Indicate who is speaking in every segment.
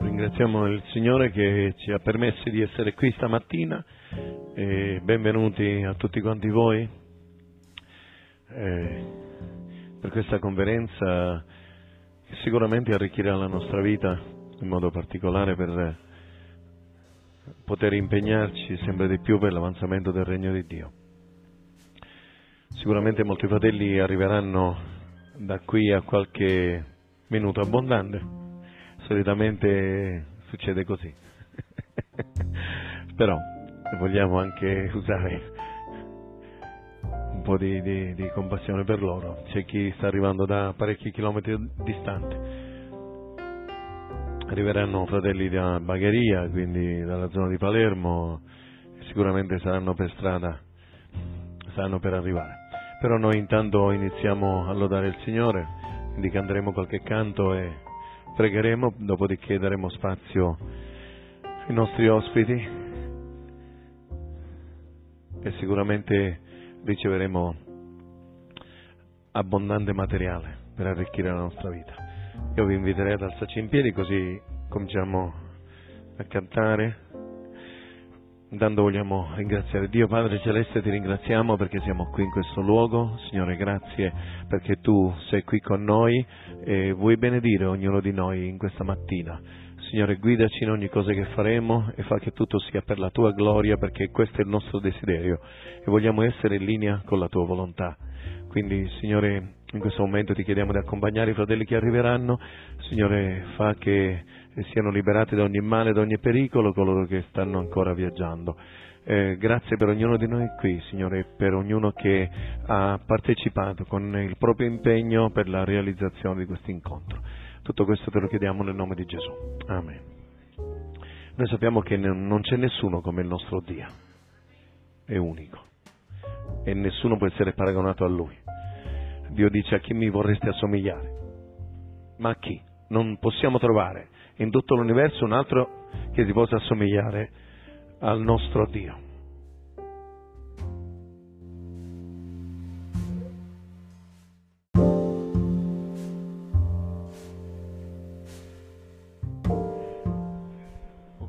Speaker 1: Ringraziamo il Signore che ci ha permesso di essere qui stamattina e benvenuti a tutti quanti voi eh, per questa conferenza che sicuramente arricchirà la nostra vita in modo particolare per poter impegnarci sempre di più per l'avanzamento del regno di Dio. Sicuramente molti fratelli arriveranno da qui a qualche minuto abbondante solitamente succede così. Però vogliamo anche usare un po' di, di, di, compassione per loro. C'è chi sta arrivando da parecchi chilometri distanti. Arriveranno fratelli da Bagheria, quindi dalla zona di Palermo, sicuramente saranno per strada, saranno per arrivare. Però noi intanto iniziamo a lodare il Signore, quindi canteremo qualche canto e pregheremo, dopodiché daremo spazio ai nostri ospiti e sicuramente riceveremo abbondante materiale per arricchire la nostra vita. Io vi inviterei ad alzarci in piedi così cominciamo a cantare. Intanto vogliamo ringraziare Dio Padre Celeste, ti ringraziamo perché siamo qui in questo luogo. Signore, grazie perché tu sei qui con noi e vuoi benedire ognuno di noi in questa mattina. Signore, guidaci in ogni cosa che faremo e fa che tutto sia per la tua gloria perché questo è il nostro desiderio e vogliamo essere in linea con la tua volontà. Quindi, Signore, in questo momento ti chiediamo di accompagnare i fratelli che arriveranno. Signore, fa che e siano liberati da ogni male, da ogni pericolo coloro che stanno ancora viaggiando. Eh, grazie per ognuno di noi qui, Signore, per ognuno che ha partecipato con il proprio impegno per la realizzazione di questo incontro. Tutto questo te lo chiediamo nel nome di Gesù. Amen. Noi sappiamo che non c'è nessuno come il nostro Dio, è unico e nessuno può essere paragonato a Lui. Dio dice a chi mi vorreste assomigliare, ma a chi? Non possiamo trovare in tutto l'universo un altro che si possa assomigliare al nostro Dio.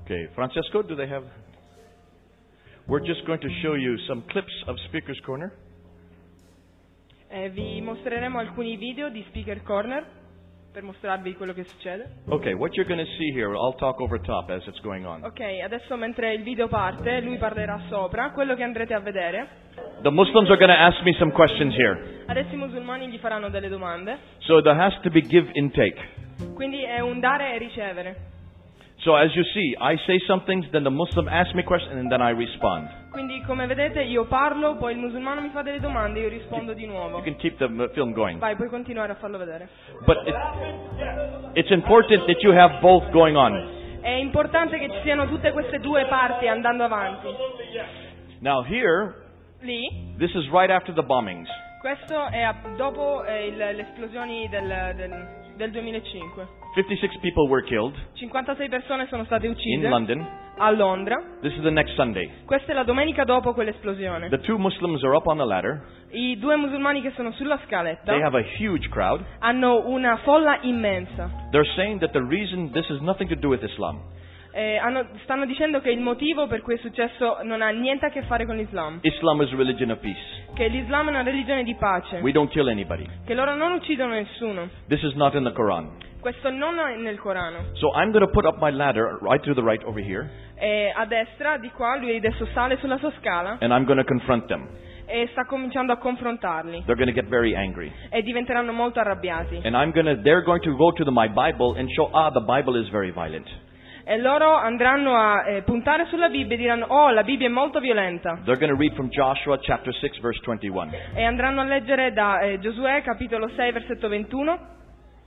Speaker 2: Okay, Francesco, do they have We're just going to show you some clips of Speaker's Corner.
Speaker 3: Eh, vi mostreremo alcuni video di Speaker Corner.
Speaker 2: Okay, what you're going to see here, I'll talk over top as it's going on.
Speaker 3: Ok, adesso mentre il video parte, lui parlerà sopra, quello che andrete a vedere.
Speaker 2: The Muslims are going to ask me some questions here.
Speaker 3: Adesso i musulmani gli faranno delle domande.
Speaker 2: So there has to be give and take.
Speaker 3: Quindi è un dare e ricevere.
Speaker 2: So as you see, I say some things, then the Muslim asks me questions, and then I respond.
Speaker 3: Quindi come vedete io parlo, poi il musulmano mi fa delle domande, io rispondo di nuovo.
Speaker 2: You can keep the uh, film going.
Speaker 3: Vai, puoi continuare a farlo vedere.
Speaker 2: But it, it's important that you have both going on.
Speaker 3: È importante che ci siano tutte queste due parti andando avanti.
Speaker 2: Now here,
Speaker 3: Lì,
Speaker 2: this is right after the bombings.
Speaker 3: questo è a- dopo eh, il- le esplosioni del, del- del 2005.
Speaker 2: 56 people were killed
Speaker 3: 56 persone sono state
Speaker 2: in
Speaker 3: uccise
Speaker 2: London.
Speaker 3: a Londra.
Speaker 2: This is the next Sunday.
Speaker 3: Questa è la domenica dopo quell'esplosione.
Speaker 2: The two Muslims are up on the ladder.
Speaker 3: I due musulmani che sono sulla scaletta
Speaker 2: They have a huge crowd.
Speaker 3: hanno una folla immensa.
Speaker 2: They're saying that the reason this has nothing to do with Islam.
Speaker 3: Eh, hanno- stanno dicendo che il motivo per cui è successo non ha niente a che fare con l'Islam,
Speaker 2: Islam is a religion of peace.
Speaker 3: che l'Islam è una religione di pace,
Speaker 2: We don't kill anybody.
Speaker 3: che loro non uccidono nessuno.
Speaker 2: This is not in the Quran.
Speaker 3: Questo non è nel Corano.
Speaker 2: So I'm going to put up my ladder right to the right over here,
Speaker 3: E a destra, di qua, lui adesso sale sulla sua scala
Speaker 2: and I'm going to confront them.
Speaker 3: e sta cominciando a confrontarli
Speaker 2: They're going to get very angry.
Speaker 3: e diventeranno molto arrabbiati.
Speaker 2: And I'm going to, they're going to go to the, my Bible and show, ah, the Bible is very violent.
Speaker 3: E loro andranno a eh, puntare sulla Bibbia e diranno oh la Bibbia è molto violenta
Speaker 2: They're going to read from Joshua chapter 6 verse 21.
Speaker 3: e andranno a leggere da eh, Giosuè capitolo 6 versetto 21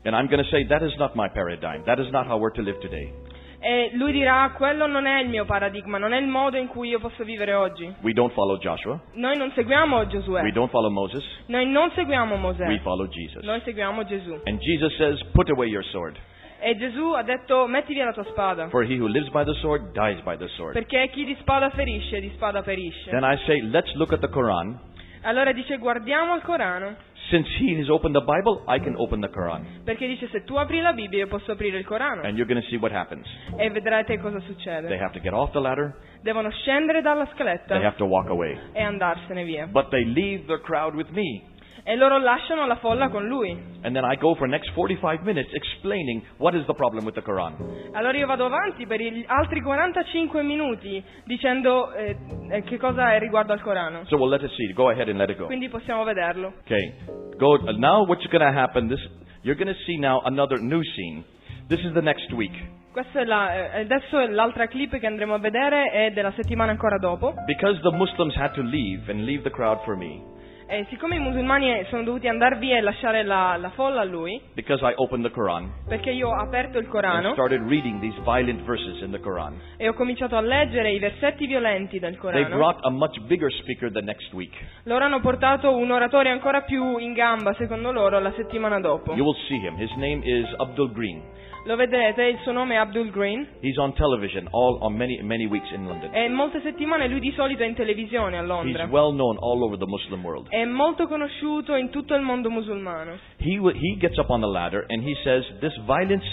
Speaker 2: And I'm going to say, that is not my paradigm. That is not how we're to live today.
Speaker 3: e lui dirà quello non è il mio paradigma, non è il modo in cui io posso vivere oggi.
Speaker 2: We don't follow Joshua.
Speaker 3: Noi non seguiamo
Speaker 2: We
Speaker 3: Giosuè,
Speaker 2: don't follow Moses.
Speaker 3: noi non seguiamo Mosè,
Speaker 2: We follow Jesus.
Speaker 3: noi seguiamo Gesù.
Speaker 2: And Jesus says, put away your sword.
Speaker 3: E Gesù ha detto metti via la tua spada,
Speaker 2: For he who lives by the sword dies by the sword.
Speaker 3: perché chi di spada ferisce, di spada perisce.
Speaker 2: Then I say, let's look at the Quran,
Speaker 3: Allora dice guardiamo il Corano,
Speaker 2: Since he has opened the Bible, I can open the Quran.
Speaker 3: Perché dice se tu apri la Bibbia io posso aprire il Corano
Speaker 2: And you're going to see what happens.
Speaker 3: e vedrete cosa
Speaker 2: They
Speaker 3: succede.
Speaker 2: have to get off the ladder,
Speaker 3: Devono scendere dalla
Speaker 2: they
Speaker 3: scaletta
Speaker 2: have to walk away.
Speaker 3: e andarsene via.
Speaker 2: But they leave the crowd with me.
Speaker 3: E loro lasciano la folla con lui.
Speaker 2: And then I go for the next 45 minutes explaining what is the problem with the Quran.
Speaker 3: Allora io vado avanti per gli altri 45 minuti dicendo eh, eh, che cosa è riguardo al Corano.
Speaker 2: So we'll let it see. Go ahead and let it go.
Speaker 3: Quindi possiamo vederlo.
Speaker 2: Okay. Go uh, now what's going to happen this you're going to see now another new scene. This is the next week
Speaker 3: Questa è la, eh, adesso è l'altra clip che andremo a vedere è della settimana ancora dopo.
Speaker 2: because the Muslims had to leave and leave the crowd for me
Speaker 3: E siccome i musulmani sono dovuti andare via e lasciare la, la folla a lui,
Speaker 2: because I opened the Quran
Speaker 3: perché io ho aperto il
Speaker 2: and
Speaker 3: Corano
Speaker 2: started reading these violent verses in the Quran.
Speaker 3: e ho cominciato a leggere i versetti violenti del
Speaker 2: They
Speaker 3: Corano,
Speaker 2: brought a much bigger speaker the next week.
Speaker 3: loro hanno portato un oratore ancora più in gamba, secondo loro, la settimana dopo.
Speaker 2: You will see him. His name is Abdul Green.
Speaker 3: Lo vedrete, il suo nome è Abdul Green
Speaker 2: He's on television all on many many weeks in London.
Speaker 3: e molte settimane lui di solito è in televisione a
Speaker 2: He's
Speaker 3: Londra.
Speaker 2: well known all over the Muslim world.
Speaker 3: È molto conosciuto in tutto il mondo musulmano.
Speaker 2: He w- he gets up on the ladder and he says, "This violence,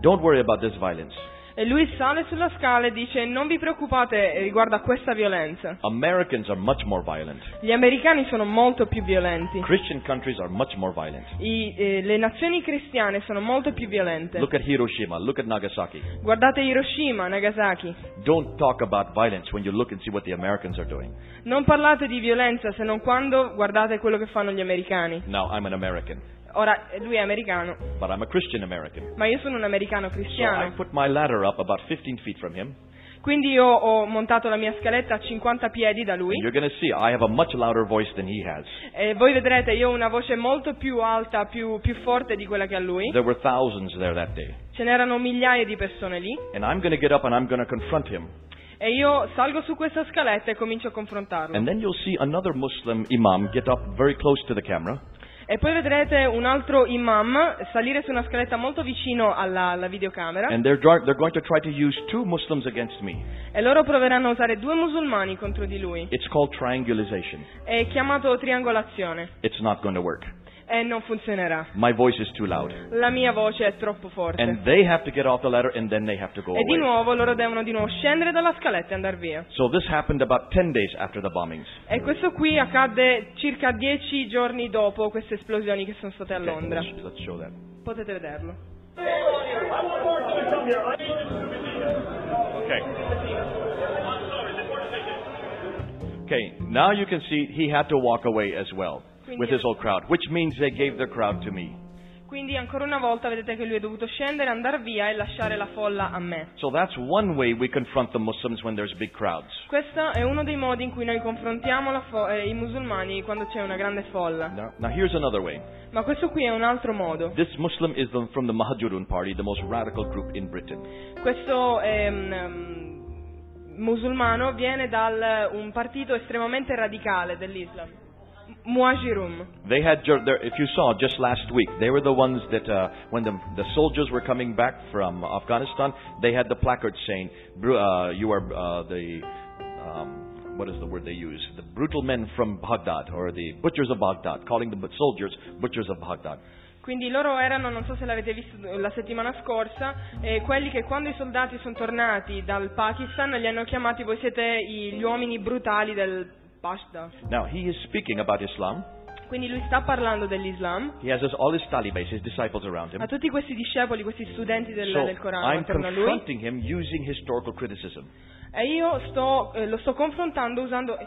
Speaker 2: don't worry about this violence.
Speaker 3: E lui sale sulla scala e dice non vi preoccupate riguardo a questa violenza.
Speaker 2: Americans are much more violent.
Speaker 3: Gli americani sono molto più violenti.
Speaker 2: Christian countries are much more violent.
Speaker 3: I- eh, le nazioni cristiane sono molto più violente.
Speaker 2: Look at Hiroshima, look at Nagasaki.
Speaker 3: Guardate Hiroshima, Nagasaki.
Speaker 2: Don't talk about violence when you look and see what the Americans are doing.
Speaker 3: Non parlate di violenza se non quando guardate quello che fanno gli americani.
Speaker 2: Now, I'm an American,
Speaker 3: Ora, eh, lui è americano,
Speaker 2: but I'm a Christian American.
Speaker 3: ma io sono un americano
Speaker 2: So I
Speaker 3: cristiano.
Speaker 2: put my ladder up about 15 feet from him.
Speaker 3: Quindi io ho montato la mia scaletta a 50 piedi da
Speaker 2: And
Speaker 3: lui.
Speaker 2: you're going to see I have a much louder voice than he has.
Speaker 3: E voi vedrete, io ho una voce molto più alta, più, più forte di quella che ha lui.
Speaker 2: There were thousands there that day.
Speaker 3: Ce n'erano migliaia di persone lì.
Speaker 2: And I'm going to get up and I'm going to confront him.
Speaker 3: E io salgo su questa scaletta e comincio a confrontarlo.
Speaker 2: And then you'll see another Muslim imam get up very close to the camera.
Speaker 3: E poi vedrete un altro imam salire su una scaletta molto vicino alla, alla videocamera
Speaker 2: And they're, dr- they're going to try to use two Muslims against me.
Speaker 3: e loro proveranno a usare due musulmani contro di lui.
Speaker 2: It's called triangulation.
Speaker 3: È chiamato triangolazione
Speaker 2: It's not going to work.
Speaker 3: e non funzionerà.
Speaker 2: My voice is too loud.
Speaker 3: La mia voce è troppo forte.
Speaker 2: And they have to get off the ladder and then they have to go
Speaker 3: e di
Speaker 2: away.
Speaker 3: nuovo loro devono di nuovo scendere dalla scaletta e andare via.
Speaker 2: So this happened about 10 days after the bombings.
Speaker 3: E questo qui accadde circa dieci giorni dopo queste esplosioni che sono state a
Speaker 2: Okay,
Speaker 3: Londra.
Speaker 2: let's, let's show that.
Speaker 3: Potete vederlo.
Speaker 2: Okay. Okay, now you can see he had to walk away as well with his whole crowd, which means they gave their crowd to me.
Speaker 3: Quindi ancora una volta vedete che lui è dovuto scendere, andare via e lasciare la folla a me.
Speaker 2: So that's one way we confront the Muslims when there's big crowds.
Speaker 3: Questo è uno dei modi in cui noi confrontiamo la fo- eh, i musulmani quando c'è una grande folla.
Speaker 2: Now, now here's another way.
Speaker 3: Ma questo qui è un altro modo.
Speaker 2: This Muslim is the, from the Mahajurun party, the most radical group in Britain.
Speaker 3: Questo ehm, ehm, musulmano viene da un partito estremamente radicale dell'Islam, Muajirum.
Speaker 2: They had, jur- their, if you saw just last week, they were the ones that, uh, when the, the soldiers were coming back from Afghanistan, they had the placards saying, "Bru- uh, "You are uh, the, um, what is the word they use? The brutal men from Baghdad, or the butchers of Baghdad, calling the bu- soldiers butchers of Baghdad."
Speaker 3: Quindi loro erano, non so se l'avete visto la settimana scorsa, eh, quelli che quando i soldati sono tornati dal Pakistan li hanno chiamati voi siete i- gli uomini brutali del Pashda.
Speaker 2: Now he is speaking about Islam.
Speaker 3: Quindi lui sta parlando dell'Islam.
Speaker 2: He has his, all his talibas, his disciples around him.
Speaker 3: a tutti questi discepoli, questi studenti del, del
Speaker 2: So
Speaker 3: Corano
Speaker 2: I'm
Speaker 3: attorno a lui
Speaker 2: confronting him using historical criticism.
Speaker 3: e io sto, eh, lo sto confrontando usando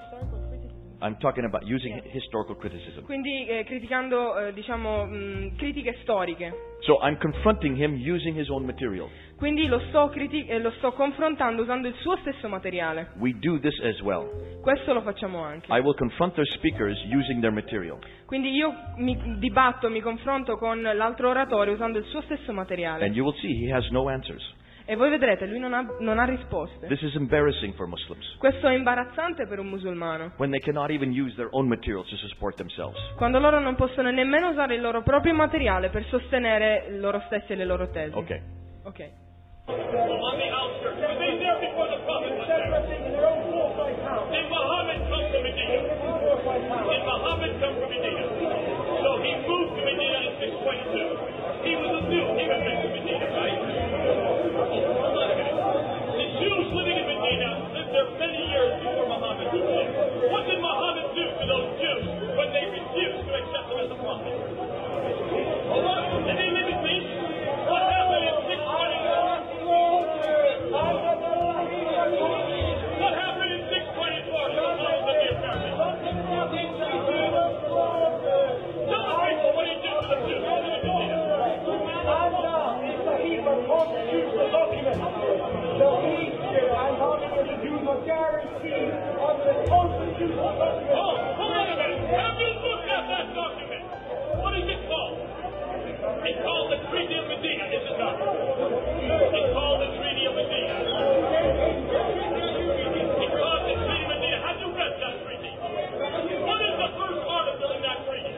Speaker 2: I'm talking about using hi- historical criticism.
Speaker 3: quindi eh, criticando eh, diciamo mh, critiche storiche
Speaker 2: So I'm confronting him using his own material.
Speaker 3: quindi lo sto, criti- eh, lo sto confrontando usando il suo stesso materiale
Speaker 2: We do this as well.
Speaker 3: questo lo facciamo anche
Speaker 2: I will confront their speakers using their material.
Speaker 3: quindi io mi dibatto mi confronto con l'altro oratore usando il suo stesso materiale
Speaker 2: And you will see he has no answers.
Speaker 3: e voi vedrete lui non ha, non ha risposte
Speaker 2: This is embarrassing for Muslims
Speaker 3: questo è imbarazzante per un musulmano
Speaker 2: when they cannot even use their own materials to support themselves.
Speaker 3: quando loro non possono nemmeno usare il loro proprio materiale per sostenere loro stessi e le loro tesi.
Speaker 2: Okay.
Speaker 3: Ok.
Speaker 4: on the outskirts. Were they there before the prophet was there? Did Muhammad come from Medina? Did Muhammad come from Medina? So he moved to Medina in 622. He was a Jew. He got sent to Medina, right? Hold on a minute. The Jews living in Medina lived there many years before Muhammad was there. What did Muhammad do to those Jews when they refused to accept him as a prophet? Hold on. Did they live in peace? What happened in 624? What happened in 624 to the Muslims in the Americas? Tell the people what he did to the Jews living in Medina. Oh, hold on a minute. Have you looked at that document? What is it called? It's called the Treaty of Medina, is it not? It's called the Treaty of Medina. It's called the Treaty of Medina. Have you read that treaty? What is the first article in that treaty?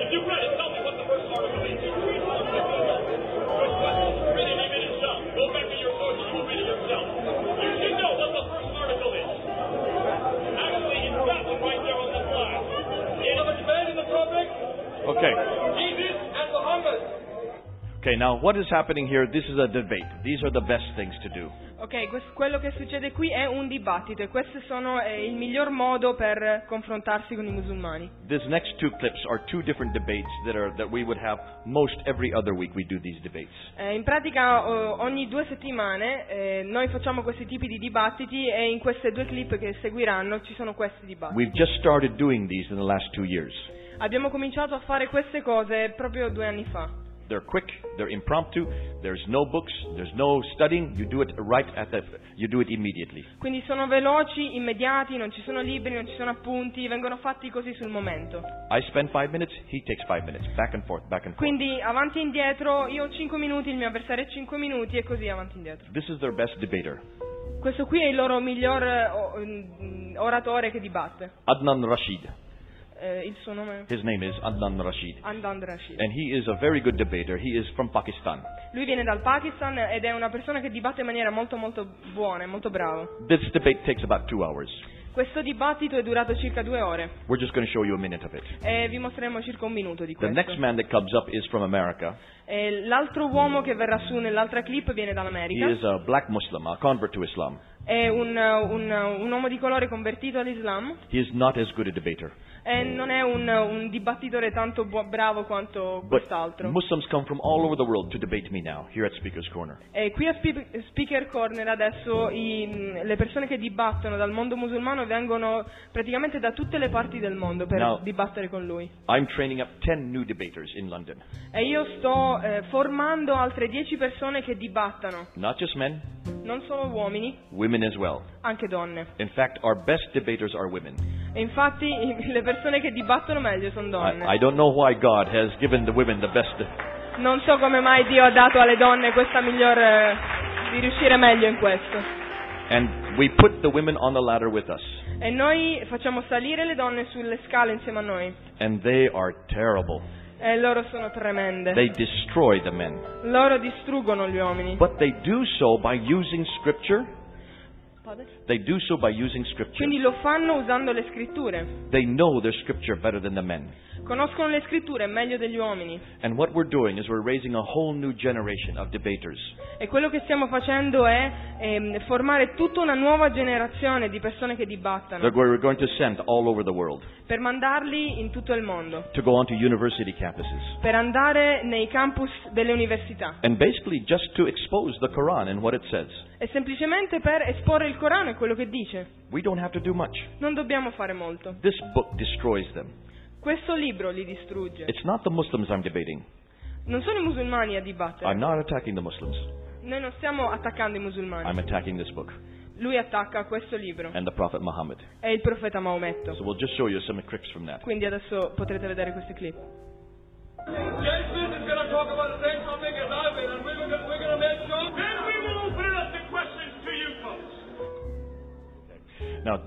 Speaker 4: If you read it, tell me what the first article is. Read it, read it yourself. Go back to your sources, you will read it yourself. You should know what the first article is. Actually, it's got one right there on the slide. It was made in the public.
Speaker 2: Okay.
Speaker 4: Jesus and Muhammad.
Speaker 2: Okay, now what is happening here? This is a debate. These are the best things to do.
Speaker 3: Ok, quest- quello che succede qui è un dibattito e questo sono eh, il miglior modo per confrontarsi con i musulmani.
Speaker 2: These next two clips are two different debates that are that we would have most every other week we do these debates.
Speaker 3: Eh, in pratica o- ogni due settimane eh, noi facciamo questi tipi di dibattiti e in queste due clip che seguiranno ci sono questi dibattiti.
Speaker 2: We've just started doing these in the last 2 years.
Speaker 3: Abbiamo cominciato a fare queste cose proprio due anni fa.
Speaker 2: They're quick, they're impromptu, there's no books, there's no studying, you do it right at the you do it immediately.
Speaker 3: Quindi sono veloci, immediati, non ci sono libri, non ci sono appunti, vengono fatti così sul momento.
Speaker 2: I spend 5 minutes, he takes 5 minutes, back and forth, back and forth.
Speaker 3: Quindi avanti e indietro, io ho 5 minuti, il mio avversario ha 5 minuti e così avanti e indietro.
Speaker 2: This is their best debater.
Speaker 3: Questo qui è il loro miglior eh, o- mm, oratore che dibatte.
Speaker 2: Adnan Rashid.
Speaker 3: Eh, il suo nome è
Speaker 2: His name is Adnan Rashid.
Speaker 3: Andan Rashid.
Speaker 2: And he is a very good debater. He is from Pakistan.
Speaker 3: Lui viene dal Pakistan ed è una persona che dibatte in maniera molto molto buona, è molto bravo.
Speaker 2: This debate takes about two hours.
Speaker 3: Questo dibattito è durato circa due ore
Speaker 2: We're just going to show you a minute of it.
Speaker 3: e vi mostreremo circa un minuto di
Speaker 2: The next
Speaker 3: questo.
Speaker 2: man that comes up is from America.
Speaker 3: Eh, l'altro uomo che verrà su nell'altra clip viene
Speaker 2: He
Speaker 3: dall'America.
Speaker 2: is a black Muslim, a convert to Islam.
Speaker 3: È un, un- un uomo di colore convertito all'Islam
Speaker 2: He is not as good a debater.
Speaker 3: e non è un, un dibattitore tanto buo- bravo quanto
Speaker 2: But
Speaker 3: quest'altro.
Speaker 2: Muslims come from all over the world to debate me now here at Speaker's Corner.
Speaker 3: E qui a Spe- Speaker Corner adesso i- le persone che dibattono dal mondo musulmano vengono praticamente da tutte le parti del mondo per
Speaker 2: No.
Speaker 3: dibattere con lui.
Speaker 2: I'm training up 10 new debaters in London.
Speaker 3: E io sto eh, formando altre 10 persone che dibattano,
Speaker 2: Not just men,
Speaker 3: non solo uomini,
Speaker 2: women as well.
Speaker 3: anche donne.
Speaker 2: In fact, our best debaters are women.
Speaker 3: E infatti i- le persone che dibattono meglio sono donne.
Speaker 2: I, I don't know why God has given the women the best.
Speaker 3: Non so come mai Dio ha dato alle donne questa migliore di riuscire meglio in questo.
Speaker 2: And we put the women on the ladder with us.
Speaker 3: E noi facciamo salire le donne sulle scale insieme a noi.
Speaker 2: And they are terrible.
Speaker 3: E loro sono tremende.
Speaker 2: They destroy the men.
Speaker 3: Loro distruggono gli uomini.
Speaker 2: But they do so by using scripture. They do so by using scripture.
Speaker 3: Quindi lo fanno usando le scritture.
Speaker 2: They know their scripture better than the men.
Speaker 3: Conoscono le scritture meglio degli uomini.
Speaker 2: And what we're doing is we're raising a whole new generation of debaters.
Speaker 3: E quello che stiamo facendo è ehm, formare tutta una nuova generazione di persone che
Speaker 2: They're
Speaker 3: dibattano
Speaker 2: go- we're going to send all over the world
Speaker 3: per mandarli in tutto il mondo,
Speaker 2: to go onto university campuses.
Speaker 3: per andare nei campus delle università
Speaker 2: And basically just to expose the Quran and what it says.
Speaker 3: e semplicemente per esporre il Corano e quello che dice.
Speaker 2: We don't have to do much.
Speaker 3: Non dobbiamo fare molto.
Speaker 2: This book destroys them.
Speaker 3: Questo libro li distrugge.
Speaker 2: It's not the Muslims I'm debating.
Speaker 3: Non sono i musulmani a dibattere.
Speaker 2: I'm not attacking the Muslims.
Speaker 3: Noi non stiamo attaccando i musulmani.
Speaker 2: I'm attacking this book
Speaker 3: Lui attacca questo libro.
Speaker 2: and the Prophet Muhammad.
Speaker 3: È il profeta Maometto.
Speaker 2: So we'll just show you some clips from that.
Speaker 3: Quindi adesso potrete vedere queste clip.
Speaker 5: Jay Smith is going to talk about the same topic as I've been, and we're going to, we're going to make sure.
Speaker 4: Then we will open it up to questions to you folks.
Speaker 2: Now,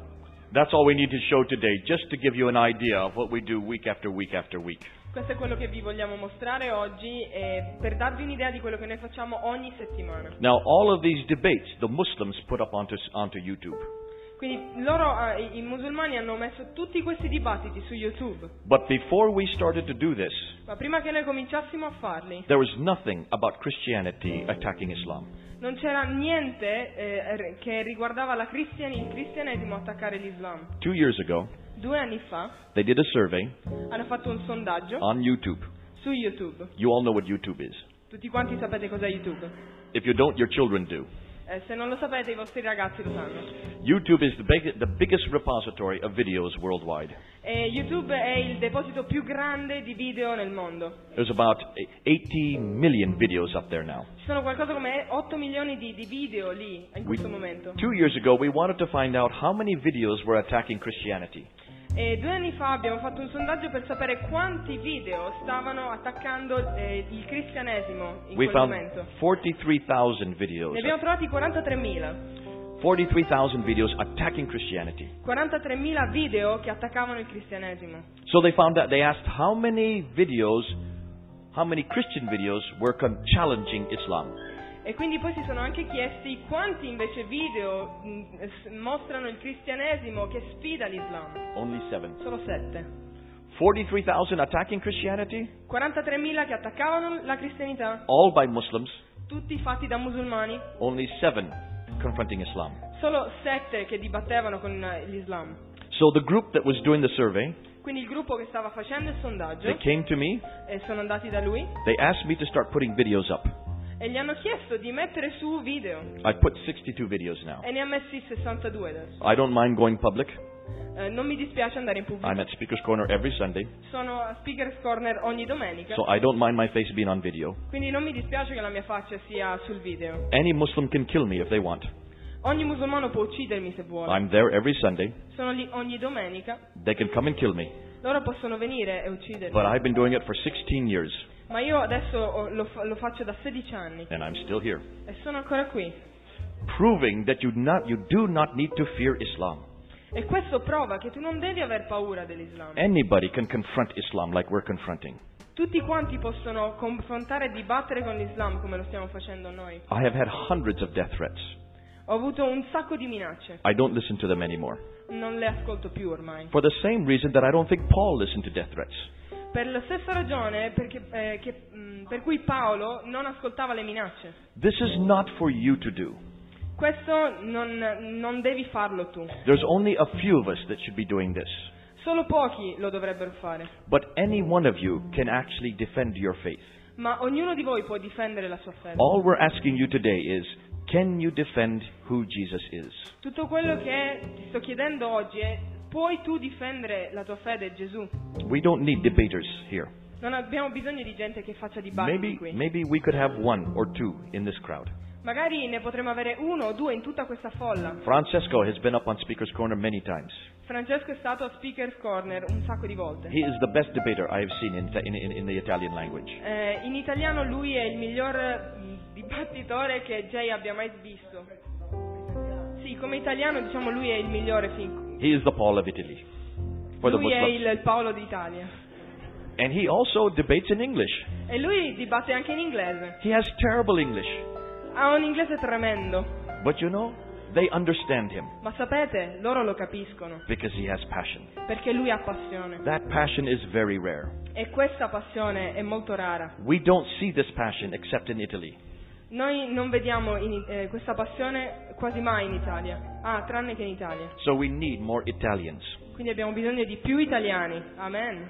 Speaker 2: that's all we need to show today, just to give you an idea of what we do week after week after week.
Speaker 3: Questo è quello che vi vogliamo mostrare oggi eh, per darvi un'idea di quello che noi facciamo ogni settimana.
Speaker 2: Now, all of these debates the Muslims put up onto, onto YouTube.
Speaker 3: Quindi loro, eh, i i musulmani hanno messo tutti questi dibattiti su YouTube,
Speaker 2: But before we started to do this,
Speaker 3: ma prima che noi cominciassimo a farli
Speaker 2: there was nothing about Christianity attacking Islam.
Speaker 3: non c'era niente eh, r- che riguardava la cristiani- il cristianesimo attaccare l'Islam.
Speaker 2: Two years ago,
Speaker 3: Due anni fa
Speaker 2: they did a survey
Speaker 3: hanno fatto un sondaggio
Speaker 2: on YouTube.
Speaker 3: su YouTube.
Speaker 2: You all know what YouTube is.
Speaker 3: Tutti quanti sapete cos'è YouTube.
Speaker 2: If you don't, your children do.
Speaker 3: Eh, se non lo sapete i vostri ragazzi lo sanno.
Speaker 2: YouTube is the, big, the biggest repository of videos worldwide.
Speaker 3: Eh, YouTube è il deposito più grande di video nel mondo.
Speaker 2: There's about 80 million videos up there now.
Speaker 3: Ci sono qualcosa come 8 milioni di, di video lì
Speaker 2: We-
Speaker 3: in questo momento.
Speaker 2: two years ago, we wanted to find out how many videos were attacking Christianity.
Speaker 3: E due anni fa abbiamo fatto un sondaggio per sapere quanti video stavano attaccando eh, il cristianesimo in
Speaker 2: we
Speaker 3: quel
Speaker 2: found
Speaker 3: momento.
Speaker 2: 43,000
Speaker 3: Ne
Speaker 2: videos.
Speaker 3: abbiamo trovati 43.000.
Speaker 2: 43,000 videos attacking Christianity.
Speaker 3: 43.000 video che attaccavano il cristianesimo.
Speaker 2: So they found out, they asked how many videos, how many Christian videos were con- challenging Islam.
Speaker 3: E quindi poi si sono anche chiesti quanti invece video mh, s- mostrano il cristianesimo che sfida l'Islam.
Speaker 2: Only seven.
Speaker 3: Solo 7.
Speaker 2: 43,000 attacking Christianity,
Speaker 3: 43.000 che attaccavano la cristianità,
Speaker 2: all by Muslims.
Speaker 3: tutti fatti da musulmani,
Speaker 2: Only seven confronting Islam.
Speaker 3: solo 7 che dibattevano con eh, l'Islam.
Speaker 2: So the group that was doing the survey,
Speaker 3: Quindi il gruppo che stava facendo il sondaggio
Speaker 2: they came to me,
Speaker 3: eh, sono andati da lui
Speaker 2: they asked me to start putting videos up.
Speaker 3: e gli hanno chiesto di mettere su video
Speaker 2: I put 62 videos now.
Speaker 3: e ne ha messi 62 adesso.
Speaker 2: I don't mind going public.
Speaker 3: Eh, non mi dispiace andare in pubblico.
Speaker 2: I'm at Speaker's Corner every Sunday,
Speaker 3: Sono a Speaker's Corner ogni domenica,
Speaker 2: so I don't mind my face being on video.
Speaker 3: quindi non mi dispiace che la mia faccia sia sul video.
Speaker 2: Any Muslim can kill me if they want.
Speaker 3: Ogni musulmano può uccidermi se vuole.
Speaker 2: I'm there every Sunday.
Speaker 3: Sono lì ogni domenica.
Speaker 2: They can come and kill me.
Speaker 3: Loro possono venire e uccidermi.
Speaker 2: But I've been doing it for 16 years,
Speaker 3: Ma io adesso ho- lo, fa- lo faccio da 16 anni
Speaker 2: and I'm still here.
Speaker 3: e sono ancora qui.
Speaker 2: Proving that you, not, you do not need to fear Islam.
Speaker 3: E questo prova che tu non devi aver paura dell'Islam.
Speaker 2: Anybody can confront Islam like we're confronting.
Speaker 3: Tutti quanti possono confrontare e dibattere con l'Islam come lo stiamo facendo noi.
Speaker 2: I have had hundreds of death threats.
Speaker 3: Ho avuto un sacco di minacce,
Speaker 2: I don't listen to them anymore.
Speaker 3: non le ascolto più ormai.
Speaker 2: For the same reason that I don't think Paul listened to death threats.
Speaker 3: Per la stessa ragione perché- eh, che- mh, per cui Paolo non ascoltava le minacce.
Speaker 2: This is not for you to do.
Speaker 3: Questo non, non devi farlo tu.
Speaker 2: There's only a few of us that should be doing this.
Speaker 3: Solo pochi lo dovrebbero fare.
Speaker 2: But any one of you can actually defend your faith.
Speaker 3: Ma ognuno di voi può difendere la sua fede.
Speaker 2: All we're asking you today is can you defend who Jesus is?
Speaker 3: Tutto quello che ti sto chiedendo oggi è puoi tu difendere la tua fede, Gesù?
Speaker 2: We don't need debaters here.
Speaker 3: Non abbiamo bisogno di gente che faccia dibattiti
Speaker 2: Maybe,
Speaker 3: qui.
Speaker 2: maybe we could have one or two in this crowd.
Speaker 3: Magari ne potremmo avere uno o due in tutta questa folla.
Speaker 2: Francesco has been up on Speaker's Corner many times.
Speaker 3: Francesco è stato a Speaker's Corner un sacco di volte.
Speaker 2: He is the best debater I have seen in, in, in, in the Italian language.
Speaker 3: Eh, in italiano lui è il miglior mh, dibattitore che Jay abbia mai visto. Sì, come italiano diciamo lui è il migliore fin
Speaker 2: He is the Paul of Italy for the
Speaker 3: Lui è
Speaker 2: Muslims.
Speaker 3: il il Paolo d'Italia.
Speaker 2: And he also debates in English.
Speaker 3: E lui dibatte anche in inglese.
Speaker 2: He has terrible English.
Speaker 3: Ha un inglese tremendo.
Speaker 2: But you know, they understand him
Speaker 3: Ma sapete, loro lo capiscono.
Speaker 2: because he has passion.
Speaker 3: Perché lui ha passione.
Speaker 2: That passion is very rare.
Speaker 3: E questa passione è molto rara.
Speaker 2: We don't see this passion except in Italy.
Speaker 3: Noi non vediamo in- eh, questa passione quasi mai in Italia. Ah, tranne che in Italia.
Speaker 2: So we need more Italians.
Speaker 3: Quindi abbiamo bisogno di più italiani. Amen.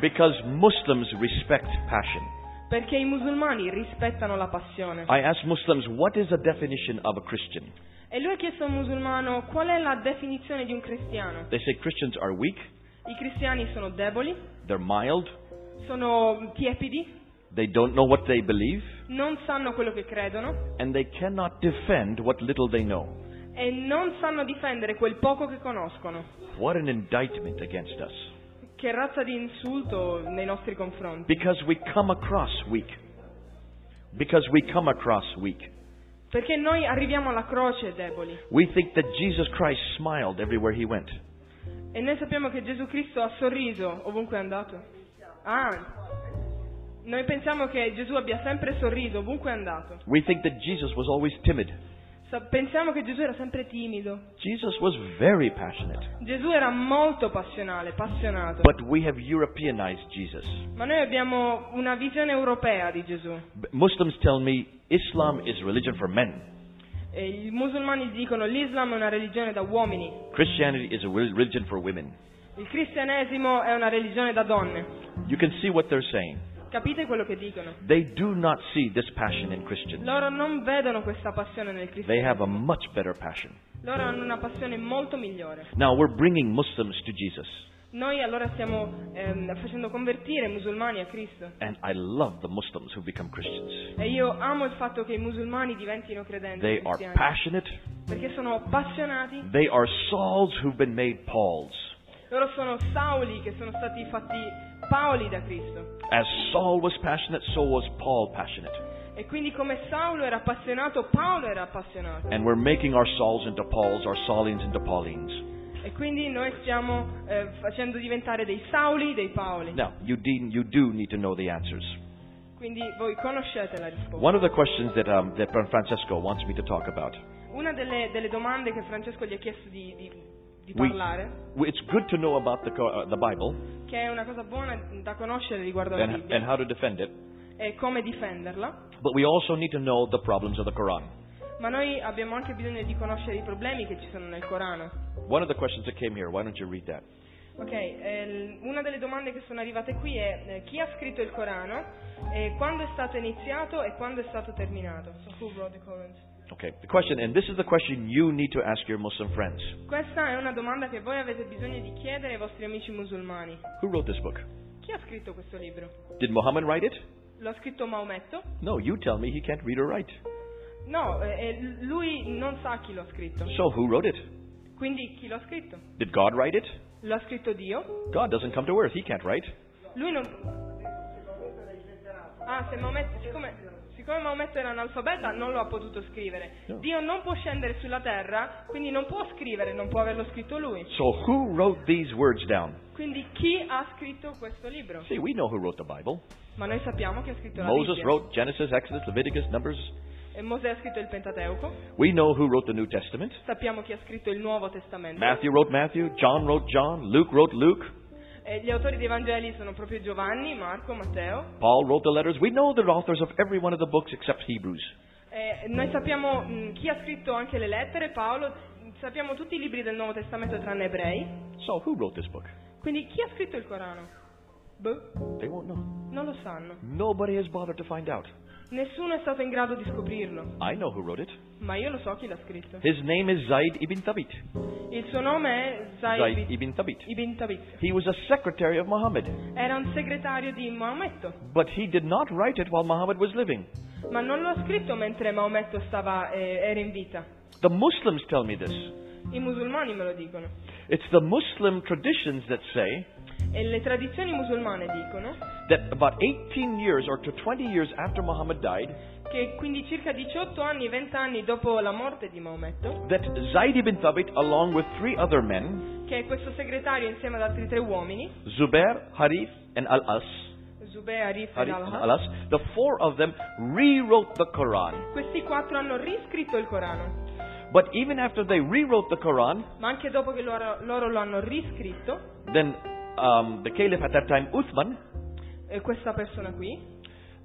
Speaker 2: because Muslims respect passion.
Speaker 3: Perché i musulmani rispettano la passione.
Speaker 2: I asked Muslims, what is the definition of a Christian?
Speaker 3: E lui ha chiesto a un musulmano qual è la definizione di un cristiano.
Speaker 2: They say Christians are weak,
Speaker 3: I cristiani sono deboli,
Speaker 2: they're mild,
Speaker 3: sono tiepidi,
Speaker 2: they don't know what they believe,
Speaker 3: non sanno quello che credono
Speaker 2: and they cannot defend what little they know.
Speaker 3: e non sanno difendere quel poco che conoscono.
Speaker 2: What an indictment against us.
Speaker 3: Che razza di insulto nei nostri confronti.
Speaker 2: Because we come across weak. Because we come across weak.
Speaker 3: Perché noi arriviamo alla croce deboli
Speaker 2: We think that Jesus Christ smiled everywhere he went.
Speaker 3: e noi sappiamo che Gesù Cristo ha sorriso ovunque è andato. Ah, noi pensiamo che Gesù abbia sempre sorriso ovunque è andato.
Speaker 2: We think that Jesus was always timid.
Speaker 3: sa- pensiamo che Gesù era sempre timido.
Speaker 2: Jesus was very passionate,
Speaker 3: Gesù era molto passionale, passionato.
Speaker 2: but we have Europeanized Jesus.
Speaker 3: Ma noi abbiamo una visione europea di Gesù.
Speaker 2: B- Muslims tell me Islam is religion for men.
Speaker 3: E I musulmani dicono l'Islam è una religione da uomini,
Speaker 2: Christianity is a re- religion for women.
Speaker 3: il cristianesimo è una religione da donne.
Speaker 2: You can see what they're saying.
Speaker 3: Capite quello che dicono?
Speaker 2: They do not see this passion in Christians.
Speaker 3: Loro non vedono questa passione nel
Speaker 2: They
Speaker 3: cristianesimo.
Speaker 2: have a much better passion.
Speaker 3: Loro hanno una passione molto migliore.
Speaker 2: Now we're bringing Muslims to Jesus,
Speaker 3: Noi allora stiamo ehm, facendo convertire i musulmani a Cristo.
Speaker 2: and I love the Muslims who become Christians.
Speaker 3: E io amo il fatto che i musulmani diventino credenti
Speaker 2: They are
Speaker 3: cristiani.
Speaker 2: passionate.
Speaker 3: perché sono appassionati.
Speaker 2: They are Sauls who've been made Pauls.
Speaker 3: Loro sono Sauli che sono stati fatti Paoli da Cristo.
Speaker 2: As Saul was passionate, so was Paul passionate.
Speaker 3: E quindi come Saulo era appassionato, Paolo era appassionato.
Speaker 2: And we're making our Sauls into Pauls, our Saulines into Paulines.
Speaker 3: E quindi noi stiamo eh, facendo diventare dei Sauli dei Paoli.
Speaker 2: Now, you, de- you do need to know the answers.
Speaker 3: Quindi voi conoscete la risposta.
Speaker 2: One of the questions that, um, that Francesco wants me to talk about.
Speaker 3: Una delle, delle domande che Francesco gli ha chiesto di, di- di
Speaker 2: We-
Speaker 3: parlare,
Speaker 2: It's good to know about the, co- uh, the Bible
Speaker 3: che è una cosa buona da conoscere riguardo alla
Speaker 2: and, and
Speaker 3: Bibbia,
Speaker 2: how to defend it,
Speaker 3: e come difenderla,
Speaker 2: but we also need to know the problems of the Quran.
Speaker 3: ma noi abbiamo anche bisogno di conoscere i problemi che ci sono nel Corano.
Speaker 2: One of the questions that came here, why don't you read that?
Speaker 3: Ok, eh, l- una delle domande che sono arrivate qui è eh, chi ha scritto il Corano, eh, quando è stato iniziato e quando è stato terminato? So, who wrote the Quran?
Speaker 2: Okay, the question, and this is the question you need to ask your Muslim friends.
Speaker 3: Questa è una domanda che voi avete bisogno di chiedere ai vostri amici musulmani.
Speaker 2: Who wrote this book?
Speaker 3: Chi ha scritto questo libro?
Speaker 2: Did Muhammad write it?
Speaker 3: L'ha scritto Maometto?
Speaker 2: No, you tell me he can't read or write.
Speaker 3: No, eh, eh, lui non sa chi lo ha scritto.
Speaker 2: So who wrote it?
Speaker 3: Quindi chi lo ha scritto?
Speaker 2: Did God write it?
Speaker 3: Lo ha scritto Dio?
Speaker 2: God doesn't come to earth. He can't write.
Speaker 3: Lui non... Ah, se Maometto, siccome, siccome Maometto era analfabeta non lo ha potuto scrivere.
Speaker 2: No.
Speaker 3: Dio non può scendere sulla terra, quindi non può scrivere, non può averlo scritto lui.
Speaker 2: So who wrote these words down?
Speaker 3: Quindi chi ha scritto questo libro?
Speaker 2: See, we know who wrote the Bible.
Speaker 3: Ma noi sappiamo chi ha scritto la
Speaker 2: Moses
Speaker 3: Bibbia.
Speaker 2: wrote Genesis, Exodus, Leviticus, Numbers.
Speaker 3: E Mosè ha scritto il Pentateuco,
Speaker 2: We know who wrote the New Testament.
Speaker 3: sappiamo chi ha scritto il Nuovo Testamento.
Speaker 2: Matthew wrote Matthew, John wrote John, Luke wrote Luke,
Speaker 3: E Eh, gli autori dei Vangeli sono proprio Giovanni, Marco, Matteo.
Speaker 2: Paul wrote the letters. We know the authors of every one of the books except Hebrews.
Speaker 3: E Eh, noi sappiamo mh, chi ha scritto anche le lettere, Paolo, sappiamo tutti i libri del Nuovo Testamento tranne ebrei.
Speaker 2: So who wrote this book?
Speaker 3: Quindi chi ha scritto il Corano? Boh,
Speaker 2: They won't know.
Speaker 3: non lo sanno.
Speaker 2: Nobody has bothered to find out.
Speaker 3: Nessuno è stato in grado di scoprirlo,
Speaker 2: I know who wrote it.
Speaker 3: ma io lo so chi l'ha scritto.
Speaker 2: His name is Zaid ibn Thabit.
Speaker 3: Il suo nome è
Speaker 2: Zaid
Speaker 3: Zaid
Speaker 2: ibn Thabit.
Speaker 3: ibn Tabit.
Speaker 2: He was a secretary of Muhammad,
Speaker 3: Era un segretario di Maometto,
Speaker 2: but he did not write it while Muhammad was living.
Speaker 3: ma non lo ha scritto mentre Maometto stava, eh, era in vita.
Speaker 2: The Muslims tell me this.
Speaker 3: I musulmani me lo dicono.
Speaker 2: It's the Muslim traditions that say
Speaker 3: E le tradizioni musulmane dicono
Speaker 2: that about 18 years or to 20 years after Muhammad died,
Speaker 3: che quindi circa 18 anni, 20 anni dopo la morte di Maometto,
Speaker 2: that Zaid ibn Thabit, along with three other men,
Speaker 3: che è questo segretario insieme ad altri tre uomini,
Speaker 2: Zubair, Harith, and Al-As,
Speaker 3: Zubeh, Arif e
Speaker 2: Harith and
Speaker 3: Al-Has,
Speaker 2: Al-As, the four of them rewrote the Quran.
Speaker 3: questi quattro hanno riscritto il Corano.
Speaker 2: But even after they rewrote the Quran,
Speaker 3: Ma anche dopo che loro, loro lo hanno riscritto,
Speaker 2: Then um, the caliph at that time, Uthman,
Speaker 3: eh, questa persona qui,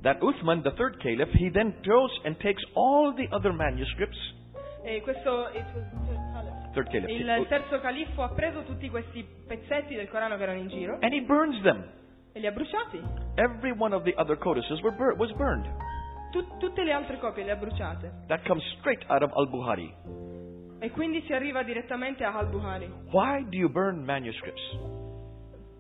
Speaker 2: that Uthman, the third caliph, he then goes and takes all the other manuscripts.
Speaker 3: eh, questo it was-
Speaker 2: Third caliph.
Speaker 3: il
Speaker 2: he-
Speaker 3: terzo califfo ha preso tutti questi pezzetti del Corano che erano in giro
Speaker 2: and he burns them.
Speaker 3: e li ha bruciati.
Speaker 2: Every one of the other codices were bur- was burned.
Speaker 3: Tut- tutte le altre copie le ha bruciate.
Speaker 2: That comes straight out of Al-Bukhari.
Speaker 3: E quindi si arriva direttamente a Al-Bukhari.
Speaker 2: Why do you burn manuscripts?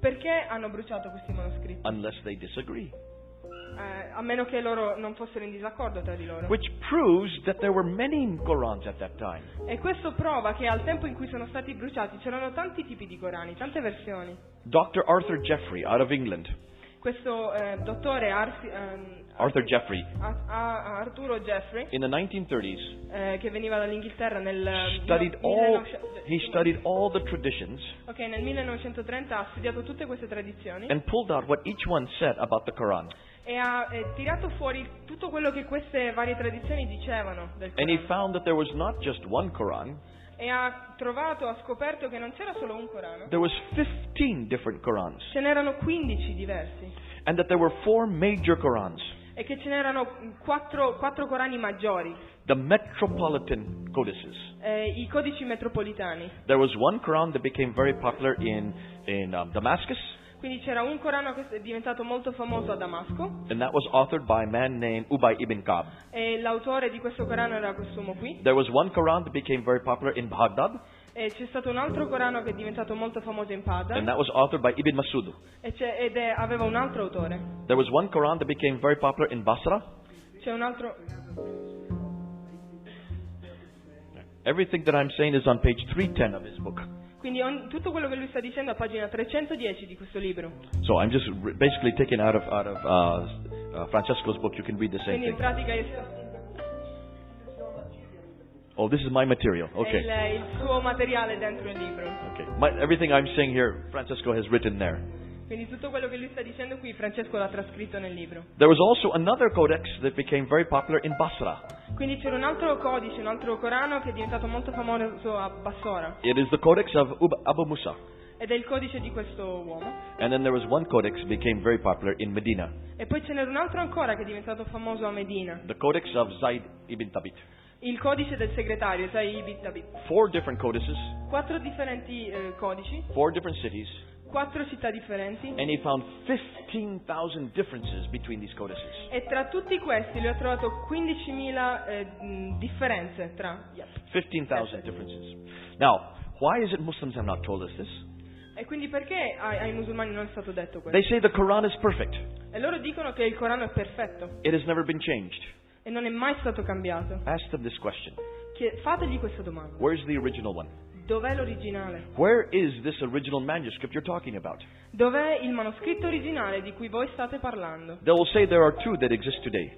Speaker 3: Perché hanno bruciato questi manoscritti?
Speaker 2: Unless they disagree.
Speaker 3: Eh, a meno che loro non fossero in disaccordo tra di loro.
Speaker 2: Which proves that there were many Qurans at that time.
Speaker 3: E questo prova che al tempo in cui sono stati bruciati c'erano tanti tipi di Corani, tante versioni.
Speaker 2: Dr. Arthur Jeffrey out of England.
Speaker 3: Questo eh, dottore Arsi- ehm,
Speaker 2: Arthur Jeffrey.
Speaker 3: Ar- Ar- Arturo Jeffrey,
Speaker 2: In the 1930s,
Speaker 3: eh, che veniva dall'Inghilterra nel...
Speaker 2: studied
Speaker 3: mille-
Speaker 2: all,
Speaker 3: 1900
Speaker 2: he studied all the traditions
Speaker 3: Ok, nel 1930 ha studiato tutte queste tradizioni
Speaker 2: and pulled out what each one said about the Quran.
Speaker 3: e ha eh, tirato fuori tutto quello che queste varie tradizioni dicevano del
Speaker 2: And he
Speaker 3: Corano.
Speaker 2: found that there was not just one Quran,
Speaker 3: E ha trovato, ha scoperto che non c'era solo un Corano,
Speaker 2: there was 15 different Qurans,
Speaker 3: ce n'erano 15 diversi
Speaker 2: and that there were four major Qurans.
Speaker 3: e che ce n'erano mm, quattro, quattro Corani maggiori,
Speaker 2: The metropolitan codices.
Speaker 3: eh, i codici metropolitani.
Speaker 2: There was one Quran that became very popular in, in um, Damascus,
Speaker 3: Quindi c'era un Corano che è diventato molto famoso a Damasco
Speaker 2: and that was authored by a man named Ubay ibn Kab.
Speaker 3: e l'autore di questo Corano era quest'uomo qui.
Speaker 2: There was one Quran that became very popular in Baghdad,
Speaker 3: E c'è stato un altro Corano che è diventato molto famoso in Padova
Speaker 2: and that was authored by Ibn Masud.
Speaker 3: e c'è- ed è- aveva un altro autore.
Speaker 2: There was one Quran that became very popular in Basra.
Speaker 3: C'è un altro...
Speaker 2: Everything that I'm saying is on page 310 of his book.
Speaker 3: Quindi ogni- tutto quello che lui sta dicendo è a pagina 310 di questo libro.
Speaker 2: So I'm just re- basically taking out of out of uh, uh, Francesco's book. You can read the same
Speaker 3: Quindi
Speaker 2: thing.
Speaker 3: in pratica è-
Speaker 2: Oh, this is my material.
Speaker 3: è
Speaker 2: Okay.
Speaker 3: il, il suo materiale dentro il libro.
Speaker 2: Okay. My, everything I'm saying here, Francesco has written there.
Speaker 3: Quindi tutto quello che lui sta dicendo qui Francesco l'ha trascritto nel libro.
Speaker 2: There was also another codex that became very popular in Basra.
Speaker 3: Quindi c'era un altro codice, un altro Corano che è diventato molto famoso a Bassora
Speaker 2: It is the codex of Ub- Abu Musa.
Speaker 3: ed è il codice di questo uomo.
Speaker 2: And then there was one codex that became very popular in Medina,
Speaker 3: E poi ce n'era un altro ancora che è diventato famoso a Medina,
Speaker 2: the codex of Zaid ibn Thabit.
Speaker 3: il codice del segretario, Saib Tabit.
Speaker 2: Four different codices,
Speaker 3: Quattro differenti eh, codici,
Speaker 2: four different cities,
Speaker 3: quattro città differenti
Speaker 2: and he found 15,000 differences between these codices.
Speaker 3: e tra tutti questi lui ha trovato 15.000 eh, mh, differenze tra...
Speaker 2: 15,000 differences. Now, why is it Muslims have not told us this?
Speaker 3: E quindi perché ai, ai musulmani non è stato detto questo?
Speaker 2: They say the Quran is perfect.
Speaker 3: E loro dicono che il Corano è perfetto
Speaker 2: It has never been changed.
Speaker 3: e non è mai stato cambiato.
Speaker 2: Ask them this question.
Speaker 3: Chie- fategli questa domanda.
Speaker 2: Where's the original one?
Speaker 3: Dov'è l'originale?
Speaker 2: Where is this original manuscript you're talking about?
Speaker 3: Dov'è il manoscritto originale di cui voi state parlando?
Speaker 2: They will say there are two that exist today.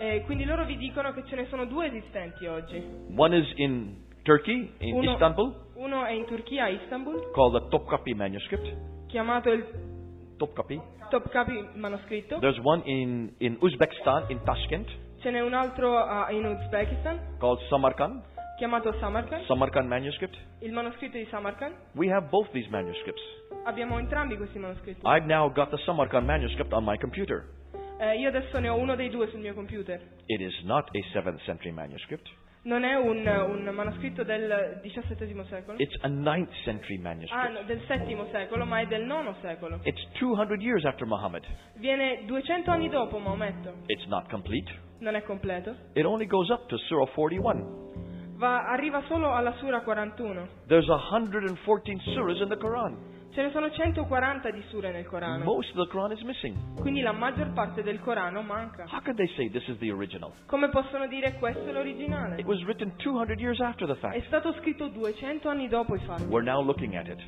Speaker 3: E Eh, quindi loro vi dicono che ce ne sono due esistenti oggi.
Speaker 2: One is in Turkey, in
Speaker 3: Uno-
Speaker 2: Istanbul,
Speaker 3: Uno è in Turchia, a Istanbul,
Speaker 2: called the Topkapi manuscript.
Speaker 3: chiamato il
Speaker 2: Topkapi.
Speaker 3: Topkapi manoscritto.
Speaker 2: There's one in, in Uzbekistan, in Tashkent,
Speaker 3: Ce n'è un altro ah, in Uzbekistan,
Speaker 2: called Samarkand,
Speaker 3: chiamato Samarkand,
Speaker 2: Samarkand manuscript.
Speaker 3: il manoscritto di Samarkand.
Speaker 2: We have both these manuscripts.
Speaker 3: Abbiamo entrambi questi manoscritti.
Speaker 2: I've now got the Samarkand manuscript on my computer. Ah.
Speaker 3: Eh, io adesso ne ho uno dei due sul mio computer.
Speaker 2: It is not a 7th century manuscript.
Speaker 3: Non è un, un manoscritto del XVII secolo?
Speaker 2: It's a 9th century
Speaker 3: Ah,
Speaker 2: manuscript.
Speaker 3: no, del VII secolo, ma è del IX secolo.
Speaker 2: It's 200 years after Muhammad.
Speaker 3: Viene 200 anni dopo Maometto.
Speaker 2: It's not complete.
Speaker 3: Non è completo.
Speaker 2: It only goes up to Surah 41.
Speaker 3: Va- arriva solo alla Sura 41.
Speaker 2: There's 114 surahs in the Quran.
Speaker 3: Ce ne sono 140 di sure nel Corano.
Speaker 2: Most of the Quran is missing.
Speaker 3: Quindi la maggior parte del Corano manca.
Speaker 2: How could they say this is the original?
Speaker 3: Come possono dire questo è l'originale?
Speaker 2: It was written 200 years after the
Speaker 3: È
Speaker 2: fact.
Speaker 3: stato scritto 200 anni dopo i fatti.
Speaker 2: We're now looking at it.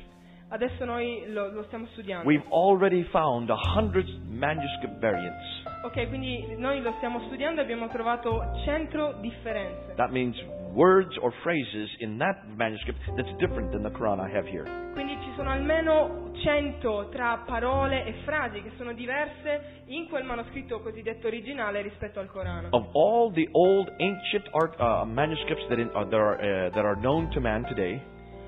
Speaker 3: Adesso noi lo, lo stiamo studiando.
Speaker 2: We've already found 100 manuscript variants.
Speaker 3: Ok, quindi noi lo stiamo studiando e abbiamo trovato 100 differenze.
Speaker 2: That means words or phrases in that manuscript that's different than the Quran I have here.
Speaker 3: Quindi ci sono almeno 100 tra parole e frasi che sono diverse in quel manoscritto cosiddetto originale rispetto al Corano.
Speaker 2: Of all the old ancient art, uh, manuscripts that, in, uh, that, are, uh, that are known to man today,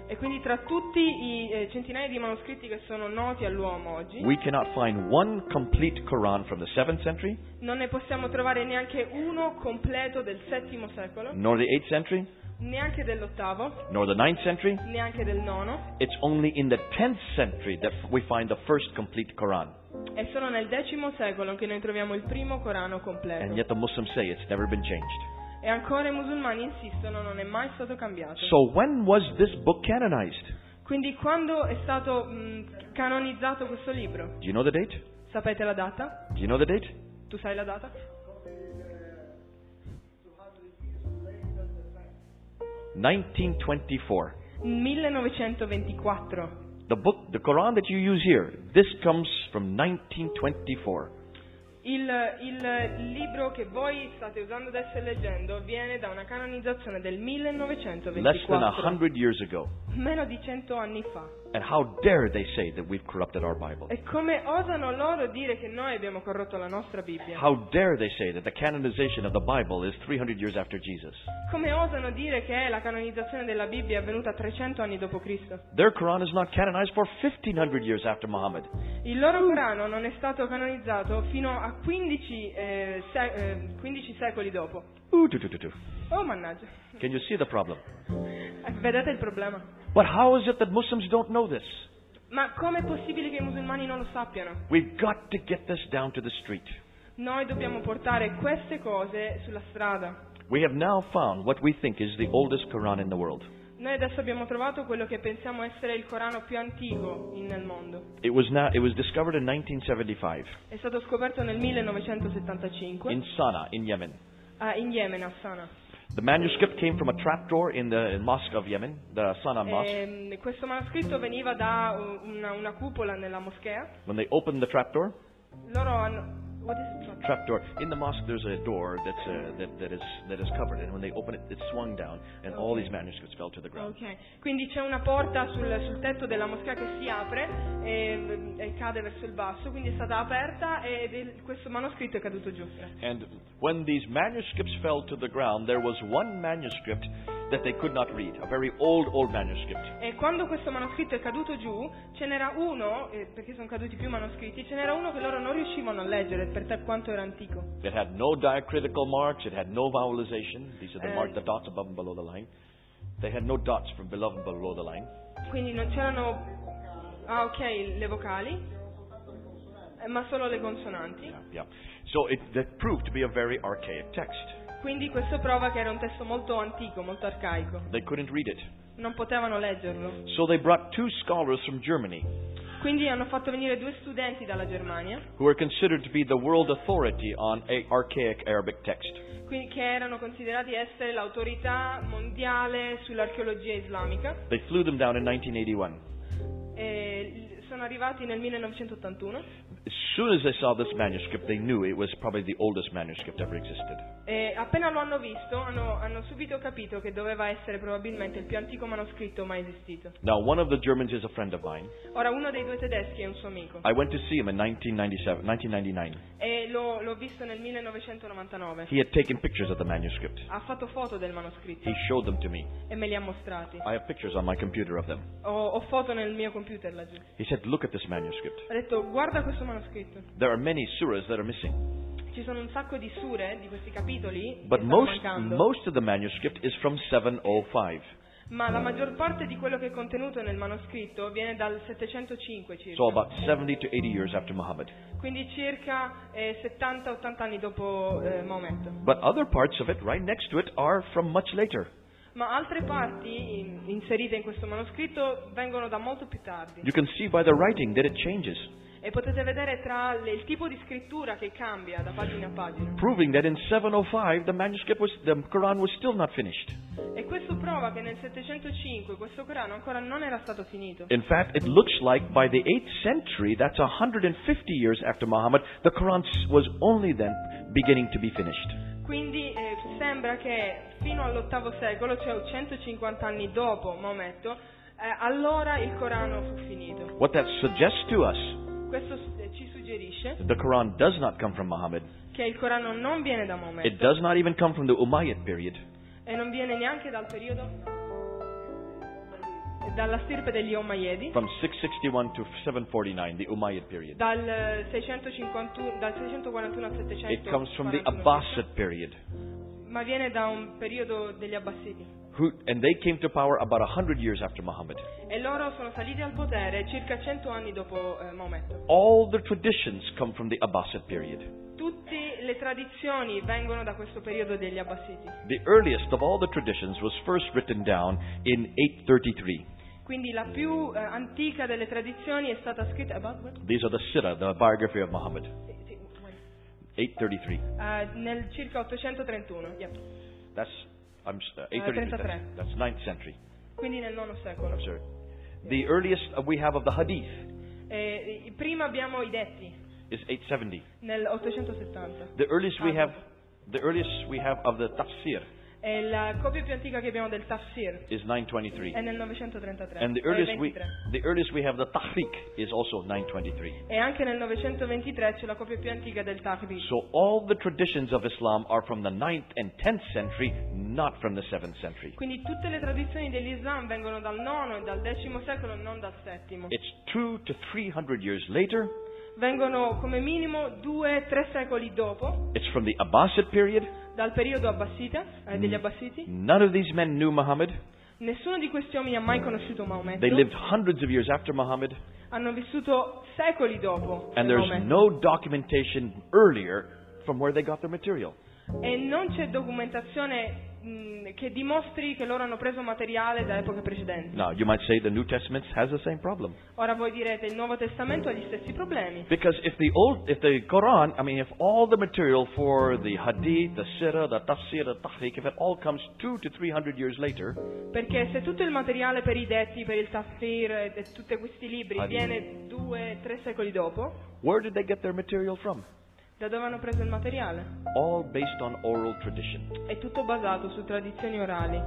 Speaker 3: E quindi tra tutti i eh, centinaia di manoscritti che sono noti all'uomo oggi,
Speaker 2: we cannot find one complete Quran from the 7th century,
Speaker 3: non ne possiamo trovare neanche uno completo del VII secolo,
Speaker 2: nor the 8th century,
Speaker 3: neanche dell'ottavo,
Speaker 2: nor the 9th century.
Speaker 3: neanche del nono,
Speaker 2: It's only in the 10th century that we find the first complete Quran.
Speaker 3: è solo nel X secolo che noi troviamo il primo Corano
Speaker 2: And
Speaker 3: completo.
Speaker 2: yet the Muslims say it's never been changed.
Speaker 3: E ancora i musulmani insistono, non è mai stato cambiato.
Speaker 2: So when was this book canonized?
Speaker 3: Quindi quando è stato mh, canonizzato questo libro?
Speaker 2: Do you know the date?
Speaker 3: Sapete la data?
Speaker 2: Do you know the date?
Speaker 3: Tu sai la data?
Speaker 2: Nineteen twenty four.
Speaker 3: 1924.
Speaker 2: The book the Quran that you use here, this comes from nineteen twenty four.
Speaker 3: Il, il libro che voi state usando adesso e leggendo viene da una canonizzazione del
Speaker 2: less than a
Speaker 3: 1924,
Speaker 2: hundred years ago.
Speaker 3: meno di cento anni fa.
Speaker 2: And how dare they say that we've corrupted our Bible?
Speaker 3: E come osano loro dire che noi abbiamo corrotto la nostra Bibbia?
Speaker 2: How dare they say that the canonization of the Bible is 300 years after Jesus?
Speaker 3: Come osano dire che la canonizzazione della Bibbia è avvenuta 300 anni dopo Cristo?
Speaker 2: Their Quran is not canonized for 1500 years after Muhammad.
Speaker 3: Il loro Corano non è stato canonizzato fino a 15, eh, se- eh, 15 secoli dopo.
Speaker 2: Ooh, doo, doo, doo, doo.
Speaker 3: Oh mannaggia,
Speaker 2: Can you see the problem?
Speaker 3: Eh, vedete il problema?
Speaker 2: But how is it that Muslims don't know this?
Speaker 3: Ma com'è possibile che i musulmani non lo sappiano?
Speaker 2: We've got to get this down to the street.
Speaker 3: Noi dobbiamo portare queste cose sulla strada.
Speaker 2: We have now found what we think is the oldest Quran in the world.
Speaker 3: Noi adesso abbiamo trovato quello che pensiamo essere il Corano più antico in- nel mondo.
Speaker 2: It was, now, it was discovered in 1975
Speaker 3: È stato scoperto nel 1975
Speaker 2: in Sana'a, in Yemen.
Speaker 3: ah, in Yemen, a Sana'a.
Speaker 2: The manuscript came from a trapdoor in the mosque of Yemen, the Sana'a mosque.
Speaker 3: Ehm, questo manoscritto veniva da uh, una, una cupola nella moschea.
Speaker 2: When they opened the trapdoor,
Speaker 3: Loro hanno. What is it?
Speaker 2: trapdoor in the mosque, there's a door that's uh, that that is that is covered, and when they open it, it swung down, and all these manuscripts fell to the ground.
Speaker 3: Ok, quindi c'è una porta sul, sul tetto della moschea che si apre e, e cade verso il basso, quindi è stata aperta e del- questo manoscritto è caduto giù.
Speaker 2: And when these manuscripts fell to the ground, there was one manuscript that they could not read, a very old old manuscript.
Speaker 3: E quando questo manoscritto è caduto giù, ce n'era uno, eh, perché sono caduti più manoscritti, ce n'era uno che loro non riuscivano a leggere per te- quanto era antico.
Speaker 2: It had no diacritical marks. It had no vowelization. These are the
Speaker 3: Uh,
Speaker 2: mark, the dots above and below the line. They had no dots from below and below the line.
Speaker 3: Quindi non c'erano. Ah, ok, le vocali, eh, ma solo le consonanti.
Speaker 2: Yeah. So it that proved to be a very archaic text.
Speaker 3: Quindi questo prova che era un testo molto antico, molto arcaico.
Speaker 2: They couldn't read it.
Speaker 3: Non potevano leggerlo.
Speaker 2: So they brought two scholars from Germany
Speaker 3: Quindi hanno fatto venire due studenti dalla Germania,
Speaker 2: who are considered to be the world authority on a archaic Arabic text.
Speaker 3: qui- che erano considerati essere l'autorità mondiale sull'archeologia islamica.
Speaker 2: They flew them down in 1981.
Speaker 3: E l- sono arrivati nel 1981
Speaker 2: As soon as they saw this manuscript, they knew it was probably the oldest manuscript ever existed.
Speaker 3: e appena lo hanno visto hanno, hanno subito capito che doveva essere probabilmente il più antico manoscritto mai esistito.
Speaker 2: Now, one of the Germans is a friend of mine.
Speaker 3: Ora uno dei due tedeschi è un suo amico
Speaker 2: I went to see him in 1997, 1999.
Speaker 3: e l'ho, l'ho visto nel 1999.
Speaker 2: He had taken pictures of the manuscript.
Speaker 3: Ha fatto foto del manoscritto
Speaker 2: He showed them to me.
Speaker 3: e me li ha mostrati.
Speaker 2: I have pictures on my computer of them.
Speaker 3: Ho, ho foto nel mio computer laggiù.
Speaker 2: He said, "Look at this manuscript.
Speaker 3: Ho detto guarda questo manoscritto.
Speaker 2: There are many surahs that are missing,
Speaker 3: Ci sono un sacco di sure di questi capitoli che
Speaker 2: but
Speaker 3: stanno
Speaker 2: most
Speaker 3: mancando.
Speaker 2: most of the manuscript is from 705."
Speaker 3: ma la maggior parte di quello che è contenuto nel manoscritto viene dal 705 circa.
Speaker 2: So about 70 to 80 years after Muhammad.
Speaker 3: Quindi circa eh, 70-80 anni dopo eh, Maometto.
Speaker 2: But other parts of it, right next to it, are from much later.
Speaker 3: Ma altre parti in- inserite in questo manoscritto vengono da molto più tardi.
Speaker 2: You can see by the writing that it changes,
Speaker 3: E potete vedere tra le- il tipo di scrittura che cambia da pagina a pagina.
Speaker 2: proving that in 705 the manuscript was, the Quran was still not finished.
Speaker 3: E questo prova che nel 705 questo Corano ancora non era stato finito.
Speaker 2: In fact, it looks like by the 8th century, that's 150 years after Muhammad, the Quran s- was only then beginning to be finished.
Speaker 3: Quindi eh, sembra che fino all'ottavo secolo, cioè 150 anni dopo Maometto, eh, allora il Corano fu finito.
Speaker 2: What that suggests to us,
Speaker 3: Questo s- eh, ci suggerisce
Speaker 2: that the Quran does not come from Muhammad.
Speaker 3: che il Corano non viene da Maometto
Speaker 2: It does not even come from the Umayyad period.
Speaker 3: e non viene neanche dal periodo dalla stirpe degli Omayyadi,
Speaker 2: From 661 to 749, the Umayyad period.
Speaker 3: dal eh, 651 dal 641 al
Speaker 2: It
Speaker 3: 700.
Speaker 2: comes from the Abbasid period.
Speaker 3: Ma viene da un periodo degli Abbasidi.
Speaker 2: Who, and they came to power about 100 years after Muhammad.
Speaker 3: E loro sono saliti al potere circa 100 anni dopo eh, Maometto.
Speaker 2: All the traditions come from the Abbasid period.
Speaker 3: Tutte le tradizioni vengono da questo periodo degli Abbasidi.
Speaker 2: The earliest of all the traditions was first written down in 833.
Speaker 3: Quindi la più eh, antica delle tradizioni è stata scritta about-
Speaker 2: These are the Sirah, the biography of Muhammad.
Speaker 3: sì, sì, when?
Speaker 2: 833.
Speaker 3: Eh, nel circa 831, yeah.
Speaker 2: That's I'm s- uh, 833.
Speaker 3: Uh,
Speaker 2: that's, that's 9th century.
Speaker 3: quindi nel IX
Speaker 2: I'm
Speaker 3: secolo.
Speaker 2: sorry. The earliest uh, we have of the Hadith.
Speaker 3: Eh, i- prima abbiamo i detti,
Speaker 2: is 870.
Speaker 3: nel 870.
Speaker 2: The earliest we have, the earliest we have of the tafsir
Speaker 3: E la copia più antica che abbiamo del Tafsir
Speaker 2: is 923.
Speaker 3: è nel 933.
Speaker 2: And the
Speaker 3: eh,
Speaker 2: earliest we,
Speaker 3: 23.
Speaker 2: the earliest we have the tahriq is also 923.
Speaker 3: E anche nel 923 c'è la copia più antica del Taqbi.
Speaker 2: So all the traditions of Islam are from the 9th and 10th century, not from the 7th century.
Speaker 3: Quindi tutte le tradizioni dell'Islam vengono dal IX e dal X secolo, non dal VII.
Speaker 2: It's two to 300 years later.
Speaker 3: Vengono come minimo due, tre secoli dopo,
Speaker 2: It's from the Abbasid period.
Speaker 3: dal periodo abbassita, eh,
Speaker 2: Mm.
Speaker 3: degli Abbasiti.
Speaker 2: None of these men knew Muhammad.
Speaker 3: Nessuno di questi uomini ha mai conosciuto Maometto.
Speaker 2: They lived hundreds of years after Muhammad.
Speaker 3: Hanno vissuto secoli dopo
Speaker 2: And there's
Speaker 3: Maometto.
Speaker 2: no documentation earlier from where they got their material.
Speaker 3: E non c'è documentazione mh, che dimostri che loro hanno preso materiale da epoche precedenti.
Speaker 2: Now, you might say the New Testament has the same problem.
Speaker 3: Ora voi direte il Nuovo Testamento ha gli stessi problemi.
Speaker 2: Because if the old, if the Quran, I mean, if all the material for the Hadith, the Sirah, the Tafsir, the Tahriq, if it all comes two to three hundred years later,
Speaker 3: Perché se tutto il materiale per i detti, per il Tafsir e e tutti questi libri
Speaker 2: Ah, dimmi.
Speaker 3: viene due, tre secoli dopo,
Speaker 2: where did they get their material from?
Speaker 3: da dove hanno preso il materiale?
Speaker 2: All based on oral tradition.
Speaker 3: È tutto basato su tradizioni orali.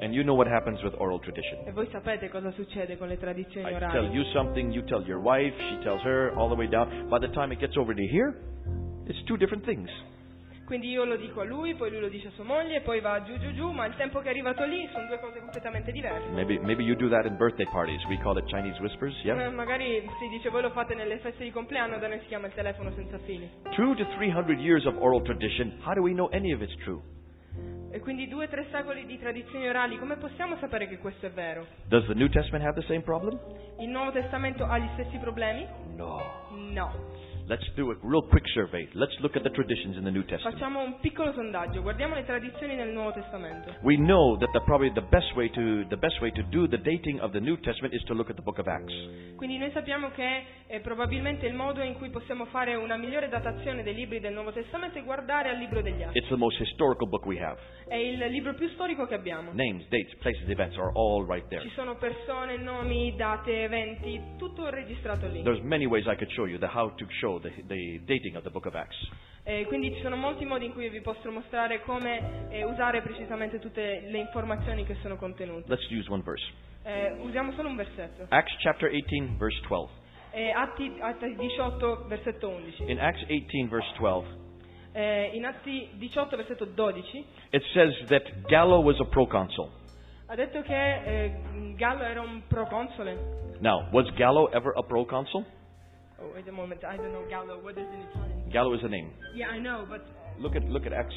Speaker 2: And you know what happens with oral tradition.
Speaker 3: E voi sapete cosa succede con le tradizioni
Speaker 2: I tell
Speaker 3: orali.
Speaker 2: you something, you tell your wife, she tells her, all the way down. By the time it gets over to here, it's two different things.
Speaker 3: Quindi io lo dico a lui, poi lui lo dice a sua moglie, poi va giù giù giù, ma il tempo che è arrivato lì sono due cose completamente diverse.
Speaker 2: Maybe maybe you do that in birthday parties. We call it Chinese whispers.
Speaker 3: Eh,
Speaker 2: Yeah.
Speaker 3: Magari si dice voi lo fate nelle feste di compleanno, da noi si chiama il telefono senza fili.
Speaker 2: Two to three hundred years of oral tradition. How do we know any of it's true?
Speaker 3: E quindi due o tre secoli di tradizioni orali, come possiamo sapere che questo è vero?
Speaker 2: Does the New Testament have the same problem?
Speaker 3: Il Nuovo Testamento ha gli stessi problemi?
Speaker 2: No.
Speaker 3: No.
Speaker 2: Let's do a real quick survey. Let's look at the traditions in the New Testament.
Speaker 3: Facciamo un piccolo sondaggio, guardiamo le tradizioni nel Nuovo Testamento.
Speaker 2: We know that the, probably the best way to the best way to do the dating of the New Testament is to look at the Book of Acts.
Speaker 3: Quindi noi sappiamo che eh, probabilmente il modo in cui possiamo fare una migliore datazione dei libri del Nuovo Testamento è guardare al libro degli Atti.
Speaker 2: It's the most historical book we have.
Speaker 3: È il libro più storico che abbiamo.
Speaker 2: Names, dates, places, events are all right there.
Speaker 3: Ci sono persone, nomi, date, eventi, tutto registrato lì.
Speaker 2: There's many ways I could show you the how to show the, the dating of the Book of Acts.
Speaker 3: Eh, quindi ci sono molti modi in cui vi posso mostrare come eh, usare precisamente tutte le informazioni che sono contenute.
Speaker 2: Let's use one verse.
Speaker 3: Eh, usiamo solo un versetto.
Speaker 2: Acts chapter 18 verse 12.
Speaker 3: Eh, Atti, Atti 18, versetto 11.
Speaker 2: In Acts 18 verse 12,
Speaker 3: Eh, in Atti 18, versetto 12,
Speaker 2: it says that Gallo was a proconsul.
Speaker 3: ha detto che eh, Gallo era un proconsole.
Speaker 2: Now, was Gallo ever a proconsul?
Speaker 3: Oh, wait a moment, I don't know Gallo, what is it in Italian?
Speaker 2: Gallo is a name.
Speaker 3: Yeah, I know, but...
Speaker 2: Look at look at Acts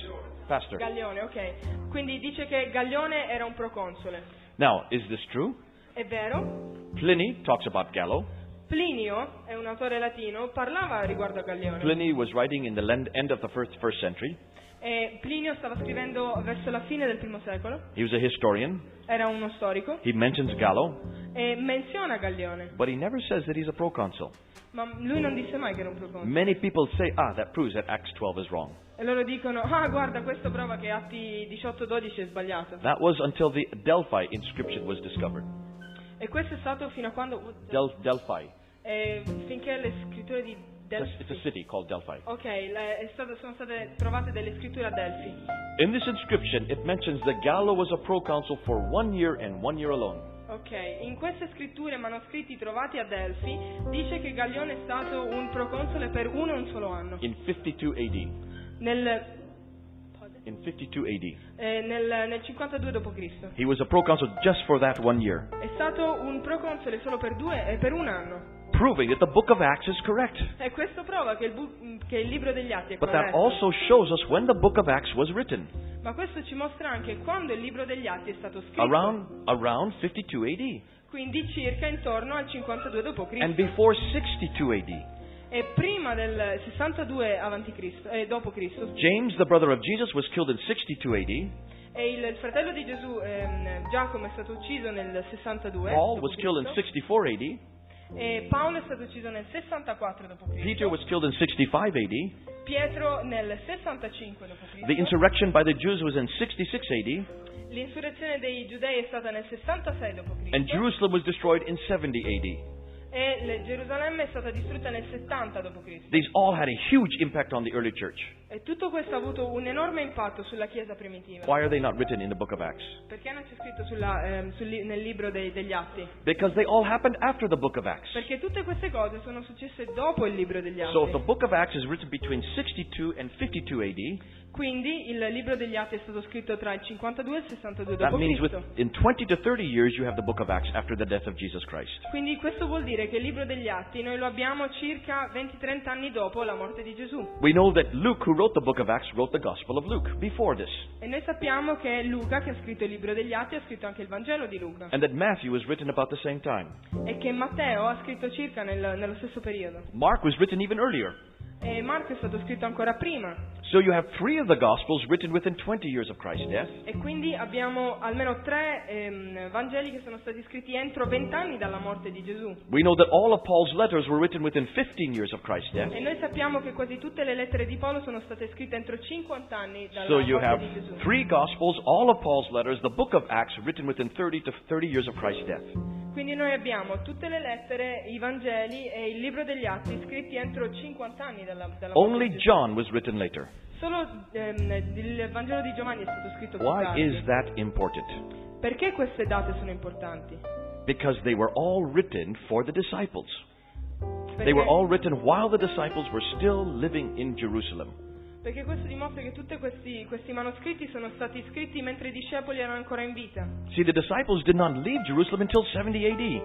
Speaker 2: faster.
Speaker 3: Gaglione, ok. Quindi dice che Gaglione era un proconsole.
Speaker 2: Now, is this true?
Speaker 3: È vero?
Speaker 2: Pliny talks about Gallo.
Speaker 3: Plinio, è un autore latino, parlava riguardo a Gaglione.
Speaker 2: Pliny was writing in the len- end of the first first century.
Speaker 3: E Plinio stava scrivendo verso la fine del primo secolo,
Speaker 2: He was a historian.
Speaker 3: era uno storico,
Speaker 2: He mentions Gallo,
Speaker 3: e menziona Gaglione,
Speaker 2: but he never says that he's a proconsul.
Speaker 3: ma lui non disse mai che era un proconsole.
Speaker 2: Many people say, ah, that proves that Acts 12 is wrong.
Speaker 3: E loro dicono, ah guarda, questo prova che Atti 18-12 è sbagliato.
Speaker 2: That was until the Delphi inscription was discovered.
Speaker 3: E questo è stato fino a quando...
Speaker 2: Del- Delphi.
Speaker 3: eh, finché le scritture di
Speaker 2: It's a- It's a
Speaker 3: Delphi...
Speaker 2: city called Delphi.
Speaker 3: Ok, le- è stato- sono state trovate delle scritture a Delphi.
Speaker 2: In this inscription, it mentions that Gallo was a proconsul for one year and one year alone.
Speaker 3: Ok, in queste scritture e manoscritti trovati a Delphi dice che Gaglione è stato un proconsole per uno e un solo anno.
Speaker 2: In 52 AD.
Speaker 3: Nel
Speaker 2: In 52 AD.
Speaker 3: Eh, nel, nel 52 d.C.
Speaker 2: He was a proconsul just for that one year,
Speaker 3: È stato un proconsole solo per, due, eh, per un anno.
Speaker 2: proving that the book of Acts is correct.
Speaker 3: E questo prova che il, bu- che il libro degli atti è
Speaker 2: But that
Speaker 3: corretto.
Speaker 2: also shows us when the book of Acts was written.
Speaker 3: Ma questo ci mostra anche quando il libro degli atti è stato scritto.
Speaker 2: Around, around 52 AD.
Speaker 3: Quindi circa intorno al 52 d.C.
Speaker 2: And before 62 AD.
Speaker 3: e prima del 62 a.C. Eh, dopo Cristo.
Speaker 2: James, the brother of Jesus, was killed in 62 AD.
Speaker 3: E il, il fratello di Gesù, ehm, Giacomo, è stato ucciso nel 62.
Speaker 2: Paul
Speaker 3: dopo
Speaker 2: was killed in
Speaker 3: Cristo.
Speaker 2: 64 AD.
Speaker 3: E Paolo è stato ucciso nel 64 d.C.
Speaker 2: Peter was killed in 65 AD.
Speaker 3: Pietro nel 65 d.C.
Speaker 2: The insurrection by the Jews was in 66 AD.
Speaker 3: L'insurrezione dei giudei è stata nel 66 d.C.
Speaker 2: And Jerusalem was destroyed in 70 AD.
Speaker 3: e le- Gerusalemme è stata distrutta nel 70 d.C.
Speaker 2: These all had a huge impact on the early church.
Speaker 3: E tutto questo ha avuto un enorme impatto sulla Chiesa primitiva.
Speaker 2: Why are they not written in the book of Acts?
Speaker 3: Perché non c'è scritto sulla, ehm, sul li- nel libro dei- degli Atti?
Speaker 2: Because they all happened after the book of Acts.
Speaker 3: Perché tutte queste cose sono successe dopo il libro degli Atti.
Speaker 2: So if the book of Acts is written between 62 and 52 AD,
Speaker 3: Quindi il libro degli Atti è stato scritto tra il 52 e il 62
Speaker 2: that means
Speaker 3: d.C.
Speaker 2: within 20 to 30 years you have the book of Acts after the death of Jesus Christ.
Speaker 3: Quindi questo vuol dire che il libro degli Atti noi lo abbiamo circa 20-30 anni dopo la morte di Gesù.
Speaker 2: We know that Luke, who wrote the book of Acts, wrote the Gospel of Luke before this,
Speaker 3: E noi sappiamo che Luca, che ha scritto il libro degli Atti, ha scritto anche il Vangelo di Luca.
Speaker 2: and that Matthew was written about the same time.
Speaker 3: E che Matteo ha scritto circa nel- nello stesso periodo.
Speaker 2: Mark was written even earlier.
Speaker 3: E Marco è stato scritto ancora prima.
Speaker 2: So you have three of the Gospels written within 20 years of Christ's death,
Speaker 3: E quindi abbiamo almeno tre ehm, Vangeli che sono stati scritti entro vent'anni dalla morte di Gesù.
Speaker 2: We know that all of Paul's letters were written within 15 years of Christ's death.
Speaker 3: E noi sappiamo che quasi tutte le lettere di Paolo sono state scritte entro 50 anni dalla
Speaker 2: So you
Speaker 3: morte
Speaker 2: have
Speaker 3: di Gesù.
Speaker 2: three Gospels, all of Paul's letters, the book of Acts written within 30 to 30 years of Christ's death.
Speaker 3: Quindi noi abbiamo tutte le lettere, i Vangeli e il libro degli Atti scritti entro 50 anni dalla, dalla morte
Speaker 2: Only
Speaker 3: di Gesù.
Speaker 2: John was written later.
Speaker 3: Solo ehm, il Vangelo di Giovanni è stato scritto più
Speaker 2: Why
Speaker 3: tardi.
Speaker 2: is that important?
Speaker 3: Perché queste date sono importanti?
Speaker 2: Because they were all written for the disciples. They
Speaker 3: Perché,
Speaker 2: were all written while the disciples were still living in Jerusalem.
Speaker 3: perché questo dimostra che tutti questi, questi manoscritti sono stati scritti mentre i discepoli erano ancora in vita.
Speaker 2: See, the disciples did not leave Jerusalem until 70 AD.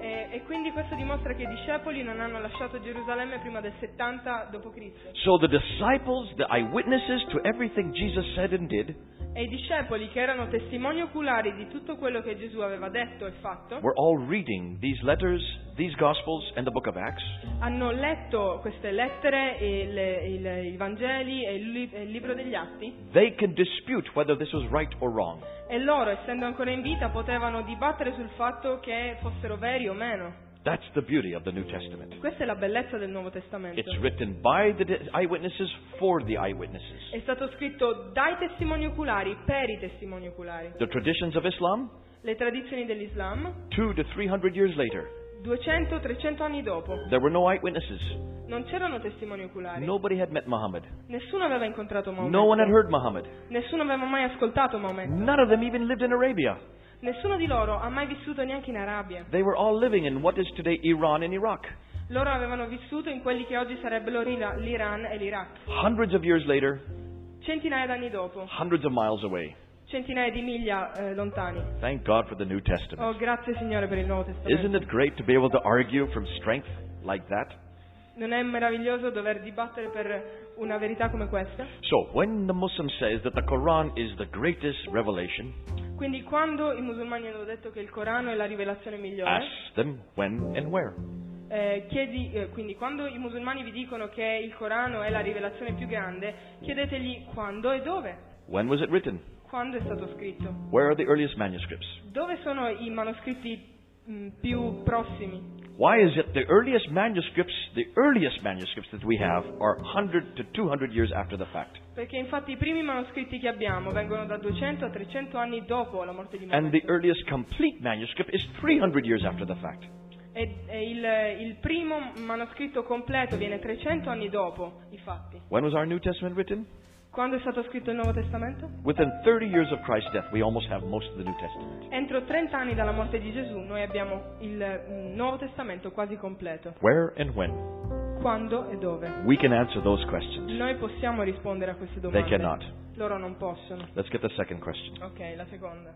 Speaker 3: E, e quindi questo dimostra che i discepoli non hanno lasciato Gerusalemme prima del 70 d.C.
Speaker 2: So the disciples, the eyewitnesses to everything Jesus said and did,
Speaker 3: E i discepoli, che erano testimoni oculari di tutto quello che Gesù aveva detto e fatto,
Speaker 2: were all reading these letters, these Gospels, and the book of Acts.
Speaker 3: hanno letto queste lettere, e le- il- i Vangeli e il, li- e il libro degli Atti
Speaker 2: They can dispute whether this was right or wrong.
Speaker 3: e loro, essendo ancora in vita, potevano dibattere sul fatto che fossero veri o meno.
Speaker 2: That's the beauty of the New Testament.
Speaker 3: Questa è la bellezza del Nuovo Testamento.
Speaker 2: It's written by the di- eyewitnesses for the eyewitnesses.
Speaker 3: È stato scritto dai testimoni oculari per i testimoni oculari.
Speaker 2: The traditions of Islam,
Speaker 3: Le tradizioni dell'Islam,
Speaker 2: two to three hundred years later,
Speaker 3: 200-300 anni dopo,
Speaker 2: there were no eyewitnesses.
Speaker 3: Non c'erano testimoni oculari.
Speaker 2: Nobody had met Muhammad.
Speaker 3: Nessuno aveva incontrato Maometto.
Speaker 2: No one had heard Muhammad.
Speaker 3: Nessuno aveva mai ascoltato Maometto.
Speaker 2: None of them even lived in Arabia.
Speaker 3: Nessuno di loro ha mai vissuto neanche in Arabia.
Speaker 2: They were all living in what is today Iran and Iraq.
Speaker 3: Loro avevano vissuto in quelli che oggi sarebbero l'Ira- l'Iran e l'Iraq.
Speaker 2: Hundreds of years later,
Speaker 3: Centinaia d'anni dopo,
Speaker 2: hundreds of miles away.
Speaker 3: centinaia di miglia eh, lontani.
Speaker 2: Thank God for the New Testament.
Speaker 3: Oh, grazie Signore per il Nuovo Testamento.
Speaker 2: Isn't it great to be able to argue from strength like that?
Speaker 3: Non è meraviglioso dover dibattere per una verità come questa?
Speaker 2: So, when the Muslim says that the Quran is the greatest revelation,
Speaker 3: Quindi quando i musulmani hanno detto che il Corano è la rivelazione
Speaker 2: ask
Speaker 3: migliore,
Speaker 2: them when and where.
Speaker 3: Eh, chiedi- eh, quindi quando i musulmani vi dicono che il Corano è la rivelazione più grande, chiedetegli quando e dove,
Speaker 2: When was it written?
Speaker 3: quando è stato scritto,
Speaker 2: Where are the earliest manuscripts?
Speaker 3: dove sono i manoscritti mh, più prossimi,
Speaker 2: Why is it the earliest manuscripts, the earliest manuscripts that we have are 100 to 200 years after the fact?
Speaker 3: perché infatti i primi manoscritti che abbiamo vengono da 200 a 300 anni dopo la morte di
Speaker 2: And
Speaker 3: Maometto
Speaker 2: the earliest complete manuscript is 300 years after the fact.
Speaker 3: e, e il, il primo manoscritto completo viene 300 anni dopo i fatti.
Speaker 2: When was our New Testament written?
Speaker 3: Quando è stato scritto il Nuovo Testamento?
Speaker 2: Within 30 years of Christ's death, we almost have most of the New Testament.
Speaker 3: Entro 30 anni dalla morte di Gesù noi abbiamo il mh, Nuovo Testamento quasi completo.
Speaker 2: Where and when?
Speaker 3: Quando e dove?
Speaker 2: We can answer those questions.
Speaker 3: Noi possiamo rispondere a queste
Speaker 2: They
Speaker 3: domande.
Speaker 2: cannot.
Speaker 3: Loro non possono.
Speaker 2: Let's get the second question.
Speaker 3: Ok, la seconda.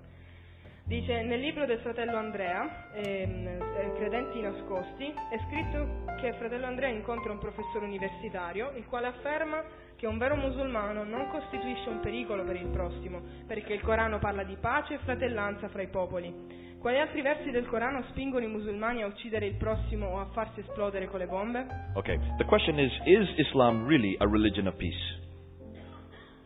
Speaker 3: Dice, nel libro del fratello Andrea, ehm, eh, Credenti nascosti, è scritto che fratello Andrea incontra un professore universitario, il quale afferma che un vero musulmano non costituisce un pericolo per il prossimo, perché il Corano parla di pace e fratellanza fra i popoli. Quali altri versi del Corano spingono i musulmani a uccidere il prossimo o a farsi esplodere con le bombe?
Speaker 2: Okay, the question is Is Islam really a religion of peace?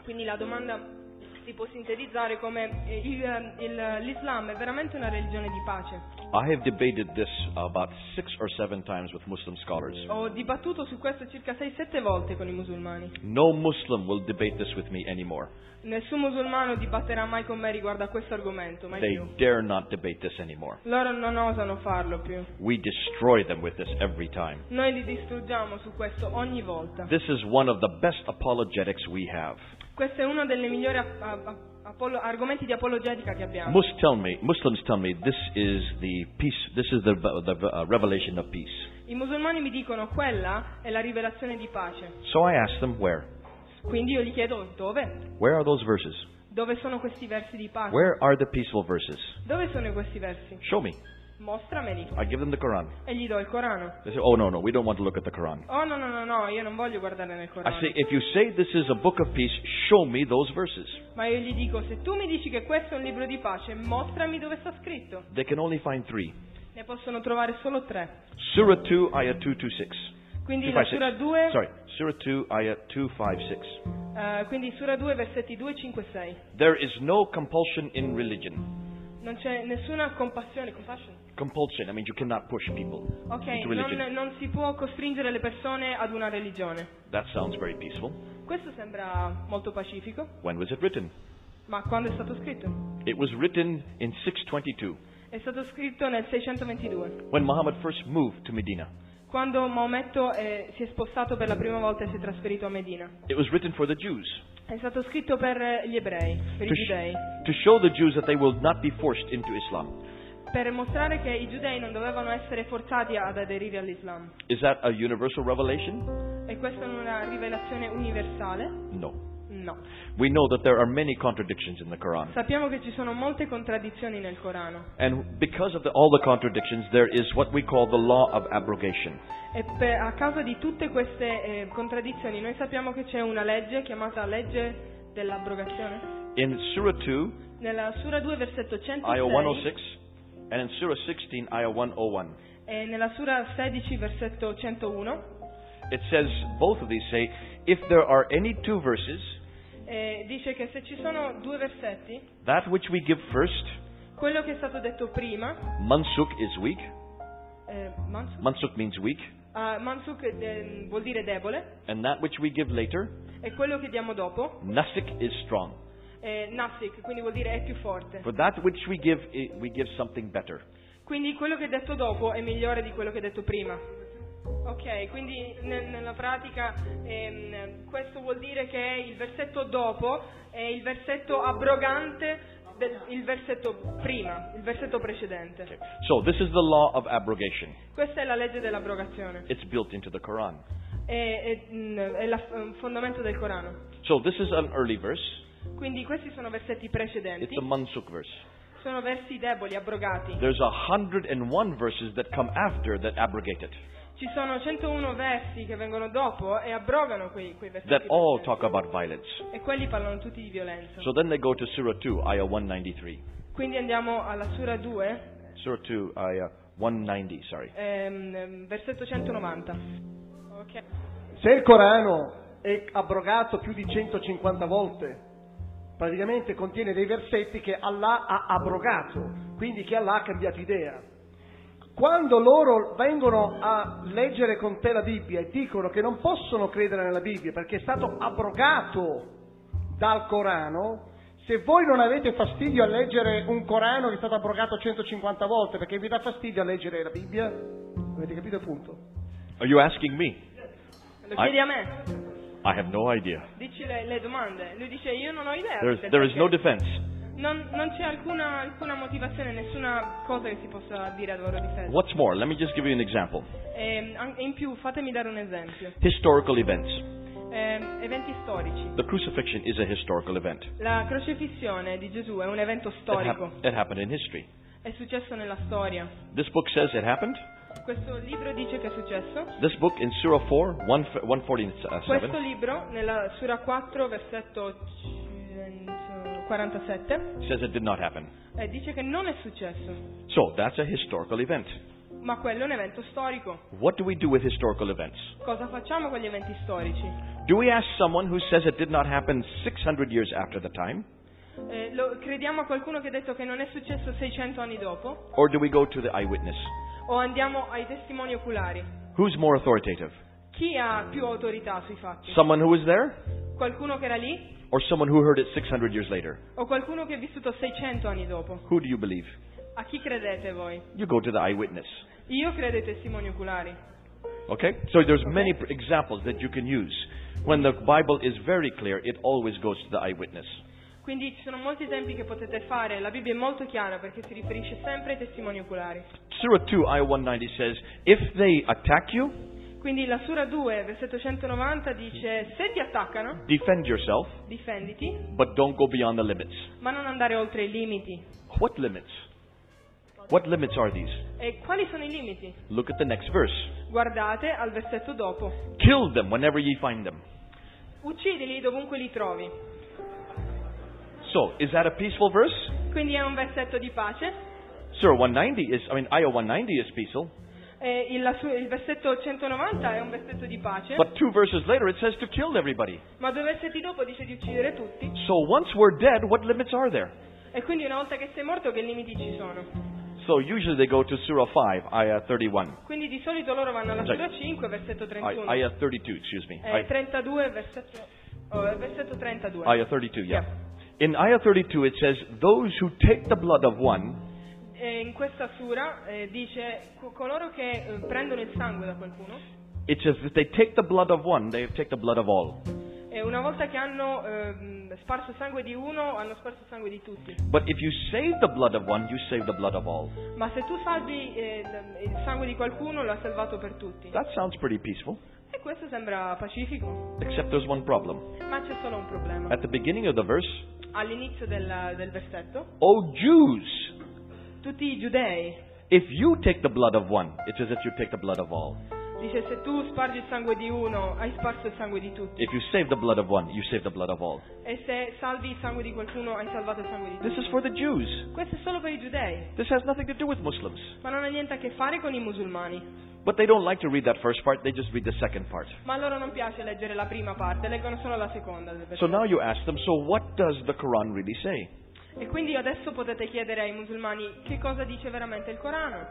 Speaker 3: Quindi la domanda eh, si può sintetizzare come eh, il- il- l'Islam è veramente una religione di pace.
Speaker 2: I have debated this about six or seven times with Muslim scholars.
Speaker 3: Ho dibattuto su questo circa 6-7 volte con i musulmani.
Speaker 2: No Muslim will debate this with me anymore.
Speaker 3: Nessun musulmano dibatterà mai con me riguardo a questo argomento, mai
Speaker 2: They
Speaker 3: più.
Speaker 2: dare not debate this anymore.
Speaker 3: Loro non osano farlo più.
Speaker 2: We destroy them with this every time.
Speaker 3: Noi li distruggiamo su questo ogni volta.
Speaker 2: This is one of the best apologetics we have.
Speaker 3: Questo è uno dei migliori ap- ap- ap- apolo- argomenti di apologetica che abbiamo.
Speaker 2: Mus tell me, Muslims tell me this is the peace. This is the, the uh, revelation of peace.
Speaker 3: I musulmani mi dicono quella è la rivelazione di pace.
Speaker 2: So I ask them where.
Speaker 3: Quindi io gli chiedo dove?
Speaker 2: Where are those verses?
Speaker 3: Dove sono questi versi di pace?
Speaker 2: Where are the peaceful verses?
Speaker 3: Dove sono questi versi?
Speaker 2: Show me.
Speaker 3: Mostrameli.
Speaker 2: I give them the Quran.
Speaker 3: E gli do il Corano.
Speaker 2: They say, Oh no no, we don't want to look at the Quran.
Speaker 3: Oh no no no no, io non voglio guardare nel
Speaker 2: I
Speaker 3: Corano.
Speaker 2: say, if you say this is a book of peace, show me those verses.
Speaker 3: Ma io gli dico, se tu mi dici che questo è un libro di pace, mostrami dove sta scritto.
Speaker 2: They can only find three.
Speaker 3: Ne possono trovare solo tre.
Speaker 2: Surah 2, Ayah 226.
Speaker 3: Quindi la Sura 2,
Speaker 2: Sorry, Surah 2, Ayah 256.
Speaker 3: eh, quindi Sura 2 versetti 2, 5, 6.
Speaker 2: There is no compulsion in religion.
Speaker 3: Non c'è nessuna compassione, compassion.
Speaker 2: Compulsion, I mean, you cannot push people
Speaker 3: Ok,
Speaker 2: into
Speaker 3: non,
Speaker 2: religion.
Speaker 3: non si può costringere le persone ad una religione.
Speaker 2: That sounds very peaceful.
Speaker 3: Questo sembra molto pacifico,
Speaker 2: When was it written?
Speaker 3: ma quando è stato scritto?
Speaker 2: It was written in 622,
Speaker 3: È stato scritto nel 622,
Speaker 2: when Muhammad first moved to Medina.
Speaker 3: quando Maometto eh, si è spostato per la prima volta e si è trasferito a Medina.
Speaker 2: It was written for the Jews,
Speaker 3: È stato scritto per eh, gli ebrei, per
Speaker 2: to,
Speaker 3: i
Speaker 2: sh-
Speaker 3: giudei,
Speaker 2: to show the Jews that they will not be forced into Islam.
Speaker 3: per mostrare che i giudei non dovevano essere forzati ad aderire all'Islam.
Speaker 2: Is that a universal revelation?
Speaker 3: E questa è una rivelazione universale?
Speaker 2: No.
Speaker 3: No.
Speaker 2: We know that there are many contradictions in the Quran.
Speaker 3: Sappiamo che ci sono molte contraddizioni nel Corano
Speaker 2: And because of the, all the contradictions, there is what we call the law of abrogation.
Speaker 3: e per- a causa di tutte queste eh, contraddizioni noi sappiamo che c'è una legge chiamata legge dell'abrogazione.
Speaker 2: In Surah 2,
Speaker 3: Nella Sura 2 versetto
Speaker 2: Ayah
Speaker 3: 106
Speaker 2: 106, and in Surah 16, Ayah 101,
Speaker 3: e nella Sura 16 versetto 101
Speaker 2: it says, both of these say, if there are any two verses,
Speaker 3: eh, dice che se ci sono due versetti,
Speaker 2: that which we give first,
Speaker 3: quello che è stato detto prima,
Speaker 2: mansuk is weak.
Speaker 3: eh, Mansuk,
Speaker 2: Mansuk means weak.
Speaker 3: ah, Mansuk, eh, vuol dire debole,
Speaker 2: And that which we give later,
Speaker 3: e quello che diamo dopo,
Speaker 2: nasik is strong.
Speaker 3: eh, Nasik, quindi vuol dire è più forte.
Speaker 2: For that which we give, i- we give something better.
Speaker 3: Quindi quello che è detto dopo è migliore di quello che è detto prima. Ok, quindi ne- nella pratica ehm, questo vuol dire che il versetto dopo è il versetto abrogante del il versetto prima, il versetto precedente.
Speaker 2: So this is the law of abrogation.
Speaker 3: Questa è la legge dell'abrogazione,
Speaker 2: It's built into the Quran.
Speaker 3: è, è, mm, è la- è un fondamento del Corano.
Speaker 2: So this is an early verse.
Speaker 3: Quindi questi sono versetti
Speaker 2: It's
Speaker 3: precedenti,
Speaker 2: a mansuk verse.
Speaker 3: sono versi deboli, abrogati.
Speaker 2: There's a hundred and one verses that come after that abrogate it,
Speaker 3: Ci sono 101 versi che vengono dopo e abrogano quei, quei versetti.
Speaker 2: that all
Speaker 3: precedenti.
Speaker 2: talk about violence.
Speaker 3: E quelli parlano tutti di violenza.
Speaker 2: So then they go to Surah 2, Ayah 193.
Speaker 3: Quindi andiamo alla Sura 2,
Speaker 2: Surah 2, Ayah 190, sorry.
Speaker 3: ehm, ehm, versetto 190. Ok.
Speaker 6: Se il Corano è abrogato più di 150 volte, praticamente contiene dei versetti che Allah ha abrogato, quindi che Allah ha cambiato idea. Quando loro vengono a leggere con te la Bibbia e dicono che non possono credere nella Bibbia perché è stato abrogato dal Corano, se voi non avete fastidio a leggere un Corano che è stato abrogato 150 volte perché vi dà fastidio a leggere la Bibbia, avete capito il punto?
Speaker 2: Are you asking me?
Speaker 3: Lo
Speaker 2: Ah.
Speaker 3: chiedi a me,
Speaker 2: I have no idea.
Speaker 3: dici le, le domande. Lui dice io non ho idea.
Speaker 2: There's,
Speaker 3: del
Speaker 2: there is
Speaker 3: perché.
Speaker 2: no defense.
Speaker 3: non, non c'è alcuna, alcuna motivazione, nessuna cosa che si possa dire a loro difesa.
Speaker 2: What's more, let me just give you an example.
Speaker 3: Ehm, an- E, in più fatemi dare un esempio.
Speaker 2: Historical events.
Speaker 3: Ehm, eventi storici.
Speaker 2: The crucifixion is a historical event.
Speaker 3: La crocifissione di Gesù è un evento
Speaker 2: It, hap-
Speaker 3: storico,
Speaker 2: it happened in history.
Speaker 3: è successo nella storia.
Speaker 2: This book says it happened.
Speaker 3: Questo libro dice che è successo.
Speaker 2: This book in Surah 4, 1, f-
Speaker 3: Questo
Speaker 2: 147,
Speaker 3: libro, nella Sura 4, versetto 47,
Speaker 2: says it did not happen.
Speaker 3: eh, dice che non è successo,
Speaker 2: So that's a historical event.
Speaker 3: ma quello è un evento storico.
Speaker 2: What do we do with historical events?
Speaker 3: Cosa facciamo con gli eventi storici?
Speaker 2: Do we ask someone who says it did not happen 600 years after the time?
Speaker 3: Eh, lo- crediamo a qualcuno che ha detto che non è successo 600 anni dopo?
Speaker 2: Or do we go to the eyewitness?
Speaker 3: O andiamo ai testimoni oculari?
Speaker 2: Who's more authoritative?
Speaker 3: Chi ha più autorità sui fatti?
Speaker 2: Someone who was there?
Speaker 3: Qualcuno che era lì?
Speaker 2: Or someone who heard it 600 years later?
Speaker 3: O qualcuno che è vissuto 600 anni dopo?
Speaker 2: Who do you believe?
Speaker 3: A chi credete voi?
Speaker 2: You go to the eyewitness.
Speaker 3: Io credo ai testimoni oculari.
Speaker 2: Okay? So there's many pr- examples that you can use. When the Bible is very clear, it always goes to the eyewitness.
Speaker 3: Quindi ci sono molti esempi che potete fare, la Bibbia è molto chiara perché si riferisce sempre ai testimoni oculari.
Speaker 2: Surah 2, Ayah 190 says, If they attack you,
Speaker 3: Quindi la Sura 2, versetto 190 dice se ti attaccano,
Speaker 2: defend yourself,
Speaker 3: difenditi,
Speaker 2: but don't go beyond the limits.
Speaker 3: ma non andare oltre i limiti.
Speaker 2: What limits? What limits are these?
Speaker 3: E quali sono i limiti?
Speaker 2: Look at the next verse.
Speaker 3: Guardate al versetto dopo.
Speaker 2: Kill them whenever ye find them.
Speaker 3: Uccidili dovunque li trovi.
Speaker 2: So, is that a peaceful verse?
Speaker 3: Quindi è un versetto di pace.
Speaker 2: Surah 190 is, I mean, Ayah 190 is peaceful.
Speaker 3: E il, la su- il versetto 190 è un versetto di pace,
Speaker 2: But two verses later, it says to kill everybody.
Speaker 3: ma due versetti dopo dice di uccidere tutti.
Speaker 2: So once we're dead, what limits are there?
Speaker 3: E quindi una volta che sei morto che limiti ci sono?
Speaker 2: So usually they go to Surah 5, Ayah 31.
Speaker 3: Quindi di solito loro vanno alla Sura 5, versetto
Speaker 2: Ay-
Speaker 3: 31.
Speaker 2: Ayah 32, excuse me.
Speaker 3: Eh,
Speaker 2: Ay-
Speaker 3: 32, versetto, oh, eh, versetto 32.
Speaker 2: Ayah 32, yeah.
Speaker 3: Yeah.
Speaker 2: In Ayah 32, it says, Those who take the blood of one,
Speaker 3: Eh, in questa sura eh, dice co- coloro che eh, prendono il sangue da qualcuno
Speaker 2: it says, if they take the blood of one, they take the blood of all.
Speaker 3: e una volta che hanno ehm, sparso il sangue di uno hanno sparso il sangue di tutti.
Speaker 2: But if you save the blood of one, you save the blood of all.
Speaker 3: Ma se tu salvi eh, il- il sangue di qualcuno lo ha salvato per tutti.
Speaker 2: That sounds pretty peaceful,
Speaker 3: E questo sembra pacifico,
Speaker 2: except there's one problem.
Speaker 3: ma c'è solo un problema.
Speaker 2: At the beginning of the verse,
Speaker 3: All'inizio del, del versetto,
Speaker 2: O Jews,
Speaker 3: tutti i giudei
Speaker 2: if you take the blood of one, it says that you take the blood of all.
Speaker 3: dice se tu spargi il sangue di uno hai sparso il sangue di tutti
Speaker 2: If you save the blood of one, you save the blood of all.
Speaker 3: e se salvi il sangue di qualcuno hai salvato il sangue di tutti.
Speaker 2: This is for the Jews.
Speaker 3: Questo è solo per i giudei,
Speaker 2: This has nothing to do with Muslims.
Speaker 3: ma non ha niente a che fare con i musulmani.
Speaker 2: But they don't like to read that first part, they just read the second part.
Speaker 3: Ma a loro non piace leggere la prima parte, leggono solo la seconda del
Speaker 2: So
Speaker 3: versetto.
Speaker 2: now you ask them, so what does the Quran really say?
Speaker 3: E quindi adesso potete chiedere ai musulmani che cosa dice veramente il Corano.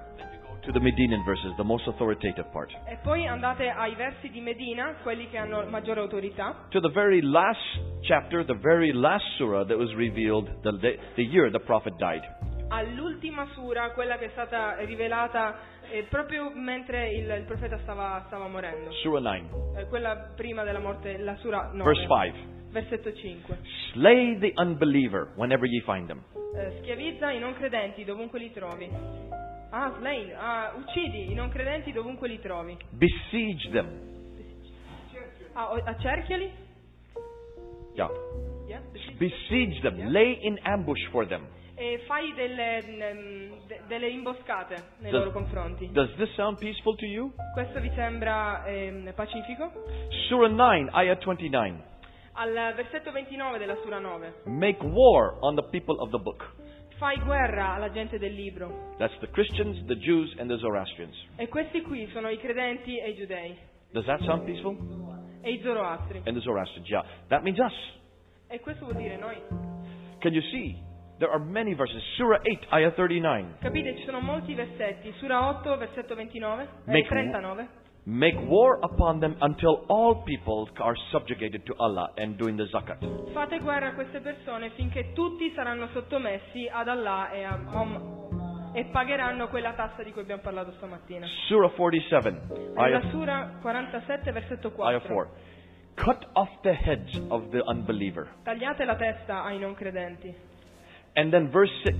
Speaker 2: To the Medinan verses, the most authoritative part.
Speaker 3: E poi andate ai versi di Medina, quelli che hanno maggiore autorità,
Speaker 2: To the very last chapter, the very last surah that was revealed the, the, the year the Prophet died.
Speaker 3: all'ultima sura, quella che è stata rivelata eh, proprio mentre il, il profeta stava, stava morendo.
Speaker 2: Surah 9,
Speaker 3: Eh, quella prima della morte, la sura 9,
Speaker 2: verse 5.
Speaker 3: versetto 5.
Speaker 2: Slay the unbeliever whenever ye find them.
Speaker 3: Eh, schiavizza i non credenti dovunque li trovi. Ah, slain, ah, uccidi i non credenti dovunque li trovi.
Speaker 2: Besiege them.
Speaker 3: Ah, o- accerchiali?
Speaker 2: Yeah.
Speaker 3: Yeah.
Speaker 2: Besiege them. Lay in ambush for them.
Speaker 3: E fai delle, mm, de- delle imboscate nei
Speaker 2: Does-
Speaker 3: loro confronti.
Speaker 2: Does this sound peaceful to you?
Speaker 3: Questo vi sembra ehm, pacifico?
Speaker 2: Surah 9, Ayah 29.
Speaker 3: Al versetto 29 della Sura 9.
Speaker 2: Make war on the people of the book.
Speaker 3: Fai guerra alla gente del libro.
Speaker 2: That's the Christians, the Jews, and the Zoroastrians.
Speaker 3: E questi qui sono i credenti e i giudei.
Speaker 2: Does that sound peaceful?
Speaker 3: E i zoroastri.
Speaker 2: And the Zoroastrians, yeah. That means us.
Speaker 3: E questo vuol dire noi.
Speaker 2: Can you see? There are many verses. Surah 8, Ayah 39.
Speaker 3: Capite, ci sono molti versetti. Sura 8, versetto 29. E
Speaker 2: Make-
Speaker 3: 39.
Speaker 2: Make war upon them until all people are subjugated to Allah and doing the zakat.
Speaker 3: Fate guerra a queste persone finché tutti saranno sottomessi ad Allah e, a Om- e pagheranno quella tassa di cui abbiamo parlato stamattina.
Speaker 2: Surah 47, Ayah,
Speaker 3: Nella Sura 47, versetto
Speaker 2: ayah
Speaker 3: 4.
Speaker 2: 4. Cut off the heads of the unbeliever.
Speaker 3: Tagliate la testa ai non credenti.
Speaker 2: And then verse 6.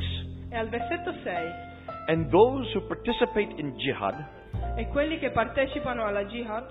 Speaker 3: E al versetto 6.
Speaker 2: And those who participate in jihad,
Speaker 3: E quelli che partecipano alla jihad,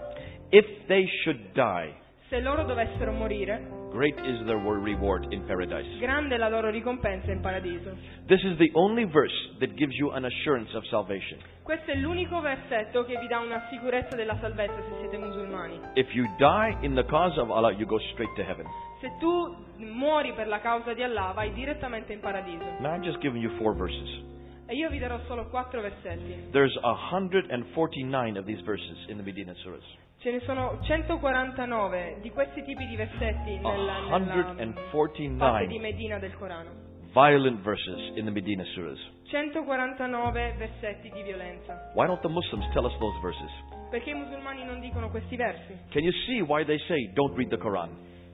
Speaker 2: if they should die,
Speaker 3: se loro dovessero morire,
Speaker 2: great is their reward in paradise.
Speaker 3: grande è la loro ricompensa in paradiso.
Speaker 2: This is the only verse that gives you an assurance of salvation.
Speaker 3: Questo è l'unico versetto che vi dà una sicurezza della salvezza se siete musulmani.
Speaker 2: If you die in the cause of Allah, you go straight to heaven.
Speaker 3: Se tu muori per la causa di Allah, vai direttamente in paradiso.
Speaker 2: Now I've just given you four verses.
Speaker 3: E io vi darò solo quattro versetti.
Speaker 2: There's 149 of these verses in the Medina Surahs.
Speaker 3: Ce ne sono 149 di questi tipi di versetti nella, nella parte di
Speaker 2: 149
Speaker 3: Medina del Corano.
Speaker 2: violent verses in the Medina Surahs.
Speaker 3: 149 versetti di violenza.
Speaker 2: Why don't the Muslims tell us those verses?
Speaker 3: Perché i musulmani non dicono questi versi?
Speaker 2: Can you see why they say don't read the Quran?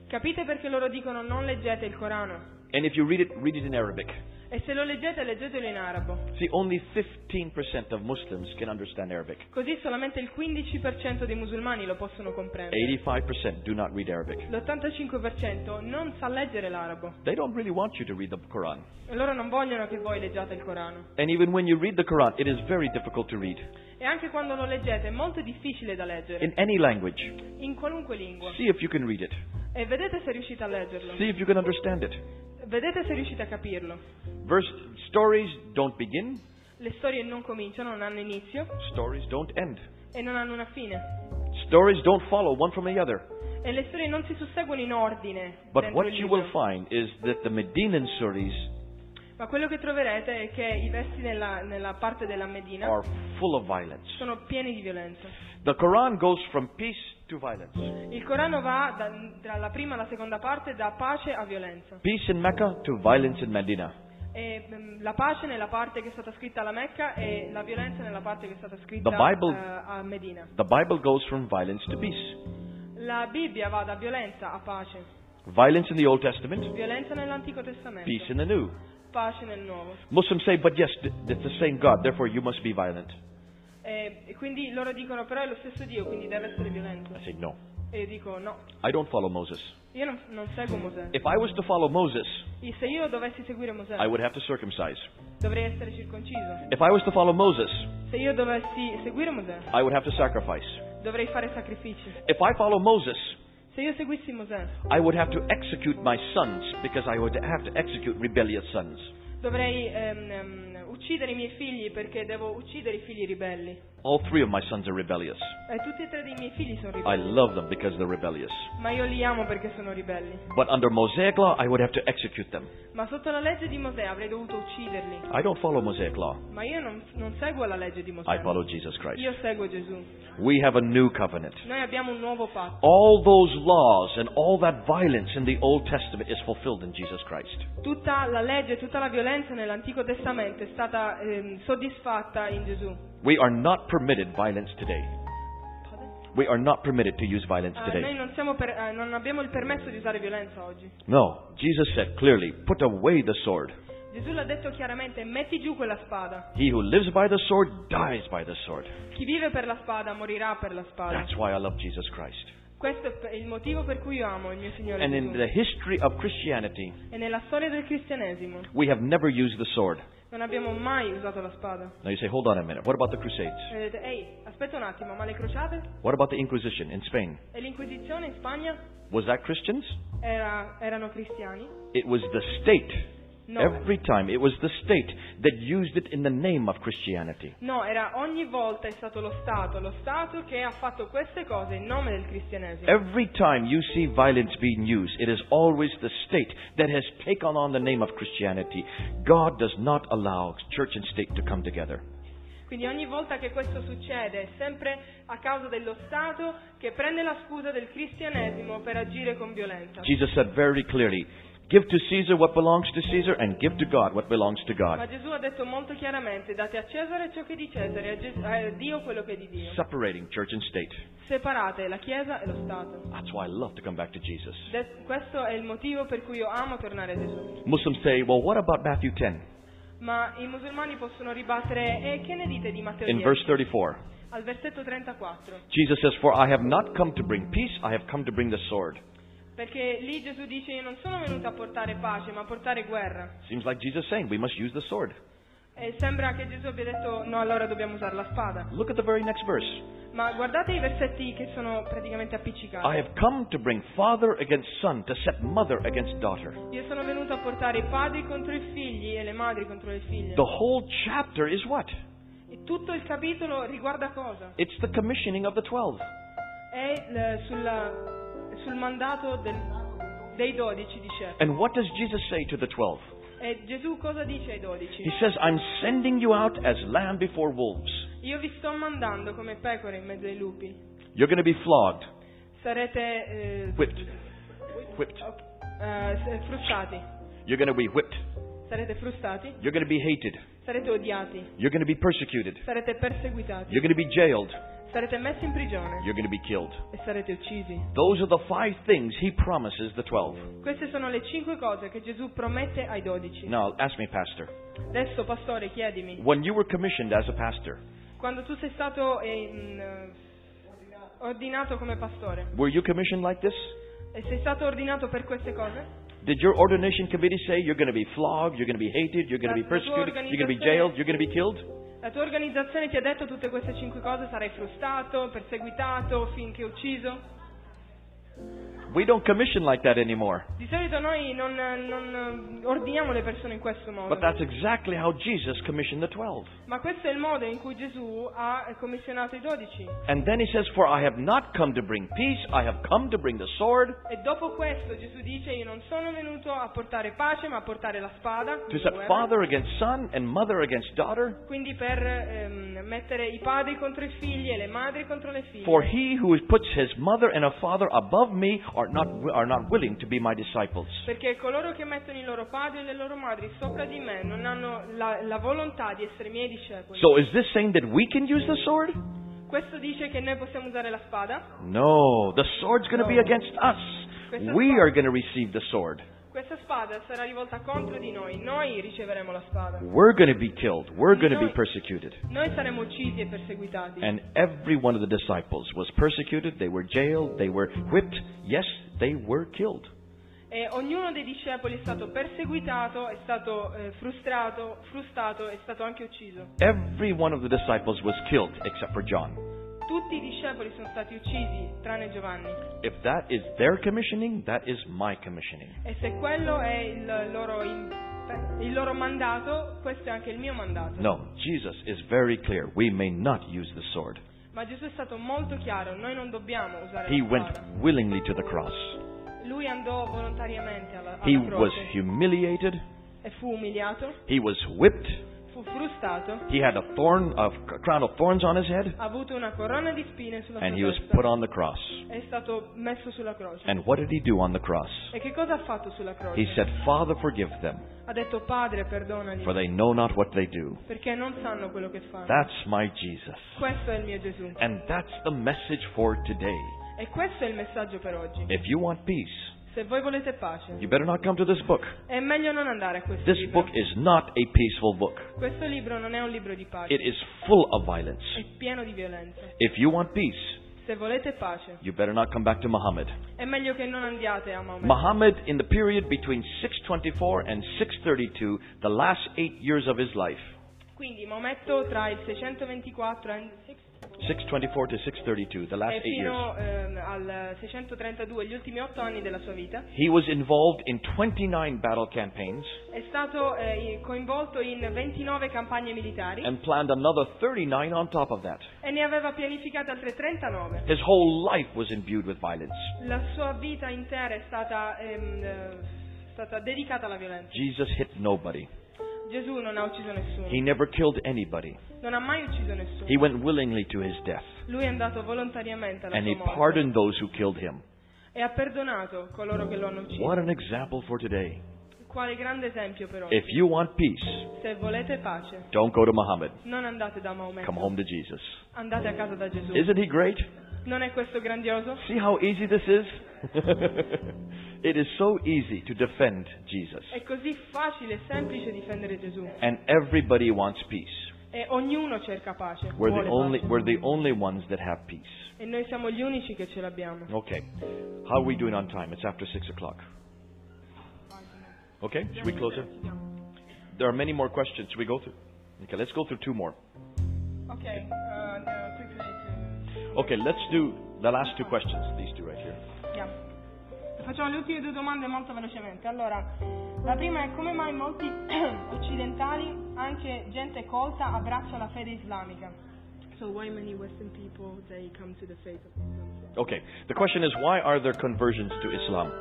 Speaker 3: Capite perché loro dicono non leggete il Corano?
Speaker 2: And if you read it, read it in Arabic.
Speaker 3: E se lo leggete, leggetelo in arabo.
Speaker 2: See, only 15% of Muslims can understand Arabic.
Speaker 3: Così solamente il 15% dei musulmani lo possono comprendere.
Speaker 2: 85% do not read Arabic.
Speaker 3: L'85% non sa leggere l'arabo.
Speaker 2: They don't really want you to read the Quran.
Speaker 3: E loro non vogliono che voi leggiate il Corano.
Speaker 2: And even when you read the Quran, it is very difficult to read.
Speaker 3: E anche quando lo leggete è molto difficile da leggere.
Speaker 2: In any language,
Speaker 3: In qualunque lingua.
Speaker 2: see if you can read it.
Speaker 3: E vedete se riuscite a leggerlo.
Speaker 2: See if you can understand it.
Speaker 3: Vedete se riuscite a capirlo.
Speaker 2: Verse stories don't begin,
Speaker 3: Le storie non cominciano, non hanno inizio
Speaker 2: stories don't end.
Speaker 3: e non hanno una fine.
Speaker 2: Stories don't follow one from the other.
Speaker 3: E le storie non si susseguono in ordine.
Speaker 2: But
Speaker 3: dentro
Speaker 2: what
Speaker 3: il
Speaker 2: you
Speaker 3: libro.
Speaker 2: will find is that the Medinan stories
Speaker 3: Ma quello che troverete è che i versi nella, nella parte della Medina
Speaker 2: are full of violence.
Speaker 3: sono pieni di violenza.
Speaker 2: The Quran goes from peace to violence.
Speaker 3: Il Corano va da- dalla prima alla seconda parte da pace a violenza.
Speaker 2: Peace in Mecca to violence in Medina.
Speaker 3: E, mm, la pace nella parte che è stata scritta alla Mecca e la violenza nella parte che è stata scritta
Speaker 2: The Bible-
Speaker 3: eh, a Medina.
Speaker 2: The Bible goes from violence to peace.
Speaker 3: La Bibbia va da violenza a pace,
Speaker 2: Violence in the Old Testament,
Speaker 3: violenza nell'Antico Testamento,
Speaker 2: peace in the New.
Speaker 3: pace nel Nuovo.
Speaker 2: Muslims say, but yes, th- it's the same God, therefore you must be violent.
Speaker 3: E, e quindi loro dicono però è lo stesso Dio, quindi deve essere violenza.
Speaker 2: I say, no,
Speaker 3: E io dico no,
Speaker 2: I don't follow Moses.
Speaker 3: io non, non seguo Mosè.
Speaker 2: If I was to follow Moses,
Speaker 3: E se io dovessi seguire Mosè
Speaker 2: I would have to circumcise.
Speaker 3: dovrei essere circonciso.
Speaker 2: If I was to follow Moses,
Speaker 3: Se io dovessi seguire Mosè
Speaker 2: I would have to sacrifice.
Speaker 3: dovrei fare sacrifici.
Speaker 2: If I follow Moses,
Speaker 3: Se io seguissi Mosè
Speaker 2: I would have to execute my sons because I would have to execute rebellious sons.
Speaker 3: dovrei ehm, ehm, uccidere i miei figli perché devo uccidere i figli ribelli.
Speaker 2: All three of my sons are rebellious.
Speaker 3: E tutti e tre dei miei figli sono
Speaker 2: I
Speaker 3: ribelli.
Speaker 2: love them because they're rebellious.
Speaker 3: Ma io li amo perché sono ribelli.
Speaker 2: But under Mosaic law, I would have to execute them.
Speaker 3: Ma sotto la legge di Mosè avrei dovuto ucciderli.
Speaker 2: I don't follow Mosaic law.
Speaker 3: Ma io non, non seguo la legge di Mosè.
Speaker 2: I follow Jesus Christ.
Speaker 3: Io seguo Gesù.
Speaker 2: We have a new covenant.
Speaker 3: Noi abbiamo un nuovo patto.
Speaker 2: All those laws and all that violence in the Old Testament is fulfilled in Jesus Christ.
Speaker 3: Tutta la legge, tutta la violenza nell'Antico Testamento è stata ehm, soddisfatta in Gesù.
Speaker 2: We are not permitted violence today. We are not permitted to use violence
Speaker 3: Eh, noi
Speaker 2: today.
Speaker 3: non, siamo per- eh, non abbiamo il permesso di usare violenza oggi.
Speaker 2: No, Jesus said clearly, put away the sword.
Speaker 3: Gesù l'ha detto chiaramente, metti giù quella spada.
Speaker 2: He who lives by the sword dies by the sword.
Speaker 3: Chi vive per la spada morirà per la spada.
Speaker 2: That's why I love Jesus Christ.
Speaker 3: Questo è per- il motivo per cui io amo il mio Signore
Speaker 2: And in
Speaker 3: Gesù.
Speaker 2: the history of Christianity,
Speaker 3: E nella storia del cristianesimo
Speaker 2: we have never used the sword.
Speaker 3: non abbiamo mai usato la spada.
Speaker 2: Now you say, hold on a minute. What about the Crusades?
Speaker 3: E vedete, ehi, aspetta un attimo, ma le crociate?
Speaker 2: What about the Inquisition in Spain?
Speaker 3: E l'Inquisizione in Spagna
Speaker 2: Was that Christians?
Speaker 3: Era- erano cristiani?
Speaker 2: It was the state.
Speaker 3: No.
Speaker 2: Every time, it was the state that used it in the name of Christianity.
Speaker 3: No, era ogni volta è stato lo Stato, lo Stato che ha fatto queste cose in nome del cristianesimo.
Speaker 2: Every time you see violence being used, it is always the state that has taken on the name of Christianity. God does not allow church and state to come together.
Speaker 3: Quindi ogni volta che questo succede è sempre a causa dello Stato che prende la scusa del cristianesimo per agire con violenza.
Speaker 2: Jesus said very clearly, Give to Caesar what belongs to Caesar, and give to God what belongs to
Speaker 3: Ma
Speaker 2: God.
Speaker 3: Gesù ha detto molto chiaramente, date a Cesare ciò che è di Cesare, e a, Ges- a Dio quello che è di Dio.
Speaker 2: Separating church and state.
Speaker 3: Separate la Chiesa e lo Stato.
Speaker 2: That's why I love to come back to Jesus.
Speaker 3: De- questo è il motivo per cui io amo tornare a Gesù.
Speaker 2: Muslims say, Well, what about Matthew 10?
Speaker 3: Ma i musulmani possono ribattere, e che ne dite di Matteo
Speaker 2: In
Speaker 3: 10?"
Speaker 2: verse 34.
Speaker 3: Al versetto 34.
Speaker 2: Jesus says, For I have not come to bring peace, I have come to bring the sword.
Speaker 3: Perché lì Gesù dice io non sono venuto a portare pace ma a portare guerra.
Speaker 2: Seems like Jesus saying we must use the sword.
Speaker 3: E sembra che Gesù abbia detto no allora dobbiamo usare la spada.
Speaker 2: Look at the very next verse.
Speaker 3: Ma guardate i versetti che sono praticamente
Speaker 2: I
Speaker 3: appiccicati.
Speaker 2: have come to bring father against son, to set mother against daughter.
Speaker 3: Io sono venuto a portare i padri contro i figli e le madri contro le figlie.
Speaker 2: The whole chapter is what?
Speaker 3: E tutto il capitolo riguarda cosa?
Speaker 2: It's the commissioning of the twelve.
Speaker 3: È eh, il- sulla- sul mandato del- dei dodici di Shep.
Speaker 2: And what does Jesus say to the twelve?
Speaker 3: E Gesù cosa dice ai dodici?
Speaker 2: He says, I'm sending you out as lamb before wolves.
Speaker 3: Io vi sto mandando come pecore in mezzo ai lupi.
Speaker 2: You're going to be flogged,
Speaker 3: Sarete eh,
Speaker 2: whipped, whipped.
Speaker 3: eh, s- frustati.
Speaker 2: You're going to be whipped.
Speaker 3: Sarete frustati.
Speaker 2: You're going to be hated.
Speaker 3: Sarete odiati.
Speaker 2: You're going to be persecuted.
Speaker 3: Sarete perseguitati.
Speaker 2: You're going to be jailed.
Speaker 3: Sarete messi in prigione.
Speaker 2: You're going to be killed.
Speaker 3: E sarete uccisi.
Speaker 2: Those are the five things he promises the twelve.
Speaker 3: Queste sono le cinque cose che Gesù promette ai dodici.
Speaker 2: Now, ask me, Pastor,
Speaker 3: Adesso, pastore, chiedimi,
Speaker 2: when you were commissioned as a pastor,
Speaker 3: quando tu sei stato eh, in, eh, ordinato come pastore,
Speaker 2: were you commissioned like this?
Speaker 3: e sei stato ordinato per queste cose?
Speaker 2: Did your ordination committee say you're going to be flogged, you're going to be hated, you're going to be
Speaker 3: La tua
Speaker 2: persecuted, you're going to be
Speaker 3: organizzazione-
Speaker 2: jailed, you're going to be killed?
Speaker 3: La tua organizzazione ti ha detto tutte queste cinque cose, sarai frustato, perseguitato, finché ucciso?
Speaker 2: We don't commission like that anymore.
Speaker 3: Di solito noi non, eh, non, eh, ordiniamo le persone in questo modo,
Speaker 2: But that's exactly how Jesus commissioned the twelve.
Speaker 3: ma questo è il modo in cui Gesù ha eh, commissionato i dodici.
Speaker 2: And then he says, For I have not come to bring peace, I have come to bring the sword.
Speaker 3: E dopo questo Gesù dice io non sono venuto a portare pace ma a portare la spada.
Speaker 2: To
Speaker 3: quindi
Speaker 2: set
Speaker 3: guerra.
Speaker 2: Cioè, father against son and mother against daughter.
Speaker 3: Quindi per ehm, mettere i padri contro i figli e le madri contro le figlie.
Speaker 2: For he who puts his mother and a father above me are not, are not willing to be my disciples.
Speaker 3: Perché coloro che mettono i loro padri e le loro madri sopra di me non hanno la, la volontà di essere miei discepoli.
Speaker 2: So is this saying that we can use the sword?
Speaker 3: Questo dice che noi possiamo usare la spada.
Speaker 2: No, the sword's going to be
Speaker 3: No.
Speaker 2: against us. We are going to receive the sword.
Speaker 3: Questa spada sarà rivolta contro di noi. Noi riceveremo la spada.
Speaker 2: We're going to be killed. We're going to be persecuted.
Speaker 3: Noi saremo uccisi e perseguitati.
Speaker 2: And every one of the disciples was persecuted, they were jailed, they were whipped, yes, they were killed.
Speaker 3: E ognuno dei discepoli è stato perseguitato, è stato eh, frustrato, frustato, è stato anche ucciso.
Speaker 2: Every one of the disciples was killed except for John.
Speaker 3: Tutti i discepoli sono stati uccisi, tranne Giovanni.
Speaker 2: If that is their commissioning, that is my commissioning.
Speaker 3: E se quello è il loro, in- il loro mandato, questo è anche il mio mandato.
Speaker 2: No, Jesus is very clear. We may not use the sword.
Speaker 3: Ma Gesù è stato molto chiaro, noi non dobbiamo usare
Speaker 2: He
Speaker 3: la
Speaker 2: went
Speaker 3: spada.
Speaker 2: willingly to the cross.
Speaker 3: Lui andò volontariamente alla, alla
Speaker 2: He was
Speaker 3: croce
Speaker 2: humiliated.
Speaker 3: e fu umiliato,
Speaker 2: He was whipped.
Speaker 3: fu frustato,
Speaker 2: He had a thorn, a crown of thorns on his head,
Speaker 3: ha avuto una corona di spine sulla
Speaker 2: and he
Speaker 3: sua
Speaker 2: was
Speaker 3: testa,
Speaker 2: put on the cross.
Speaker 3: è stato messo sulla croce.
Speaker 2: And what did he do on the cross?
Speaker 3: E che cosa ha fatto sulla croce?
Speaker 2: He said, "Father, forgive them,
Speaker 3: ha detto Padre perdonali
Speaker 2: for they know not what they do."
Speaker 3: perché non sanno quello che fanno.
Speaker 2: That's my Jesus.
Speaker 3: questo è il mio Gesù
Speaker 2: And that's the message for today.
Speaker 3: e questo è il messaggio per oggi.
Speaker 2: If you want peace,
Speaker 3: Se voi volete pace,
Speaker 2: you better not come to this book.
Speaker 3: è meglio non andare a questo
Speaker 2: This
Speaker 3: libro.
Speaker 2: book is not a peaceful book.
Speaker 3: Questo libro non è un libro di pace,
Speaker 2: It is full of violence.
Speaker 3: è pieno di violenza.
Speaker 2: If you want peace,
Speaker 3: Se volete pace,
Speaker 2: you better not come back to Muhammad.
Speaker 3: è meglio che non andiate a Maometto.
Speaker 2: Muhammad, in the period between 624 and 632, the last eight years of his life,
Speaker 3: Quindi Maometto tra il 624 e
Speaker 2: 624 to 632, the last
Speaker 3: e
Speaker 2: eight years,
Speaker 3: fino ehm, al 632, gli ultimi otto anni della sua vita,
Speaker 2: he was involved in 29 battle campaigns
Speaker 3: è stato eh, coinvolto in 29 campagne militari
Speaker 2: and planned another 39 on top of that.
Speaker 3: e ne aveva pianificate altre 39.
Speaker 2: His whole life was imbued with violence.
Speaker 3: La sua vita intera è stata, ehm, eh, stata dedicata alla violenza.
Speaker 2: Jesus hit nobody.
Speaker 3: Gesù non ha ucciso
Speaker 2: He
Speaker 3: nessuno,
Speaker 2: never killed anybody.
Speaker 3: non ha mai ucciso nessuno.
Speaker 2: He went willingly to his death,
Speaker 3: Lui è andato volontariamente alla
Speaker 2: and he
Speaker 3: sua morte
Speaker 2: pardoned those who killed him.
Speaker 3: e ha perdonato coloro che lo hanno ucciso.
Speaker 2: What an example for today.
Speaker 3: Quale grande esempio però.
Speaker 2: If you want peace,
Speaker 3: Se volete pace,
Speaker 2: don't go to Muhammad.
Speaker 3: non andate da Maometto,
Speaker 2: Come home to Jesus.
Speaker 3: andate a casa da Gesù.
Speaker 2: Isn't he great?
Speaker 3: Non è questo grandioso?
Speaker 2: See how easy this is? it is so easy to defend Jesus.
Speaker 3: È così facile e semplice difendere Gesù
Speaker 2: And everybody wants peace.
Speaker 3: e ognuno cerca pace.
Speaker 2: We're
Speaker 3: vuole
Speaker 2: the only,
Speaker 3: pace.
Speaker 2: we're the only ones that have peace.
Speaker 3: E noi siamo gli unici che ce l'abbiamo.
Speaker 2: Okay. How are we doing on time? It's after 6 o'clock. Okay, should we close it? There are many more questions. Should we go through? Okay, let's go through two more.
Speaker 3: Ok, eh, andiamo quickly to-
Speaker 2: Okay, let's do the last two questions, these two right here.
Speaker 3: Yeah. Facciamo le ultime due domande molto velocemente. Allora, la prima è come mai molti occidentali, anche gente colta, abbraccia la fede islamica? So why many Western people they come to the faith of Islam?
Speaker 2: Okay, the question is why are there conversions to Islam?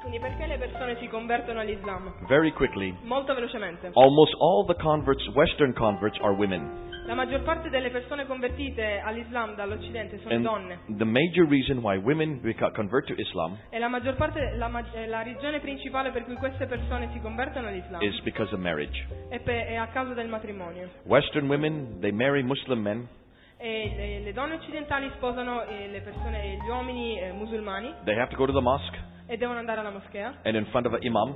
Speaker 3: Quindi perché le persone si convertono all'Islam?
Speaker 2: Very quickly,
Speaker 3: Molto velocemente.
Speaker 2: almost all the converts, Western converts, are women.
Speaker 3: La maggior parte delle persone convertite all'Islam dall'Occidente sono
Speaker 2: And
Speaker 3: donne.
Speaker 2: the major reason why women beca- convert to Islam
Speaker 3: E la maggior parte, la, ma- eh, la ragione principale per cui queste persone si convertono all'Islam
Speaker 2: is because of marriage.
Speaker 3: è, pe- è a causa del matrimonio.
Speaker 2: Western women, they marry Muslim men.
Speaker 3: E le, le donne occidentali sposano eh, le persone, gli uomini eh, musulmani
Speaker 2: They have to go to the mosque,
Speaker 3: e devono andare alla moschea
Speaker 2: and in front of an imam,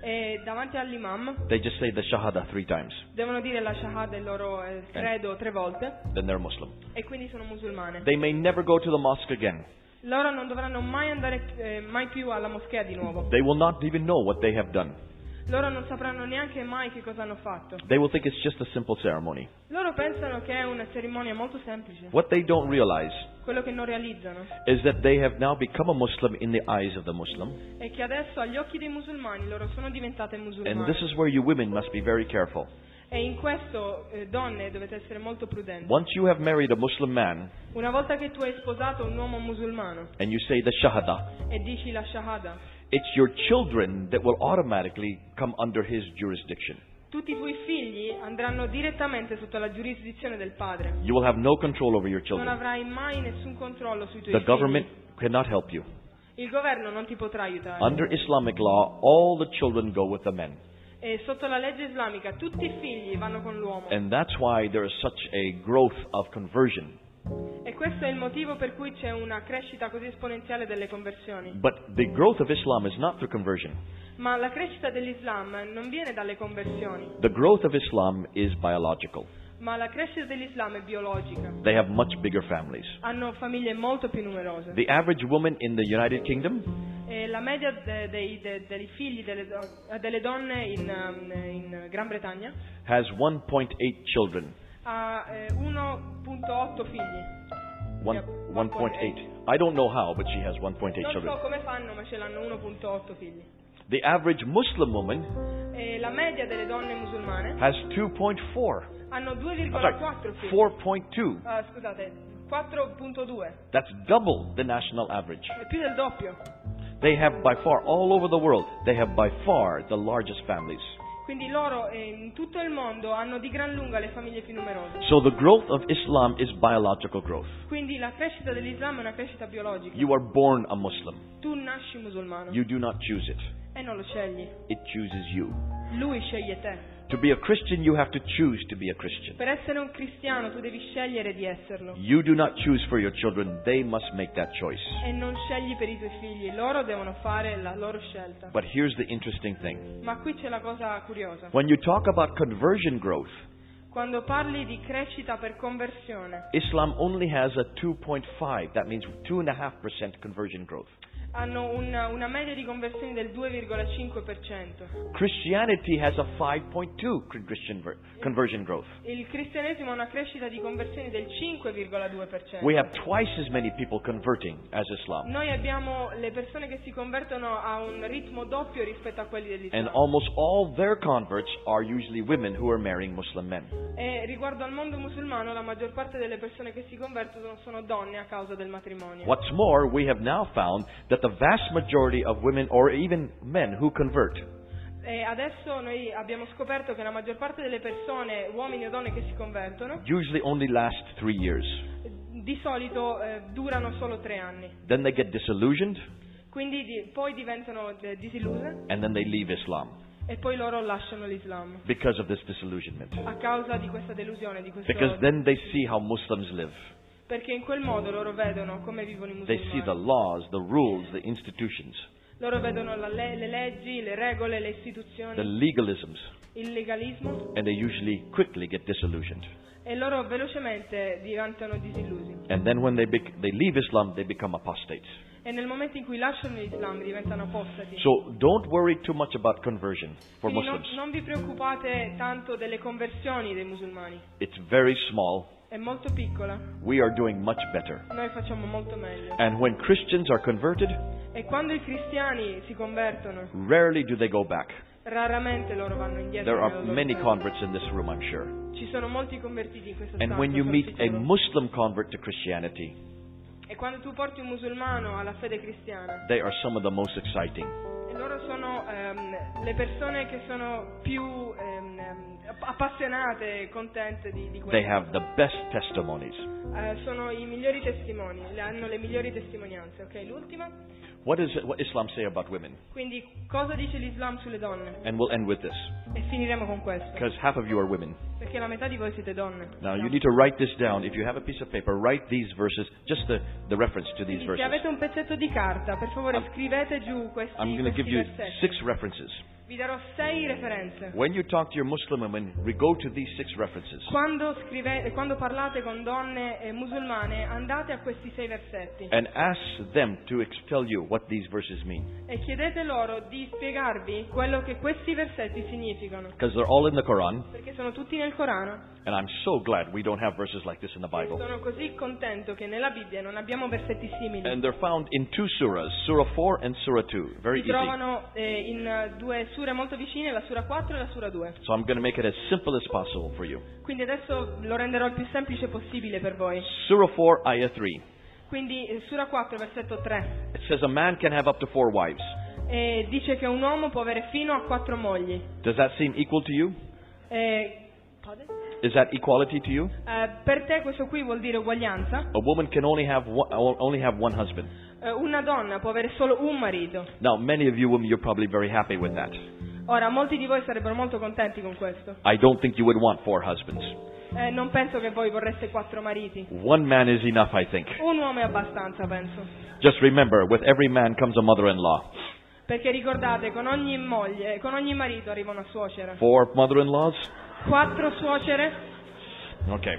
Speaker 3: e davanti all'imam
Speaker 2: they just say the shahada three times.
Speaker 3: devono dire la shahada, il loro eh, credo, tre volte
Speaker 2: Then they're Muslim.
Speaker 3: e quindi sono musulmane.
Speaker 2: They may never go to the mosque again.
Speaker 3: Loro non dovranno mai andare eh, mai più alla moschea di nuovo.
Speaker 2: They will not even know what they have done.
Speaker 3: Loro non sapranno neanche mai che cosa hanno fatto.
Speaker 2: They will think it's just a simple ceremony.
Speaker 3: Loro pensano che è una cerimonia molto semplice.
Speaker 2: What they don't realize
Speaker 3: Quello che non realizzano
Speaker 2: is that they have now become a Muslim in the eyes of the Muslim.
Speaker 3: è che adesso agli occhi dei musulmani loro sono diventate
Speaker 2: And this
Speaker 3: musulmane.
Speaker 2: is where you women must be very careful.
Speaker 3: E in questo, eh, donne, dovete essere molto prudenti.
Speaker 2: Once you have married a Muslim man
Speaker 3: Una volta che tu hai sposato un uomo musulmano
Speaker 2: and you say the shahada,
Speaker 3: e dici la shahada,
Speaker 2: it's your children that will automatically come under his jurisdiction.
Speaker 3: tutti i tuoi figli andranno direttamente sotto la giurisdizione del padre.
Speaker 2: You will have no control over your
Speaker 3: Non
Speaker 2: children.
Speaker 3: avrai mai nessun controllo sui tuoi
Speaker 2: The government
Speaker 3: figli.
Speaker 2: cannot help you.
Speaker 3: Il governo non ti potrà aiutare.
Speaker 2: Under Islamic law, all the children go with the men.
Speaker 3: E sotto la legge islamica tutti i figli vanno con l'uomo.
Speaker 2: And that's why there is such a growth of conversion.
Speaker 3: E questo è il motivo per cui c'è una crescita così esponenziale delle conversioni.
Speaker 2: But the growth of Islam is not through conversion.
Speaker 3: Ma la crescita dell'Islam non viene dalle conversioni,
Speaker 2: The growth of Islam is biological.
Speaker 3: ma la crescita dell'Islam è biologica.
Speaker 2: They have much bigger families.
Speaker 3: Hanno famiglie molto più numerose.
Speaker 2: The average woman in the United Kingdom
Speaker 3: E Eh, la media de- dei, de- dei figli delle, do- eh, delle donne in, um, in Gran Bretagna
Speaker 2: has 1.8 children.
Speaker 3: ha eh, 1.8 figli.
Speaker 2: One,
Speaker 3: Yeah,
Speaker 2: 1.8. I don't know how, but she has 1.8
Speaker 3: Non
Speaker 2: children.
Speaker 3: so come fanno, ma ce l'hanno 1.8 figli.
Speaker 2: The average Muslim woman
Speaker 3: E la media delle donne musulmane
Speaker 2: has 2.4.
Speaker 3: hanno
Speaker 2: I'm sorry,
Speaker 3: 2,4 figli.
Speaker 2: 4.2.
Speaker 3: Ah, scusate, 4.2.
Speaker 2: That's double the national average.
Speaker 3: È più del doppio.
Speaker 2: They have by far, all over the world, they have by far the largest families.
Speaker 3: Quindi loro eh, in tutto il mondo hanno di gran lunga le famiglie più numerose.
Speaker 2: So the growth of Islam is biological growth.
Speaker 3: Quindi la crescita dell'Islam è una crescita biologica.
Speaker 2: You are born a Muslim.
Speaker 3: Tu nasci musulmano
Speaker 2: You do not choose it.
Speaker 3: e non lo scegli.
Speaker 2: It chooses you.
Speaker 3: Lui sceglie te.
Speaker 2: To be a Christian, you have to choose to be a Christian.
Speaker 3: Per essere un cristiano tu devi scegliere di esserlo.
Speaker 2: You do not choose for your children. They must make that choice.
Speaker 3: E non scegli per i tuoi figli, loro devono fare la loro scelta.
Speaker 2: But here's the interesting thing.
Speaker 3: Ma qui c'è la cosa curiosa.
Speaker 2: When you talk about conversion growth,
Speaker 3: Quando parli di crescita per conversione,
Speaker 2: Islam only has a 2.5. That means 2.5% conversion growth.
Speaker 3: hanno una, una media di conversioni del 2,5%.
Speaker 2: Christianity has a 5.2 con- Christian ver- conversion growth.
Speaker 3: Il cristianesimo ha una crescita di conversioni del 5,2%.
Speaker 2: We have twice as many people converting as Islam.
Speaker 3: Noi abbiamo le persone che si convertono a un ritmo doppio rispetto a quelli
Speaker 2: And
Speaker 3: dell'Islam.
Speaker 2: almost all their converts are usually women who are marrying Muslim men.
Speaker 3: E riguardo al mondo musulmano, la maggior parte delle persone che si convertono sono donne a causa del matrimonio.
Speaker 2: What's more, we have now found that the vast majority of women or even men who convert
Speaker 3: E adesso noi abbiamo scoperto che la maggior parte delle persone, uomini o donne che si convertono,
Speaker 2: usually only last three years.
Speaker 3: di solito eh, durano solo tre anni.
Speaker 2: Then they get disillusioned
Speaker 3: Quindi di- poi diventano eh, disilluse
Speaker 2: and then they leave Islam
Speaker 3: e poi loro lasciano l'Islam
Speaker 2: because of this disillusionment.
Speaker 3: a causa di questa delusione, di questo...
Speaker 2: Because then they see how Muslims live.
Speaker 3: Perché in quel modo loro vedono come vivono i
Speaker 2: They see
Speaker 3: musulmani.
Speaker 2: the laws, the rules, the institutions,
Speaker 3: Loro vedono la le, le leggi, le regole, le
Speaker 2: the
Speaker 3: istituzioni,
Speaker 2: legalisms,
Speaker 3: il legalismo
Speaker 2: and they usually quickly get disillusioned.
Speaker 3: e loro velocemente diventano disillusi.
Speaker 2: And then when they, bec- they leave Islam, they become apostates.
Speaker 3: E nel momento in cui lasciano l'Islam diventano apostati.
Speaker 2: So don't worry too much about conversion for
Speaker 3: Quindi non,
Speaker 2: Muslims.
Speaker 3: non vi preoccupate tanto delle conversioni dei musulmani,
Speaker 2: It's very small.
Speaker 3: è molto piccola,
Speaker 2: We are doing much better.
Speaker 3: noi facciamo molto meglio.
Speaker 2: And when Christians are converted,
Speaker 3: E quando i cristiani si convertono,
Speaker 2: rarely do they go back.
Speaker 3: raramente loro vanno indietro.
Speaker 2: There
Speaker 3: nella
Speaker 2: are
Speaker 3: loro
Speaker 2: many
Speaker 3: fede.
Speaker 2: converts in this room, I'm sure.
Speaker 3: Ci sono molti convertiti in questa
Speaker 2: And
Speaker 3: stanza,
Speaker 2: when you
Speaker 3: sono
Speaker 2: meet a
Speaker 3: sicuro.
Speaker 2: Muslim convert to Christianity,
Speaker 3: E quando tu porti un musulmano alla fede cristiana,
Speaker 2: they are some of the most exciting.
Speaker 3: è loro sono ehm, le persone che sono più ehm, ehm, app- appassionate e contente di, di questo.
Speaker 2: They have the best testimonies.
Speaker 3: Eh, sono i migliori testimoni, le- hanno le migliori testimonianze, ok? L'ultima.
Speaker 2: What does what Islam say about women?
Speaker 3: Quindi cosa dice l'Islam sulle donne?
Speaker 2: And we'll end with this
Speaker 3: E finiremo con questo,
Speaker 2: because half of you are women.
Speaker 3: perché la metà di voi siete donne. Diciamo.
Speaker 2: Now you
Speaker 3: No?
Speaker 2: need to write this down. If you have a piece of paper, write these verses, just the, the reference to these
Speaker 3: Quindi, se
Speaker 2: verses.
Speaker 3: avete un pezzetto di carta, per favore
Speaker 2: I'm-
Speaker 3: scrivete giù questi,
Speaker 2: I'm going to
Speaker 3: questi
Speaker 2: give you
Speaker 3: versetti.
Speaker 2: six references.
Speaker 3: Vi darò sei referenze.
Speaker 2: When you talk to your Muslim women, we go to these six references.
Speaker 3: Quando, scrive- quando parlate con donne eh, musulmane andate a questi sei versetti
Speaker 2: and ask them to ex- tell you what these verses mean
Speaker 3: e chiedete loro di spiegarvi quello che questi versetti significano,
Speaker 2: because they're all in the Quran
Speaker 3: perché sono tutti nel Corano.
Speaker 2: and I'm so glad we don't have verses like this in the Bible
Speaker 3: Sono così contento che nella Bibbia non abbiamo versetti simili.
Speaker 2: and they're found in two surahs surah 4 and surah 2 very easy
Speaker 3: si trovano eh, in eh, due sure molto vicine, la sura 4 e la sura 2.
Speaker 2: so I'm going to make it as simple as possible for you
Speaker 3: Quindi adesso lo renderò il più semplice possibile per voi.
Speaker 2: surah 4 ayah 3
Speaker 3: Quindi eh, sura 4 versetto 3
Speaker 2: it says a man can have up to four wives
Speaker 3: eh, dice che un uomo può avere fino a quattro mogli.
Speaker 2: does that seem equal to you
Speaker 3: Eh,
Speaker 2: is that equality to you
Speaker 3: Eh, per te questo qui vuol dire uguaglianza.
Speaker 2: a woman can only have one, only have one husband
Speaker 3: Eh, una donna può avere solo un marito.
Speaker 2: now many of you women you're probably very happy with that
Speaker 3: Ora, molti di voi sarebbero molto contenti con questo.
Speaker 2: I don't think you would want four husbands
Speaker 3: Eh, non penso che voi vorreste quattro mariti.
Speaker 2: one man is enough I think
Speaker 3: Un uomo è abbastanza, penso.
Speaker 2: Just remember, with every man comes a mother-in-law.
Speaker 3: Perché ricordate, con ogni moglie, con ogni marito arriva una suocera.
Speaker 2: Four mother-in-laws?
Speaker 3: Quattro suocere.
Speaker 2: Okay.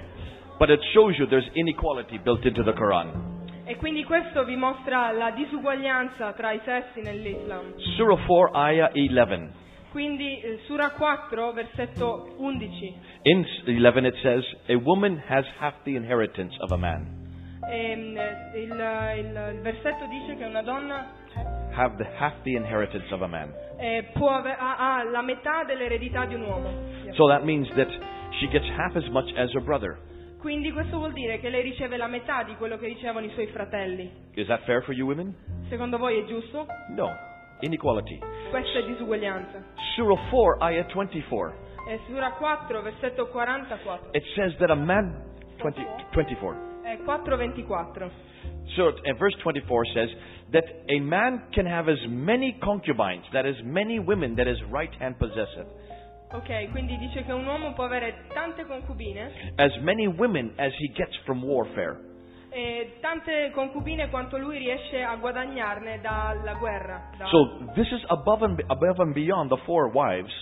Speaker 2: But it shows you there's inequality built into the Quran.
Speaker 3: E quindi questo vi mostra la disuguaglianza tra i sessi nell'Islam.
Speaker 2: Surah 4, Ayah 11.
Speaker 3: Quindi, eh, Sura 4, versetto 11.
Speaker 2: In s- 11 it says, A woman has half the inheritance of a man.
Speaker 3: Ehm, eh, il, il- il versetto dice che una donna
Speaker 2: Have the half the inheritance of a man.
Speaker 3: eh, può ave- ha, ha la metà dell'eredità di un uomo.
Speaker 2: So that means that she gets half as much as her brother.
Speaker 3: Quindi questo vuol dire che lei riceve la metà di quello che ricevono i suoi fratelli.
Speaker 2: Is that fair for you women?
Speaker 3: Secondo voi è giusto?
Speaker 2: No. Inequality.
Speaker 3: Questa è disuguaglianza.
Speaker 2: Surah 4, Ayah 24.
Speaker 3: È Sura 4, versetto 44.
Speaker 2: It says that a man... 20, 24.
Speaker 3: È 4:24.
Speaker 2: So, and uh, verse 24 says that a man can have as many concubines, that is, many women that his right hand possesseth,
Speaker 3: Ok, quindi dice che un uomo può avere tante concubine,
Speaker 2: as many women as he gets from warfare.
Speaker 3: eh, tante concubine quanto lui riesce a guadagnarne dalla guerra. da-
Speaker 2: So, this is above and, above and beyond the four wives.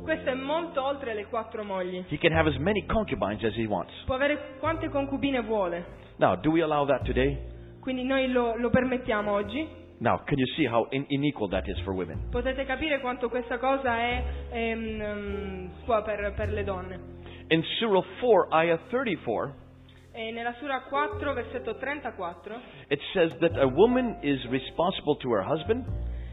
Speaker 3: Questo è molto oltre le quattro mogli.
Speaker 2: He can have as many concubines as he wants.
Speaker 3: Può avere quante concubine vuole.
Speaker 2: Now, do we allow that today?
Speaker 3: Quindi noi lo, lo permettiamo oggi.
Speaker 2: Now, can you see how in, unequal that is for women?
Speaker 3: Potete capire quanto questa cosa è ehm, ehm, qua per, per le donne.
Speaker 2: In Surah 4, Ayah 34,
Speaker 3: E nella Sura 4, versetto 34,
Speaker 2: it says that a woman is responsible to her husband,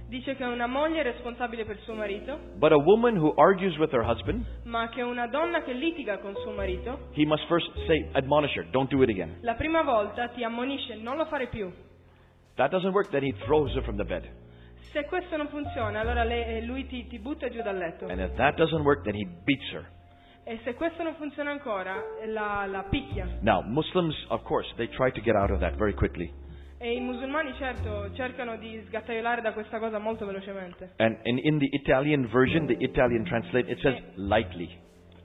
Speaker 3: dice che una moglie è responsabile per suo marito,
Speaker 2: but a woman who argues with her husband,
Speaker 3: ma che una donna che litiga con suo marito,
Speaker 2: he must first say, admonish her, don't do it again.
Speaker 3: la prima volta ti ammonisce non lo fare più.
Speaker 2: That doesn't work, then he throws her from the bed.
Speaker 3: Se questo non funziona, allora le- eh, lui ti, ti butta giù dal letto.
Speaker 2: And if that doesn't work, then he beats her.
Speaker 3: E se questo non funziona ancora, eh, la, la picchia.
Speaker 2: Now, Muslims, of course, they try to get out of that very quickly.
Speaker 3: E i musulmani certo cercano di sgattaiolare da questa cosa molto velocemente.
Speaker 2: And, and in the Italian version, the Italian translate, it says lightly.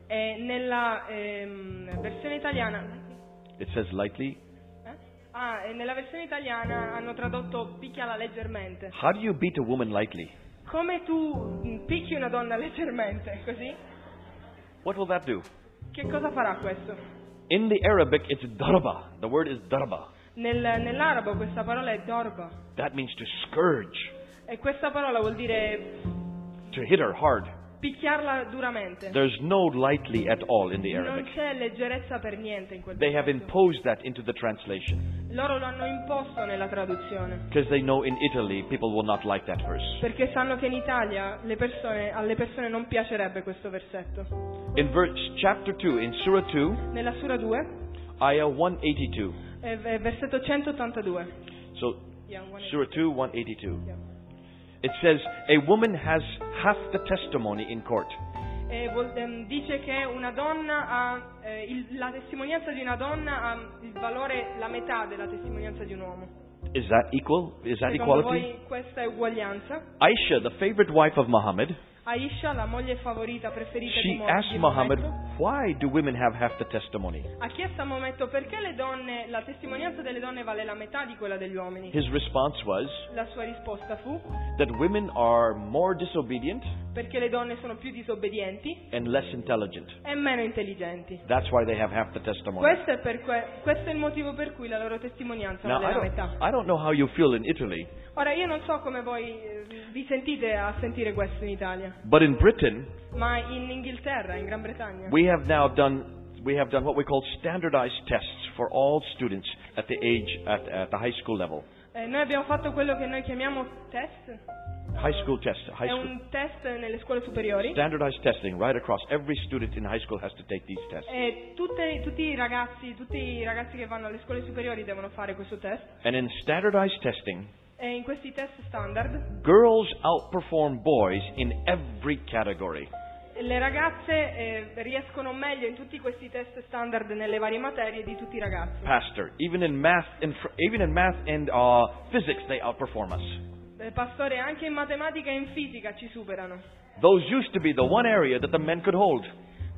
Speaker 3: E nella ehm, versione italiana
Speaker 2: It says lightly.
Speaker 3: eh? Ah, e nella versione italiana hanno tradotto picchiala leggermente.
Speaker 2: How do you beat a woman lightly?
Speaker 3: Come tu mm, picchi una donna leggermente, così?
Speaker 2: What will that do?
Speaker 3: Che cosa farà questo?
Speaker 2: In the Arabic, it's darba. The word is darba.
Speaker 3: Nel- nell'arabo questa parola è dorba
Speaker 2: That means to scourge,
Speaker 3: e questa parola vuol dire
Speaker 2: to hit her hard.
Speaker 3: picchiarla duramente.
Speaker 2: There's no lightly at all in the
Speaker 3: Non
Speaker 2: Arabic.
Speaker 3: c'è leggerezza per niente in quel
Speaker 2: They have
Speaker 3: testo.
Speaker 2: imposed that into the translation
Speaker 3: Loro lo hanno imposto nella traduzione.
Speaker 2: because they know in Italy people will not like that verse.
Speaker 3: Perché sanno che in Italia le persone- alle persone non piacerebbe questo versetto.
Speaker 2: In verse chapter 2, in Surah 2,
Speaker 3: Nella Sura 2,
Speaker 2: Ayah 182.
Speaker 3: eh, v- versetto 182.
Speaker 2: So,
Speaker 3: Yeah, 182.
Speaker 2: Surah 2, 182.
Speaker 3: Yeah.
Speaker 2: It It says a woman has half the testimony in court.
Speaker 3: E vol- ehm, dice che una donna ha, eh, il- la testimonianza di una donna ha il valore, la metà della testimonianza di un uomo.
Speaker 2: Is that equal? Is that
Speaker 3: Secondo
Speaker 2: equality?
Speaker 3: voi questa è uguaglianza?
Speaker 2: Aisha, the favorite wife of Muhammad,
Speaker 3: Aisha, la moglie favorita preferita di
Speaker 2: she
Speaker 3: Mo-
Speaker 2: asked
Speaker 3: di
Speaker 2: Muhammad,
Speaker 3: Maometto,
Speaker 2: "Why do women have half the testimony?"
Speaker 3: ha chiesto a Maometto perché le donne, la testimonianza delle donne vale la metà di quella degli uomini.
Speaker 2: His response was
Speaker 3: La sua risposta fu
Speaker 2: that women are more disobedient
Speaker 3: perché le donne sono più disobbedienti
Speaker 2: and less intelligent.
Speaker 3: e meno intelligenti.
Speaker 2: That's why they have half the testimony.
Speaker 3: Questo è, per que- questo è il motivo per cui la loro testimonianza
Speaker 2: Now,
Speaker 3: vale
Speaker 2: I
Speaker 3: la
Speaker 2: don't,
Speaker 3: metà.
Speaker 2: I don't know how you feel in Italy,
Speaker 3: Ora, io non so come voi eh, vi sentite a sentire questo in Italia,
Speaker 2: but in Britain,
Speaker 3: ma in Inghilterra, in Gran Bretagna,
Speaker 2: we have now done, we have done what we call standardized tests for all students at the age, at, at the high school level.
Speaker 3: eh, noi abbiamo fatto quello che noi chiamiamo test.
Speaker 2: High school test, high
Speaker 3: È
Speaker 2: school,
Speaker 3: un test nelle scuole superiori
Speaker 2: standardized testing right across. Every student in high school has to take these tests.
Speaker 3: e Eh, tutte- tutti i ragazzi, tutti i ragazzi che vanno alle scuole superiori devono fare questo test.
Speaker 2: And in standardized testing,
Speaker 3: E in questi test standard
Speaker 2: girls outperform boys in every category.
Speaker 3: le ragazze eh, riescono meglio in tutti questi test standard nelle varie materie di tutti i ragazzi.
Speaker 2: Pastor, even in math and fr- even in math and uh, physics, they outperform us.
Speaker 3: Eh, Pastore, anche in matematica e in fisica ci superano.
Speaker 2: Those used to be the one area that the men could hold.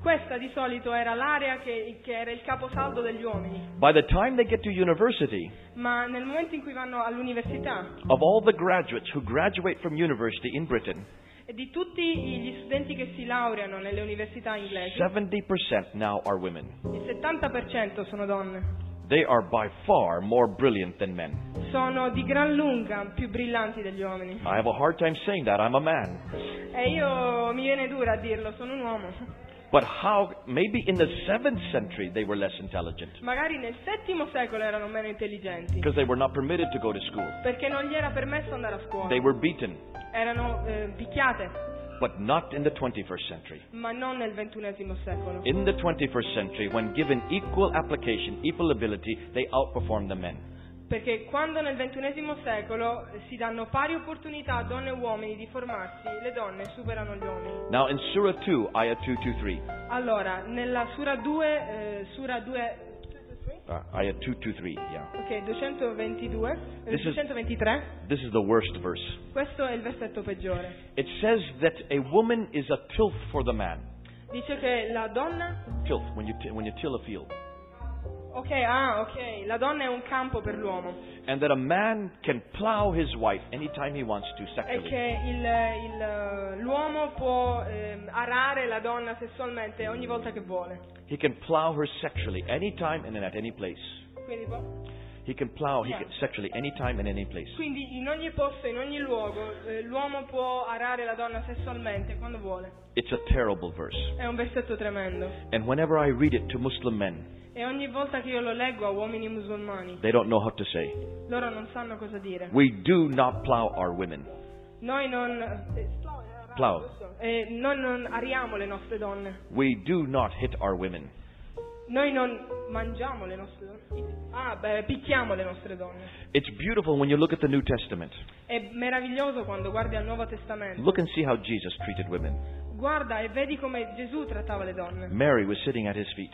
Speaker 3: Questa di solito era l'area che, che era il caposaldo degli uomini,
Speaker 2: By the time they get to university,
Speaker 3: ma nel momento in cui vanno all'università,
Speaker 2: of all the graduates who graduate from university in Britain,
Speaker 3: e di tutti gli studenti che si laureano nelle università inglesi,
Speaker 2: 70% now are women.
Speaker 3: il 70% sono donne.
Speaker 2: They are by far more brilliant than men.
Speaker 3: Sono di gran lunga più brillanti degli uomini.
Speaker 2: I have a hard time saying that. I'm a man.
Speaker 3: E io mi viene dura a dirlo, sono un uomo.
Speaker 2: But how, maybe in the 7th century they were less intelligent
Speaker 3: Magari nel VII secolo erano meno intelligenti,
Speaker 2: because they were not permitted to go to school.
Speaker 3: perché non gli era permesso andare a scuola.
Speaker 2: They were beaten,
Speaker 3: Erano eh, picchiate,
Speaker 2: but not in the 21st century.
Speaker 3: ma non nel XXI secolo.
Speaker 2: In the 21st century, when given equal application, equal ability, they outperform the men.
Speaker 3: Perché quando nel XXI secolo si danno pari opportunità a donne e uomini di formarsi, le donne superano gli uomini.
Speaker 2: Now in Surah 2, Ayah 223,
Speaker 3: Allora, nella Sura 2, eh, Sura 2,
Speaker 2: uh, Ayah 223, yeah.
Speaker 3: ok, 222, eh,
Speaker 2: This is-
Speaker 3: 223,
Speaker 2: This is the worst verse.
Speaker 3: questo è il versetto peggiore.
Speaker 2: It says that a woman is a tilth for the man.
Speaker 3: Dice che la donna,
Speaker 2: Tilth, when you, t- when you till a field.
Speaker 3: ok, ah, ok, la donna è un campo per l'uomo.
Speaker 2: And that a man can plow his wife anytime he wants to
Speaker 3: È
Speaker 2: sexually.
Speaker 3: che il- il, eh, l'uomo può ehm, arare la donna sessualmente ogni volta che vuole.
Speaker 2: He can plow her sexually anytime and at any place.
Speaker 3: Quindi può...
Speaker 2: He can plow he
Speaker 3: Yeah.
Speaker 2: can, sexually anytime and any place.
Speaker 3: Quindi in ogni posto, in ogni luogo, eh, l'uomo può arare la donna sessualmente quando vuole.
Speaker 2: It's a terrible verse.
Speaker 3: È un versetto tremendo.
Speaker 2: And whenever I read it to Muslim men,
Speaker 3: E ogni volta che io lo leggo a uomini musulmani,
Speaker 2: They don't know what to say.
Speaker 3: loro non sanno cosa dire.
Speaker 2: We do not plow our women.
Speaker 3: Noi non... eh,
Speaker 2: Plow.
Speaker 3: eh, noi non ariamo le nostre donne.
Speaker 2: We do not hit our women.
Speaker 3: Noi non mangiamo le nostre donne. Ah, beh, picchiamo le nostre donne.
Speaker 2: It's beautiful when you look at the New Testament.
Speaker 3: È meraviglioso quando guardi al Nuovo Testamento.
Speaker 2: Look and see how Jesus treated women.
Speaker 3: Guarda e vedi come Gesù trattava le donne.
Speaker 2: Mary was sitting at his feet.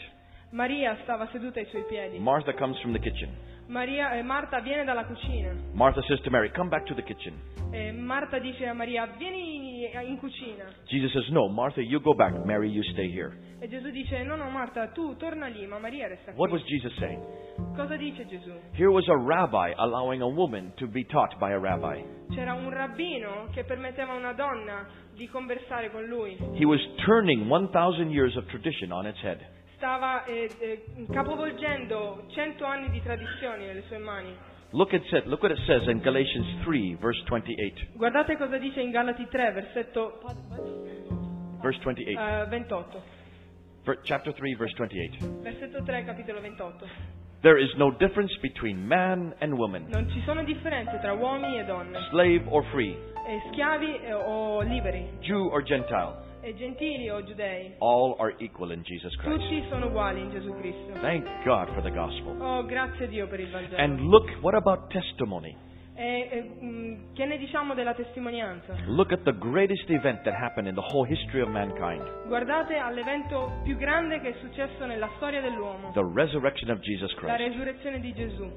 Speaker 3: Maria stava seduta ai suoi piedi.
Speaker 2: Martha comes from the kitchen.
Speaker 3: Maria, eh, Marta viene dalla cucina.
Speaker 2: Martha says to Mary, Come back to the kitchen.
Speaker 3: Eh, Marta dice a Maria, vieni in cucina.
Speaker 2: Jesus says, No, Martha, you go back. Mary, you stay here.
Speaker 3: E Gesù dice, no, no, Marta, tu torna lì, ma Maria resta qui.
Speaker 2: What was Jesus saying?
Speaker 3: Cosa dice Gesù?
Speaker 2: Here was a rabbi allowing a woman to be taught by a rabbi.
Speaker 3: C'era un rabbino che permetteva a una donna di conversare con lui.
Speaker 2: He was turning 1,000 years of tradition on its head.
Speaker 3: Stava eh, eh, capovolgendo cento anni di tradizioni nelle sue mani.
Speaker 2: Look, at it, look what it says in Galatians 3, verse 28.
Speaker 3: Guardate cosa dice in Galati 3, versetto
Speaker 2: Verse 28.
Speaker 3: eh, 28.
Speaker 2: Ver- chapter 3, verse 28.
Speaker 3: Versetto 3, capitolo 28.
Speaker 2: There is no difference between man and woman,
Speaker 3: Non ci sono differenze tra uomini e donne,
Speaker 2: slave or free,
Speaker 3: eh, schiavi eh, o liberi,
Speaker 2: Jew or Gentile.
Speaker 3: e gentili o giudei.
Speaker 2: All are equal in Jesus Christ.
Speaker 3: Tutti sono uguali in Gesù Cristo.
Speaker 2: Thank God for the gospel.
Speaker 3: Oh, grazie Dio per il Vangelo.
Speaker 2: And look, what about testimony?
Speaker 3: E, eh, mm, che ne diciamo della testimonianza?
Speaker 2: Look at the greatest event that happened in the whole history of mankind
Speaker 3: Guardate all'evento più grande che è successo nella storia dell'uomo,
Speaker 2: the resurrection of Jesus
Speaker 3: la
Speaker 2: Christ.
Speaker 3: resurrezione di Gesù.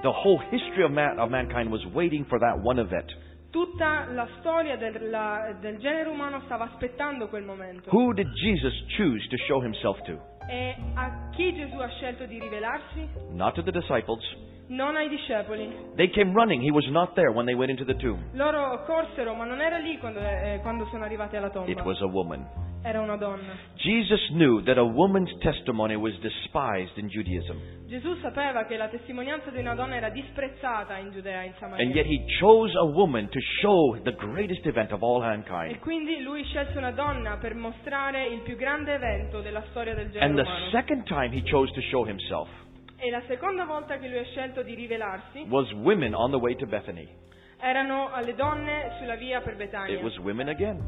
Speaker 2: The whole history of, man, of mankind was waiting for that one event.
Speaker 3: Tutta la storia del, la- del genere umano stava aspettando quel momento.
Speaker 2: Who did Jesus choose to show himself to?
Speaker 3: E a chi Gesù ha scelto di rivelarsi?
Speaker 2: Not to the disciples.
Speaker 3: Non ai discepoli.
Speaker 2: They came running. He was not there when they went into the tomb.
Speaker 3: Loro corsero, ma non era lì quando, eh, quando sono arrivati alla
Speaker 2: It
Speaker 3: tomba.
Speaker 2: was a woman.
Speaker 3: Era una donna.
Speaker 2: Jesus knew that a woman's testimony was despised in Judaism.
Speaker 3: Gesù sapeva che la testimonianza di una donna era disprezzata in Giudea, in
Speaker 2: And
Speaker 3: Samaria.
Speaker 2: yet he chose a woman to show the greatest event of all
Speaker 3: E
Speaker 2: mankind.
Speaker 3: quindi lui scelse una donna per mostrare il più grande evento della storia del genere
Speaker 2: And the
Speaker 3: umano.
Speaker 2: second time he chose to show himself
Speaker 3: E la seconda volta che lui ha scelto di rivelarsi
Speaker 2: was women on the way to Bethany.
Speaker 3: erano alle donne sulla via per Betania.
Speaker 2: It was women again.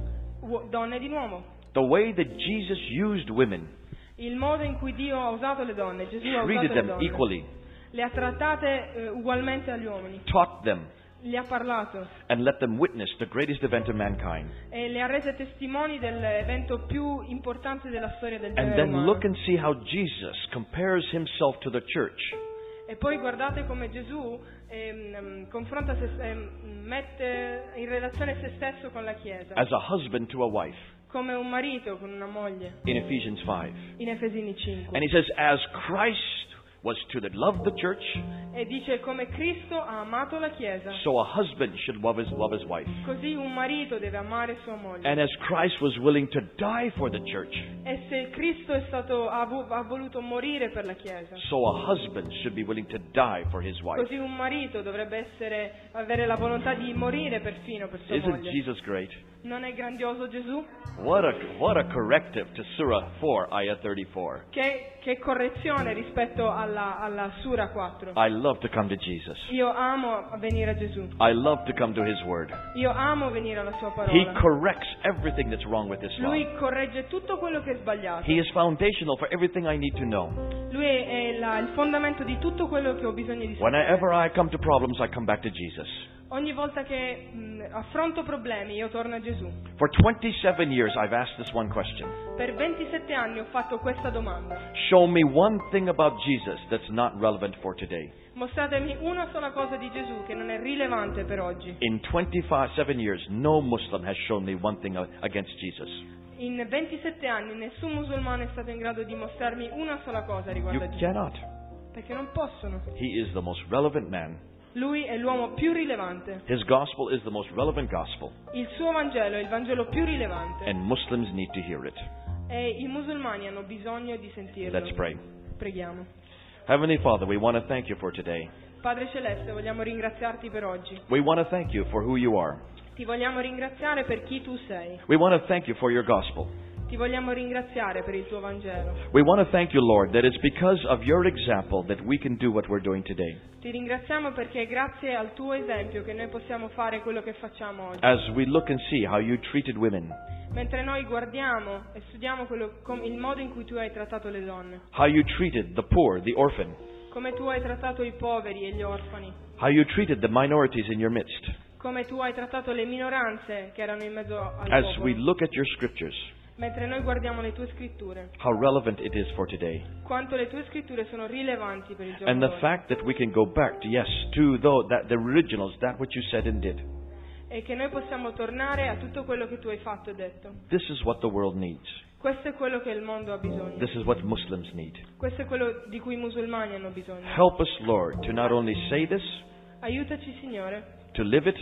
Speaker 3: Uo- donne di nuovo.
Speaker 2: The way that Jesus used women,
Speaker 3: Il modo in cui Dio ha usato le donne, Gesù ha usato
Speaker 2: treated
Speaker 3: le
Speaker 2: them
Speaker 3: donne.
Speaker 2: equally,
Speaker 3: Le ha trattate eh, ugualmente agli uomini,
Speaker 2: taught them,
Speaker 3: le ha parlato
Speaker 2: and let them witness the greatest event of mankind.
Speaker 3: e le ha rese testimoni dell'evento più importante della storia del
Speaker 2: And
Speaker 3: genere
Speaker 2: then
Speaker 3: umano.
Speaker 2: look and see how Jesus compares himself to the church.
Speaker 3: E poi guardate come Gesù ehm, ehm, confronta se- ehm, mette in relazione se stesso con la Chiesa,
Speaker 2: As a husband to a wife
Speaker 3: come un marito con una moglie,
Speaker 2: in Ephesians 5.
Speaker 3: in Efesini 5.
Speaker 2: And he says, As Christ was to the, love the church,
Speaker 3: E dice come Cristo ha amato la Chiesa,
Speaker 2: so a husband should love his, love his wife.
Speaker 3: così un marito deve amare sua moglie.
Speaker 2: And as Christ was willing to die for the church,
Speaker 3: E se Cristo è stato, ha, vo- ha voluto morire per la Chiesa,
Speaker 2: so a husband should be willing to die for his wife.
Speaker 3: così un marito dovrebbe essere, avere la volontà di morire perfino per sua
Speaker 2: Isn't
Speaker 3: moglie.
Speaker 2: Jesus great?
Speaker 3: Non è grandioso Gesù?
Speaker 2: What a, what a corrective to Surah 4, Ayah 34.
Speaker 3: Che, che correzione rispetto alla, alla Sura 4.
Speaker 2: I love to come to Jesus.
Speaker 3: Io amo venire a Gesù,
Speaker 2: I love to come to his word.
Speaker 3: io amo venire alla sua
Speaker 2: He
Speaker 3: parola.
Speaker 2: corrects everything that's wrong with Islam.
Speaker 3: Lui corregge tutto quello che è sbagliato.
Speaker 2: He is foundational for everything I need to know.
Speaker 3: Lui è la- il fondamento di tutto quello che ho bisogno di sapere.
Speaker 2: Whenever I come to problems, I come back to Jesus.
Speaker 3: Ogni volta che mh, affronto problemi io torno a Gesù.
Speaker 2: For 27 years, I've asked this one question
Speaker 3: Per 27 anni ho fatto questa domanda.
Speaker 2: Show me one thing about Jesus that's not relevant for today.
Speaker 3: Mostratemi una sola cosa di Gesù che non è rilevante per oggi.
Speaker 2: In 27 years, no Muslim has shown me one thing against Jesus.
Speaker 3: In 27 anni nessun musulmano è stato in grado di mostrarmi una sola cosa
Speaker 2: You
Speaker 3: riguardo a Gesù.
Speaker 2: cannot.
Speaker 3: Perché non possono.
Speaker 2: He is the most relevant man.
Speaker 3: Lui è l'uomo più rilevante.
Speaker 2: His gospel is the most relevant gospel,
Speaker 3: Il suo Vangelo è il Vangelo più rilevante.
Speaker 2: and Muslims need to hear it.
Speaker 3: E i musulmani hanno bisogno di sentirlo.
Speaker 2: Let's pray.
Speaker 3: Preghiamo.
Speaker 2: Heavenly Father, we want to thank you for today.
Speaker 3: Padre Celeste, vogliamo ringraziarti per oggi.
Speaker 2: We want to thank you for who you are.
Speaker 3: Ti vogliamo ringraziare per chi tu sei.
Speaker 2: We want to thank you for your gospel.
Speaker 3: Ti vogliamo ringraziare per il tuo Vangelo.
Speaker 2: We want to thank you, Lord, that it's because of your example that we can do what we're doing today.
Speaker 3: Ti ringraziamo perché è grazie al tuo esempio che noi possiamo fare quello che facciamo oggi.
Speaker 2: As we look and see how you treated women,
Speaker 3: Mentre noi guardiamo e studiamo quello- com- il modo in cui tu hai trattato le donne,
Speaker 2: how you treated the poor, the orphan,
Speaker 3: come tu hai trattato i poveri e gli orfani,
Speaker 2: how you treated the minorities in your midst.
Speaker 3: come tu hai trattato le minoranze che erano in mezzo al
Speaker 2: As we
Speaker 3: popolo.
Speaker 2: look at your scriptures,
Speaker 3: Mentre noi guardiamo le tue scritture,
Speaker 2: how relevant it is for today.
Speaker 3: quanto le tue scritture sono rilevanti per il giorno
Speaker 2: And the
Speaker 3: d'oggi.
Speaker 2: fact that we can go back to, yes, to though that the originals, that what you said and did.
Speaker 3: e che noi possiamo tornare a tutto quello che tu hai fatto e detto.
Speaker 2: This is what the world needs.
Speaker 3: Questo è quello che il mondo ha bisogno.
Speaker 2: This is what Muslims need.
Speaker 3: Questo è quello di cui i musulmani hanno bisogno.
Speaker 2: Help us, Lord, to not only say this,
Speaker 3: Aiutaci, Signore,
Speaker 2: to live it,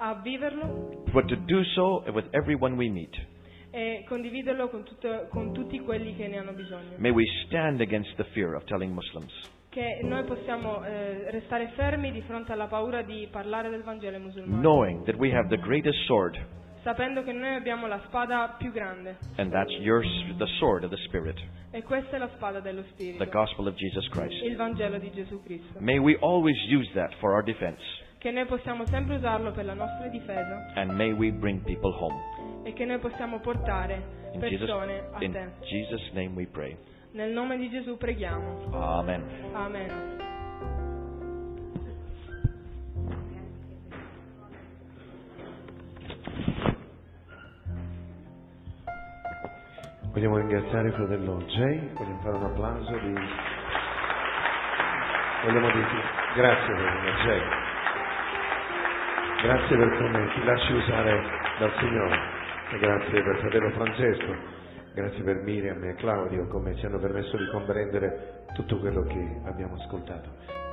Speaker 3: a viverlo
Speaker 2: but to do so with everyone we meet.
Speaker 3: e condividerlo con, tutto- con tutti quelli che ne hanno bisogno.
Speaker 2: May we stand against the fear of telling Muslims.
Speaker 3: Che noi possiamo eh, restare fermi di fronte alla paura di parlare del Vangelo ai musulmani,
Speaker 2: knowing that we have the greatest sword,
Speaker 3: sapendo che noi abbiamo la spada più grande
Speaker 2: and that's your, the sword of the Spirit,
Speaker 3: e questa è la spada dello Spirito,
Speaker 2: the gospel of Jesus Christ.
Speaker 3: il Vangelo di Gesù Cristo.
Speaker 2: May we always use that for our defense,
Speaker 3: Che noi possiamo sempre usarlo per la nostra difesa
Speaker 2: and may we bring people home.
Speaker 3: e che noi possiamo portare
Speaker 2: In Jesus,
Speaker 3: persone a
Speaker 2: in
Speaker 3: te.
Speaker 2: Jesus' name we pray.
Speaker 3: Nel nome di Gesù preghiamo.
Speaker 2: Amen.
Speaker 3: Amen.
Speaker 1: Vogliamo ringraziare il fratello Jay, vogliamo fare un applauso di... Vogliamo dirti grazie fratello Jay. Grazie per come ti lasci usare dal Signore. E grazie per fratello Francesco. Grazie per Miriam e Claudio come ci hanno permesso di comprendere tutto quello che abbiamo ascoltato.